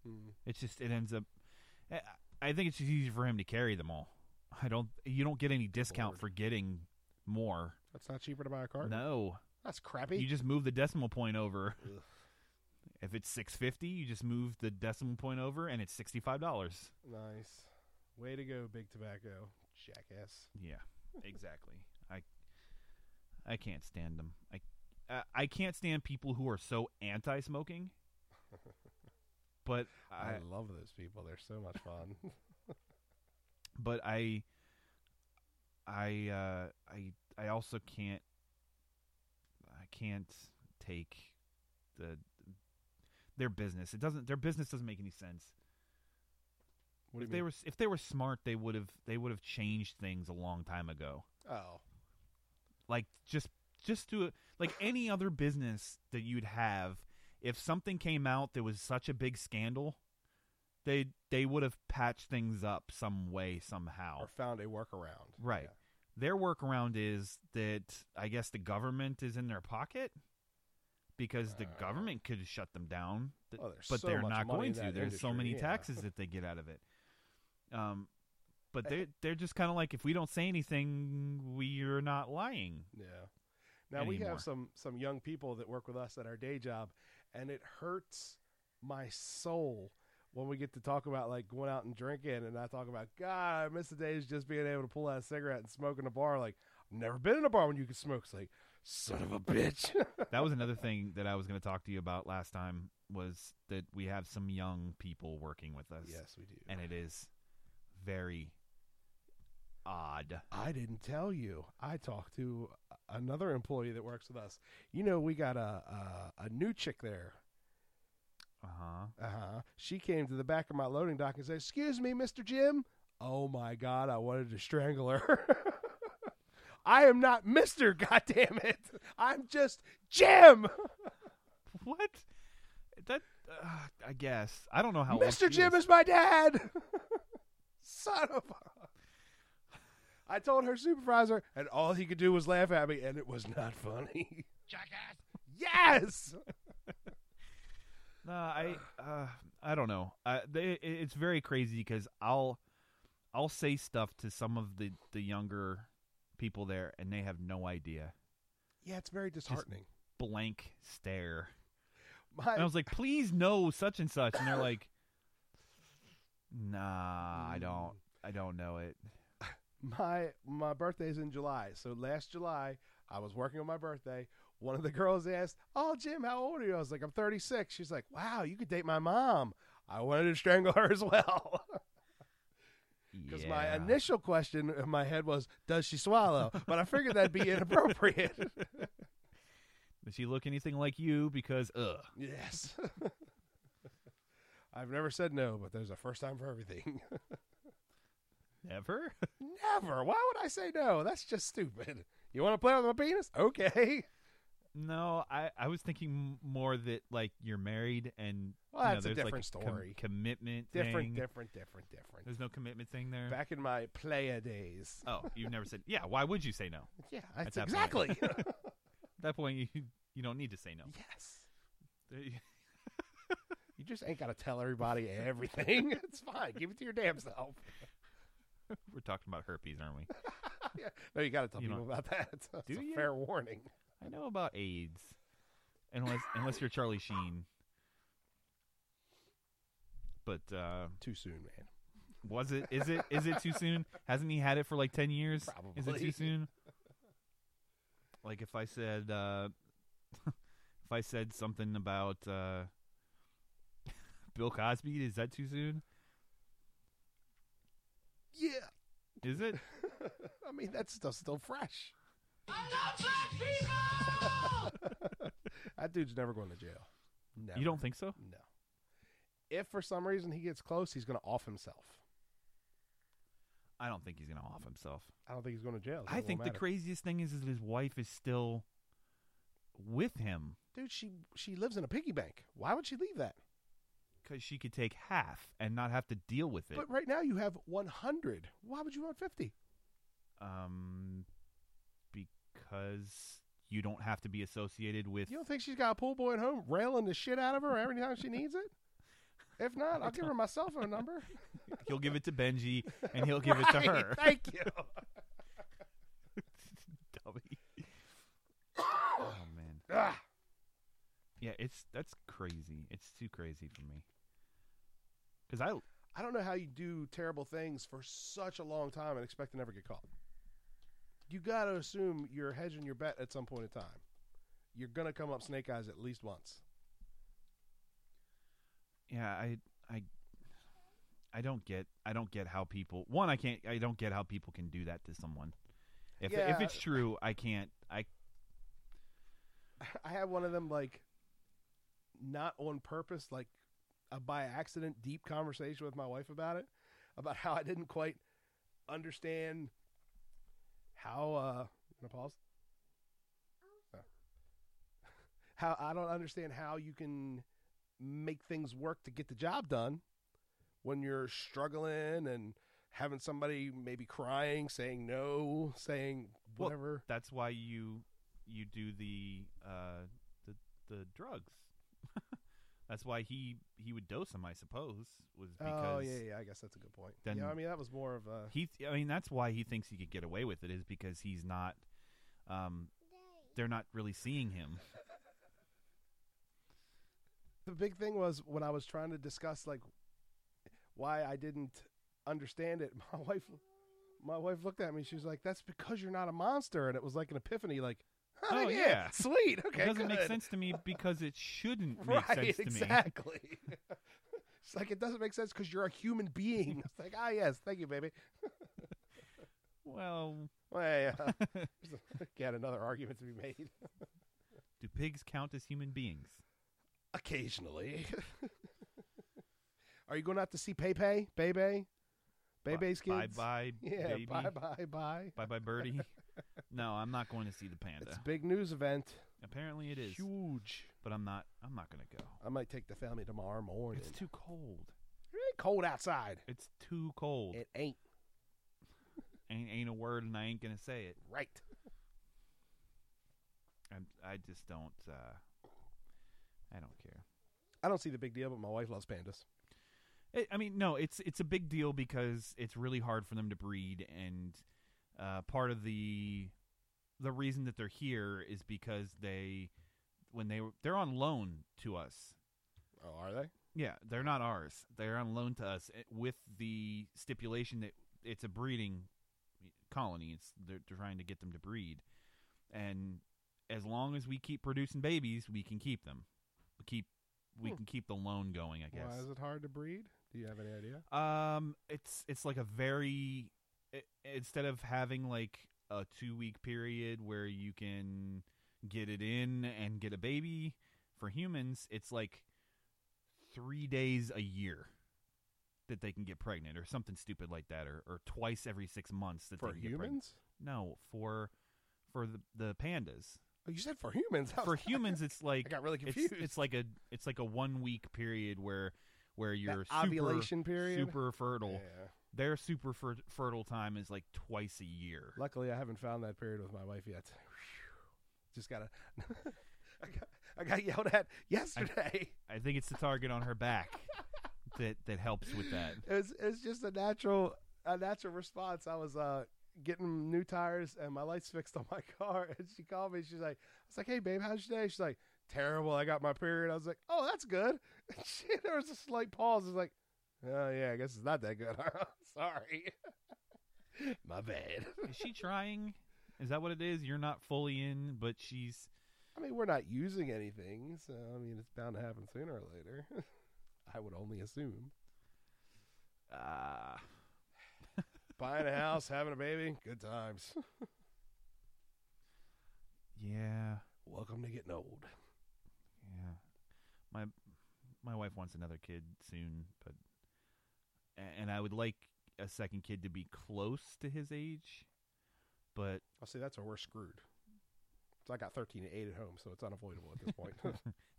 F: Mm.
E: It's just it ends up. I- I think it's just easier for him to carry them all. I don't. You don't get any discount for getting more.
F: [laughs] That's not cheaper to buy a card.
E: No,
F: that's crappy.
E: you just move the decimal point over.
F: Ugh.
E: If it's six fifty, you just move the decimal point over, and it's sixty five dollars.
F: nice. Way to go, big tobacco jackass.
E: Yeah, exactly. I I can't stand them. I uh, I can't stand people who are so
F: [laughs]
E: anti-smoking. But I,
F: I, love those people. They're so much fun. [laughs]
E: but I I uh I I also can't I can't take the their business. It doesn't their business doesn't make any sense.
F: What do
E: if
F: you
E: they
F: mean?
E: were s- if they were smart, they would have they would have changed things a long time ago.
F: oh,
E: like just just do it like any other business that you'd have if something came out that was such a big scandal they they would have patched things up some way somehow
F: or found a workaround.
E: Oh. right their workaround is that i guess the government is in their pocket because the government could shut them down th-
F: Oh, there's
E: but
F: Uh. so
E: they're
F: much
E: not
F: money
E: going
F: in
E: to
F: that
E: there's so
F: industry,
E: many
F: yeah.
E: taxes that they get out of it um
F: [laughs]
E: but they they're just kind of like if we don't say anything we're not lying
F: Yeah. Now we
E: Anymore.
F: have some some young people that work with us at our day job, and it hurts my soul when we get to talk about like going out and drinking, and I talk about God, I miss the days just being able to pull out a cigarette and smoke in a bar. Like I've never been in a bar when you could smoke. It's like son of
E: [laughs]
F: a bitch.
E: that was another thing that I was going to talk to you about last time was that we have some young people working with us.
F: Yes, we do.
E: And it is very odd.
F: I didn't tell you. I talked to another employee that works with us. You know, we got a a, a new chick there.
E: Uh-huh.
F: Uh-huh. She came to the back of my loading dock and said, "Excuse me, Mr. Jim." Oh my god, I wanted to strangle her. [laughs] I am not Mr. [laughs] Goddamn it. I'm just Jim.
E: [laughs] What? That uh, I guess. I don't know how old
F: Mr.
E: she
F: Jim is my dad. [laughs] Son of a I told her supervisor, and all he could do was laugh at me, and it was not funny. [laughs]
I: Jackass.
F: yes.
E: No, I uh, I don't know. I, they, it- it's very crazy because I'll I'll say stuff to some of the the younger people there, and they have no idea.
F: Yeah, it's very
E: Just
F: disheartening.
E: blank stare.
F: My-
E: and I was like, please no such and such. And they're like, [laughs] nah, I don't. I don't know it.
F: my my birthday's in July. So last July, I was working on my birthday. One of the [laughs] girls asked, "Oh, Jim, how old are you?" I was like, "I'm 36." She's like, "Wow, you could date my mom." I wanted to strangle her [laughs] as well because my
E: Yeah.
F: initial question in my head was, "Does she swallow?" But I figured that'd be inappropriate.
E: Does she look anything like you? Because ugh.
F: Yes. [laughs] I've never said no, but there's a first time for everything. [laughs]
E: Never?
F: Never. Why would I say no? That's just stupid. You want to play with my penis? Okay.
E: No, I, I was thinking more that like you're married and
F: Well,
E: you know,
F: that's a
E: there's, like,
F: different
E: com-
F: story.
E: commitment.
F: Different,
E: thing.
F: different, different, different.
E: There's no commitment thing there.
F: Back in my player days. [laughs]
E: oh, you've never said yeah. Why would you say no?
F: Yeah,
E: At
F: that's
E: that
F: exactly.
E: [laughs] Point. At that point, [laughs] you you don't need to say no.
F: [laughs]
E: [laughs]
F: Yes.
E: There-
F: You just ain't got to tell everybody everything. [laughs] it's fine. Give it to your damn self.
E: We're talking about herpes, aren't
F: [laughs]
E: we?
F: No, you got to tell
E: You know-
F: people about that. [laughs] It's a
E: Do you?
F: fair warning.
E: I know about AIDS, unless unless you're Charlie Sheen. But uh,
F: too soon, man.
E: Was it? Is it? Is it too soon? Hasn't he had it for like ten years? Is it
F: Probably.
E: too soon? Like if I said, uh, [laughs] if I said something about uh, [laughs] Bill Cosby, is that too soon?
F: Yeah.
E: Is it?
F: I mean, that stuff's still fresh. [laughs] that dude's never going to jail. Never.
E: You don't think so?
F: No. If for some reason he gets close, he's going to off himself.
E: I don't think he's gonna off himself.
F: I don't think he's going to jail.
E: I think the
F: crazy
E: craziest thing is that his wife is still with him
F: dude, she she lives in a piggy bank. Why would she leave that?
E: because she could take half and not have to deal with it.
F: But right now you have 100. Why would you want 50?
E: um, because you don't have to be associated with.
F: You don't think she's got a pool boy at home railing the shit out of her every time she needs it? If not, I'll give her my cell phone number.
E: He'll give it to Benji, and he'll [laughs] give it to
F: Right,
E: her. [laughs]
F: [laughs] Thank you.
E: Dummy.
F: [coughs]
E: Oh man.
F: Ah.
E: Yeah, it's that's crazy. It's too crazy for me. Because I
F: I don't know how you do terrible things for such a long time and expect to never get caught. You got to assume you're hedging your bet at some point in time. You're going to come up snake eyes at least once.
E: yeah I I I don't get I don't get how people one I can't I don't get how people can do that to someone. If
F: Yeah.
E: if it's true, I can't. I
F: I had one of them like not on purpose, like a by accident deep conversation with my wife about it, about how I didn't quite understand how uh gonna pause. [laughs] Oh. How I don't understand how you can make things work to get the job done when you're struggling and having somebody maybe crying, saying no, saying
E: well,
F: whatever.
E: that's why you you do the uh the the drugs. [laughs] that's why he he would dose him. I suppose was because
F: oh yeah, yeah, I guess that's a good point.
E: then
F: yeah, I mean that was more of a
E: he th- i mean that's why he thinks he could get away with it is because he's not um they're not really seeing
F: [laughs]
E: him
F: the big thing was when I was trying to discuss like why I didn't understand it. [laughs] My wife, my wife looked at me. She was like, "That's because you're not a monster." And it was like an epiphany. Like, oh, yeah, sweet. Okay,
E: it doesn't make
F: [laughs] good."
E: sense to me because it
F: [laughs]
E: shouldn't make
F: Right,
E: sense to me
F: exactly. [laughs] it's like it doesn't make sense because you're a human being. [laughs] It's like, ah, yes, thank you, baby.
E: well
F: Well, yeah,
E: [laughs]
F: yeah. [laughs] Got another argument to be made.
E: do pigs count as human beings
F: Occasionally. [laughs] Are you going out to see Pepe? Bebe? Bebe's
E: bye
F: kids?
E: bye
F: [laughs] Yeah,
E: baby.
F: bye bye bye.
E: bye bye
F: [laughs]
E: birdie no i'm not going to see the panda
F: It's a big news event.
E: apparently uh, it is
F: Huge.
E: but i'm not i'm not gonna go
F: I might take the family tomorrow morning.
E: it's too cold
F: It ain't cold outside.
E: it's too cold
F: It ain't
E: ain't, ain't a word and i ain't gonna say it
F: right.
E: I'm, i just don't uh i don't care
F: I don't see the big deal, but my wife loves pandas.
E: I- I mean, no, it's it's a big deal because it's really hard for them to breed, and uh, part of the the reason that they're here is because they when they were- they're on loan to us.
F: Oh, are they?
E: Yeah, they're not ours. They're on loan to us eh, with the stipulation that it's a breeding colony. It's they're, they're trying to get them to breed, and as long as we keep producing babies, we can keep them. We keep we
F: Hmm.
E: can keep the loan going. I guess.
F: Why is it hard to breed? Do you have any idea?
E: Um, it's it's like a very i instead of having like a two week period where you can get it in and get a baby for humans it's like three days a year that they can get pregnant or something stupid like that or, or twice every six months that
F: For
E: they can get pregnant.
F: humans?
E: no for for the, the pandas
F: Oh, you said for humans. [laughs] I was
E: for
F: like-
E: humans it's like
F: I got really
E: it's-
F: confused.
E: It's, like a it's like a one week period where where your super,
F: ovulation period?
E: super fertile.
F: Yeah.
E: Their super fer- fertile time is like twice a year.
F: Luckily, I haven't found that period with my wife yet. Just gotta. [laughs] I got, I got yelled at yesterday.
E: I think it's the target on her back that that helps with that.
F: [laughs] It was it's just a natural a natural response. I was uh getting new tires and my lights fixed on my [laughs] car, and she called me. She's like, "I was like, hey babe, how's your day?" She's like, "Terrible. I got my period." I was like, "Oh, that's good." [laughs] She, there was a slight pause. It's like, "Oh yeah, I guess it's not that good." [laughs] Sorry, my bad.
E: Is she trying? Is that what it is? You're not fully in, but she's
F: I mean, we're not using anything, so I mean, it's bound to happen sooner or later. [laughs] I would only assume.
E: Ah.
F: Buying a house, having a baby, good times.
E: yeah,
F: Welcome to getting old.
E: yeah. My my wife wants another kid soon, but a- and I would like a second kid to be close to his age, but
F: I'll say Oh, that's where we're screwed. So I got 13 and 8 at home, so it's unavoidable at this [laughs] point.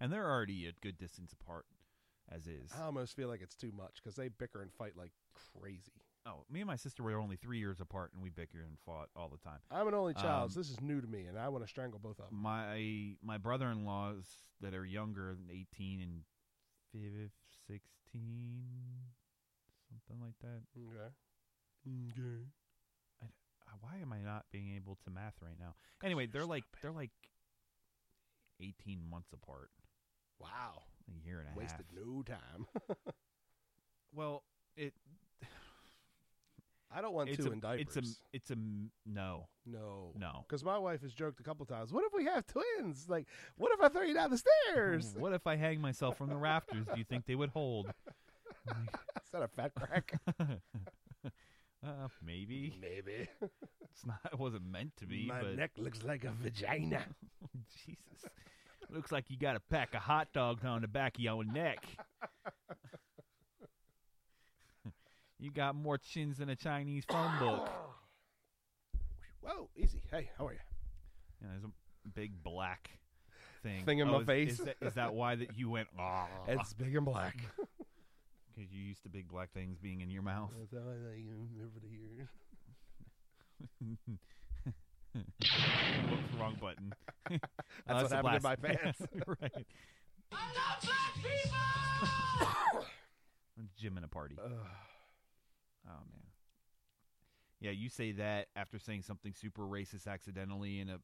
E: and they're already a good distance apart as is.
F: I almost feel like it's too much because they bicker and fight like crazy.
E: Oh, me and my sister were only three years apart, and we bicker and fought all the time.
F: I'm an only child,
E: Um,
F: so this is new to me, and I want to strangle both of them.
E: my my brother in laws that are younger than eighteen and fiv- sixteen, something like that.
F: Mm, Okay. Okay.
E: Uh, Why am I not being able to math right now? Anyway, they're like they're like eighteen months apart,
F: Wow.
E: a year and a
F: Wasted
E: half.
F: no time. [laughs]
E: Well, it.
F: I don't want
E: it's
F: two
E: a,
F: in
E: It's
F: diapers.
E: a it's a m- no
F: no
E: no.
F: Because my wife has joked a couple times, what if we have twins? Like, what if I throw you down the stairs? [laughs]
E: What if I hang myself from the rafters? Do you think they would hold? [laughs]
F: Is that a fat crack?
E: Uh, maybe.
F: Maybe.
E: It's not. It wasn't meant to be.
F: My
E: but-
F: neck looks like a
E: [laughs]
F: vagina.
E: Jesus. Looks like you got a pack of hot dogs on the back of your neck. [laughs] you got more chins than a Chinese phone book.
F: Whoa, easy. Hey, how are you?
E: Yeah, there's a big black thing. Oh,
F: Thing in my
E: is-
F: face.
E: Is that, is that why that you
F: [laughs]
E: went? Ah,
F: It's big
E: [laughs]
F: and black.
E: because you used to big black things being in your mouth.
F: That's how I like him over the years.
E: Whoops, wrong
F: [laughs]
E: button. [laughs] Oh, That's
F: what happened to my pants.
E: [laughs] right. [laughs] Jim in a party. Oh man. Yeah, you say that after saying something super racist accidentally in a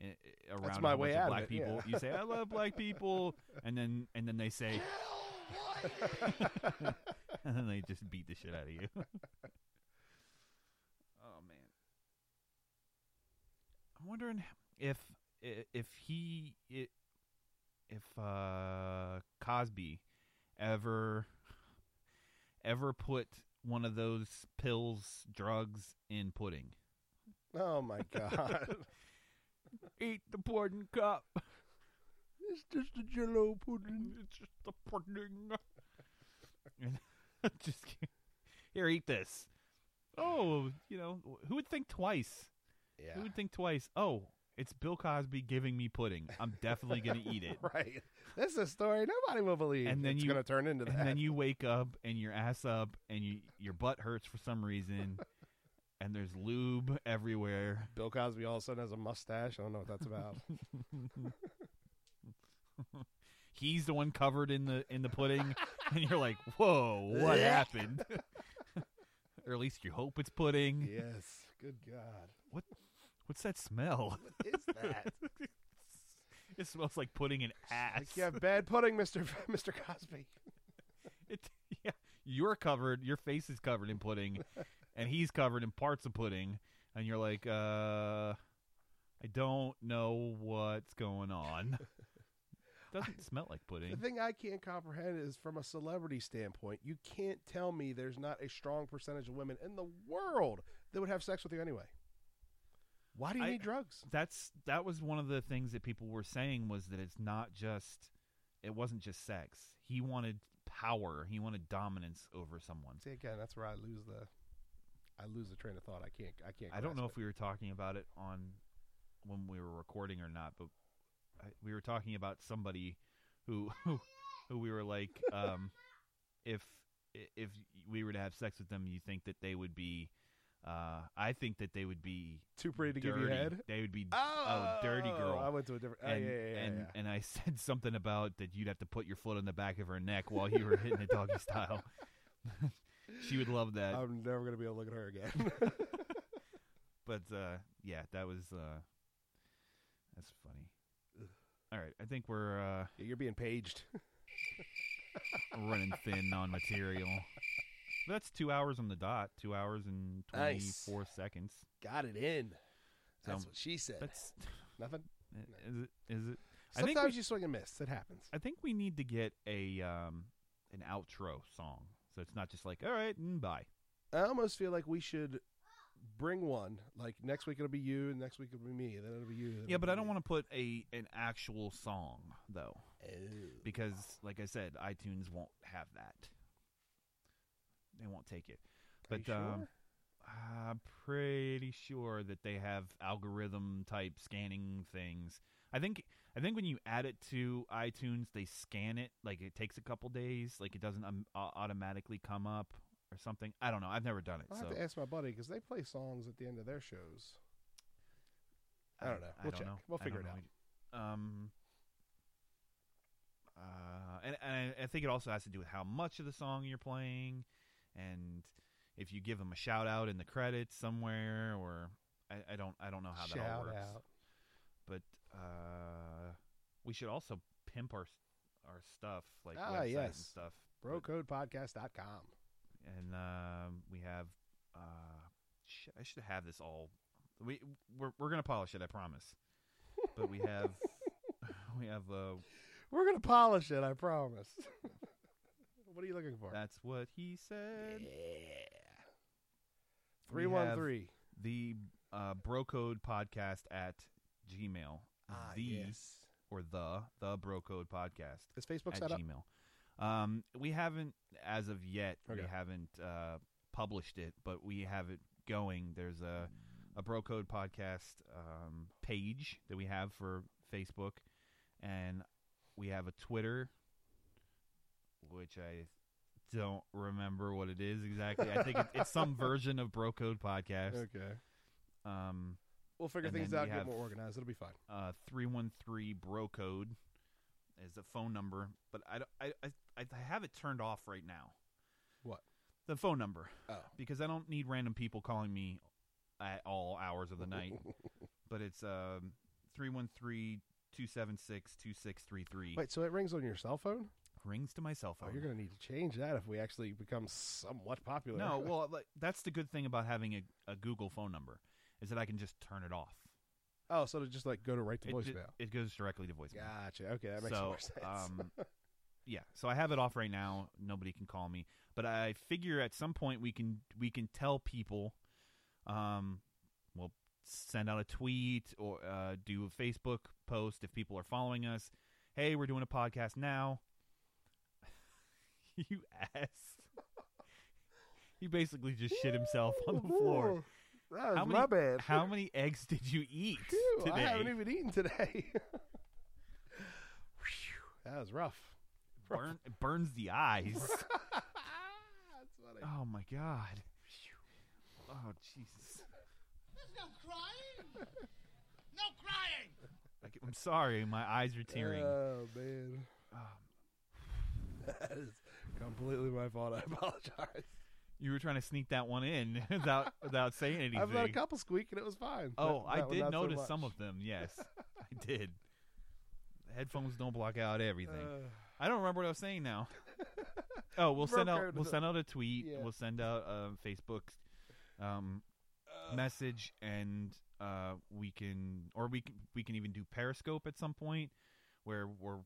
E: in, around a
F: my
E: whole
F: way
E: bunch of
F: out of
E: black
F: it,
E: people.
F: yeah.
E: You
F: [laughs]
E: say I love black people, and then and then they say, and then they just beat the shit out of you. [laughs] oh man, I'm wondering if i- if he i- if uh Cosby ever ever put one of those pills drugs in pudding.
F: Oh
E: [laughs]
F: my god.
E: Eat the pudding cup.
F: it's just a jello pudding.
E: It's just a pudding. [laughs] just ki- here, eat this. Oh, you know who would think twice?
F: Yeah.
E: Who would think twice? Oh, it's Bill Cosby giving me pudding. I'm definitely gonna eat
F: [laughs]
E: it.
F: Right. This is a story nobody will believe.
E: And then
F: it's
E: you
F: gonna turn into that.
E: And then you wake up and your ass up and you your butt hurts for some reason, and there's lube everywhere.
F: Bill Cosby all of a sudden has a mustache. I don't know what
E: [laughs]
F: that's about.
E: He's the one covered in the in the pudding, [laughs] and you're like, whoa, what happened? [laughs] or at least you hope it's pudding.
F: yes. Good God.
E: What what's that smell?
F: What is that?
E: [laughs] it smells like pudding and ass.
F: like you have bad pudding, Mister [laughs] Mister Cosby.
E: It- yeah, you're covered. Your face is covered in
F: [laughs]
E: pudding, and he's covered in parts of pudding. And you're like, uh, I don't know what's going
F: [laughs]
E: on. Doesn't smell like
F: The
E: pudding.
F: thing I can't comprehend is from a celebrity standpoint, you can't tell me there's not a strong percentage of women in the world that would have sex with you anyway. Why do you
E: I-
F: need drugs?
E: That's that was one of the things that people were saying was that it's not just it wasn't just sex. He wanted power. He wanted dominance over someone.
F: See again, that's where I lose the, I lose the train of thought. I can't. I can't.
E: I don't know
F: grasp
E: if we were talking about it on when we were recording or not, but I, we were talking about somebody who [laughs] who, who we were like, um, if if we were to have sex with them, you think that they would be. Uh, I think that they would be
F: Too pretty to give you
E: dirty.
F: head?
E: They would be oh, dirty
F: Oh,
E: girl.
F: I went to a different- oh,
E: and,
F: yeah, yeah, yeah,
E: and,
F: yeah.
E: and I [laughs] said something about that you'd have to put your foot on the back of her neck while you were hitting it
F: [laughs]
E: doggy style. [laughs] she would love that.
F: I'm never gonna be able to look at
E: [laughs]
F: her again. [laughs]
E: But uh, yeah, that was uh, that's funny. All right, I think we're uh,
F: you're being paged. [laughs]
E: running thin on material. But that's two hours on the dot. Two hours and twenty
F: Nice.
E: four seconds.
F: Got it in.
E: So,
F: That's what she said. [laughs]
E: that's-
F: Nothing.
E: Is it? Is it?
F: Sometimes
E: I think we,
F: you swing and miss. It happens.
E: I think we need to get a um, an outro song, so it's not just like all right and bye.
F: I almost feel like we should bring one. Like next week it'll be you, and next week it'll be me, and then it'll be you.
E: Yeah, but I don't want to put a an actual song though,
F: Uh,
E: because like I said, iTunes won't have that. They won't take it.
F: Are
E: But
F: you sure?
E: um, I'm pretty sure that they have algorithm type scanning things. I think I think when you add it to iTunes, they scan it. Like it takes a couple days. Like it doesn't um, au- automatically come up or something. I don't know. I've never done it.
F: I'll
E: so
F: have to ask my buddy because they play songs at the end of their shows. I don't know. We'll check. We'll
E: I
F: figure
E: don't
F: it
E: know. Um, uh, and, and I- I think it also has to do with how much of the song you're playing, and if you give them a shout out in the credits somewhere, or I, I don't, I don't know how Ah, that all
F: Shout
E: works.
F: out.
E: But uh, we should also pimp our our stuff, like
F: ah,
E: website and
F: yes.
E: stuff.
F: Brocodepodcast.com.
E: and um, we have. Uh, sh- I should have this all. We we're, we're gonna polish it, I promise. But we have [laughs] we have uh,
F: We're gonna polish it. I promise. [laughs] what are you looking for?
E: that's what he said. We
F: Three one
E: have
F: three.
E: the uh, brocode podcast at Gmail.
F: Ah,
E: the
F: yes.
E: or the the brocode podcast.
F: Is Facebook
E: at
F: set up?
E: Gmail. Um, we haven't as of yet.
F: Okay.
E: We haven't uh, published it, but we have it going. There's a a brocode podcast um, page that we have for Facebook, and we have a Twitter, which I don't remember what it is exactly. I think it, it's
F: [laughs]
E: some version of brocode podcast.
F: Okay.
E: Um,
F: We'll figure
E: and
F: things
E: then
F: out.
E: we
F: Get
E: have,
F: more organized. It'll be fine.
E: uh, 313 bro code is the phone number, but I, don't- I, I, I have it turned off right now.
F: What?
E: The phone number.
F: Oh.
E: Because I don't need random people calling me at all hours of the
F: [laughs]
E: night. but it's um, 313 276 2633.
F: Wait, so it rings on your cell phone?
E: Rings to my cell phone.
F: Oh, you're gonna need to change that if we actually become somewhat popular.
E: No, well, like, that's the good thing about having a, a Google phone number is that I can just turn it off.
F: [laughs] oh, so to just like go to right to
E: It-
F: voicemail.
E: it- It goes directly to voicemail.
F: Gotcha. Okay, that makes
E: so,
F: more sense. [laughs]
E: um, yeah, so I have it off right now. Nobody can call me, but I figure at some point we can we can tell people. Um, we'll send out a tweet or uh, do a Facebook post if people are following us. Hey, we're doing a podcast now. [laughs] you ass. he basically just shit himself on the floor.
F: That was
E: how many,
F: my bad.
E: How many eggs did you eat
F: Phew,
E: today?
F: I haven't even eaten today. [laughs] Phew, that was rough.
E: Burn, it burns the eyes. Ah,
F: That's funny.
E: Oh my god. Oh Jesus.
P: There's no crying. No crying.
E: I c- I'm sorry, my eyes are tearing. Um,
F: Oh man. that is completely my fault. I apologize.
E: you were trying to sneak that one in [laughs] without without saying anything.
F: I've let a couple squeak and it was fine.
E: Oh,
F: That-
E: I
F: that one
E: did
F: not so
E: notice
F: much.
E: some of them. Yes, I did. Headphones don't block out everything.
F: Uh.
E: I don't remember what I was saying
F: [laughs]
E: now. Oh, we'll send
F: Broke out
E: out we'll
F: the-
E: send out a tweet.
F: Yeah.
E: We'll send out a Facebook um,
F: Uh.
E: message, and uh, we can or we can we can even do Periscope at some point where we're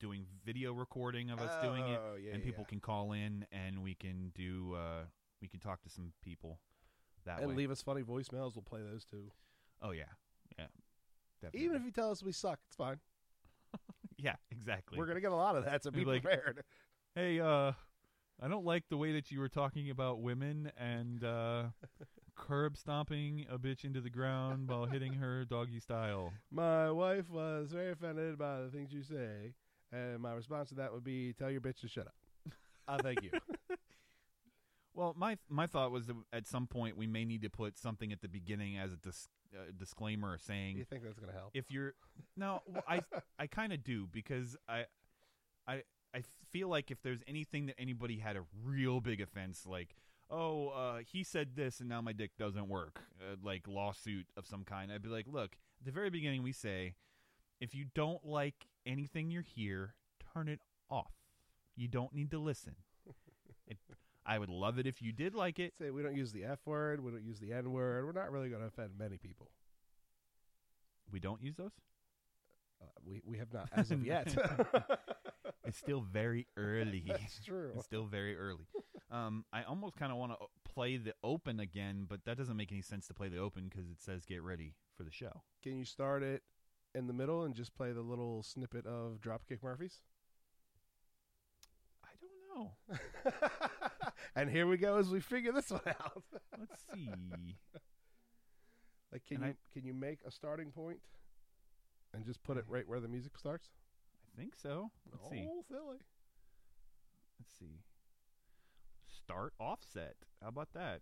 E: doing video recording of us doing it,
F: Oh, yeah,
E: and
F: yeah,
E: people can call in and we can do uh, we can talk to some people that
F: and
E: way.
F: leave us funny voicemails. We'll play those too.
E: Oh yeah, yeah, definitely.
F: Even if you tell us we suck, it's fine.
E: [laughs] yeah, exactly.
F: We're gonna get a lot of that, so
E: It'd
F: be
E: like,
F: prepared.
E: Hey, uh, I don't like the way that you were talking about women and [laughs] uh, curb stomping a bitch into the ground while hitting her doggy style.
F: My wife was very offended by the things you say, and my response to that would be, "Tell your bitch to shut up." Uh,
E: [laughs]
F: thank you.
E: Well, my my thought was that at some point we may need to put something at the beginning as a dis- uh, disclaimer saying
F: You think that's gonna help?
E: If you're no, well, I I kind of do because I I I feel like if there's anything that anybody had a real big offense like oh uh, he said this and now my dick doesn't work uh, like lawsuit of some kind I'd be like look at the very beginning we say if you don't like anything you hear turn it off you don't need to listen it, I would love it if you did like it.
F: Say we don't use the F word, we don't use the N word. We're not really going to offend many people.
E: we don't use those
F: Uh, we we have not as of
E: [laughs]
F: yet.
E: it's still very early.
F: [laughs] That's true.
E: It's still very [laughs] early. Um, I almost kind of want to play the open again, but that doesn't make any sense to play the open because it says get ready for the show.
F: Can you start it in the middle and just play the little snippet of Dropkick Murphys? [laughs]
E: I don't know.
F: And here we go as we figure this one out. [laughs]
E: Let's see.
F: Like, can
E: And
F: you
E: I-
F: can you make a starting point and just put it right where the music starts?
E: I think so. Let's see.
F: Oh, silly.
E: Let's see. Start offset. How about that?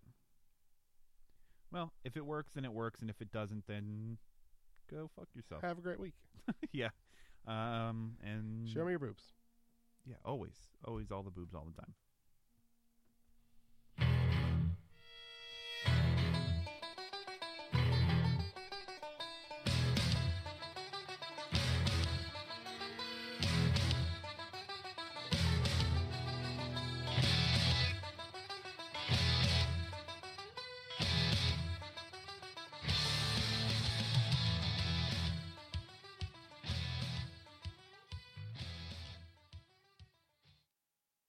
E: Well, if it works, then it works, and if it doesn't, then go fuck [laughs] yourself.
F: Have a great week.
E: yeah. Um, and
F: Show me your boobs.
E: Mm. Yeah, always, always, all the boobs, all the time.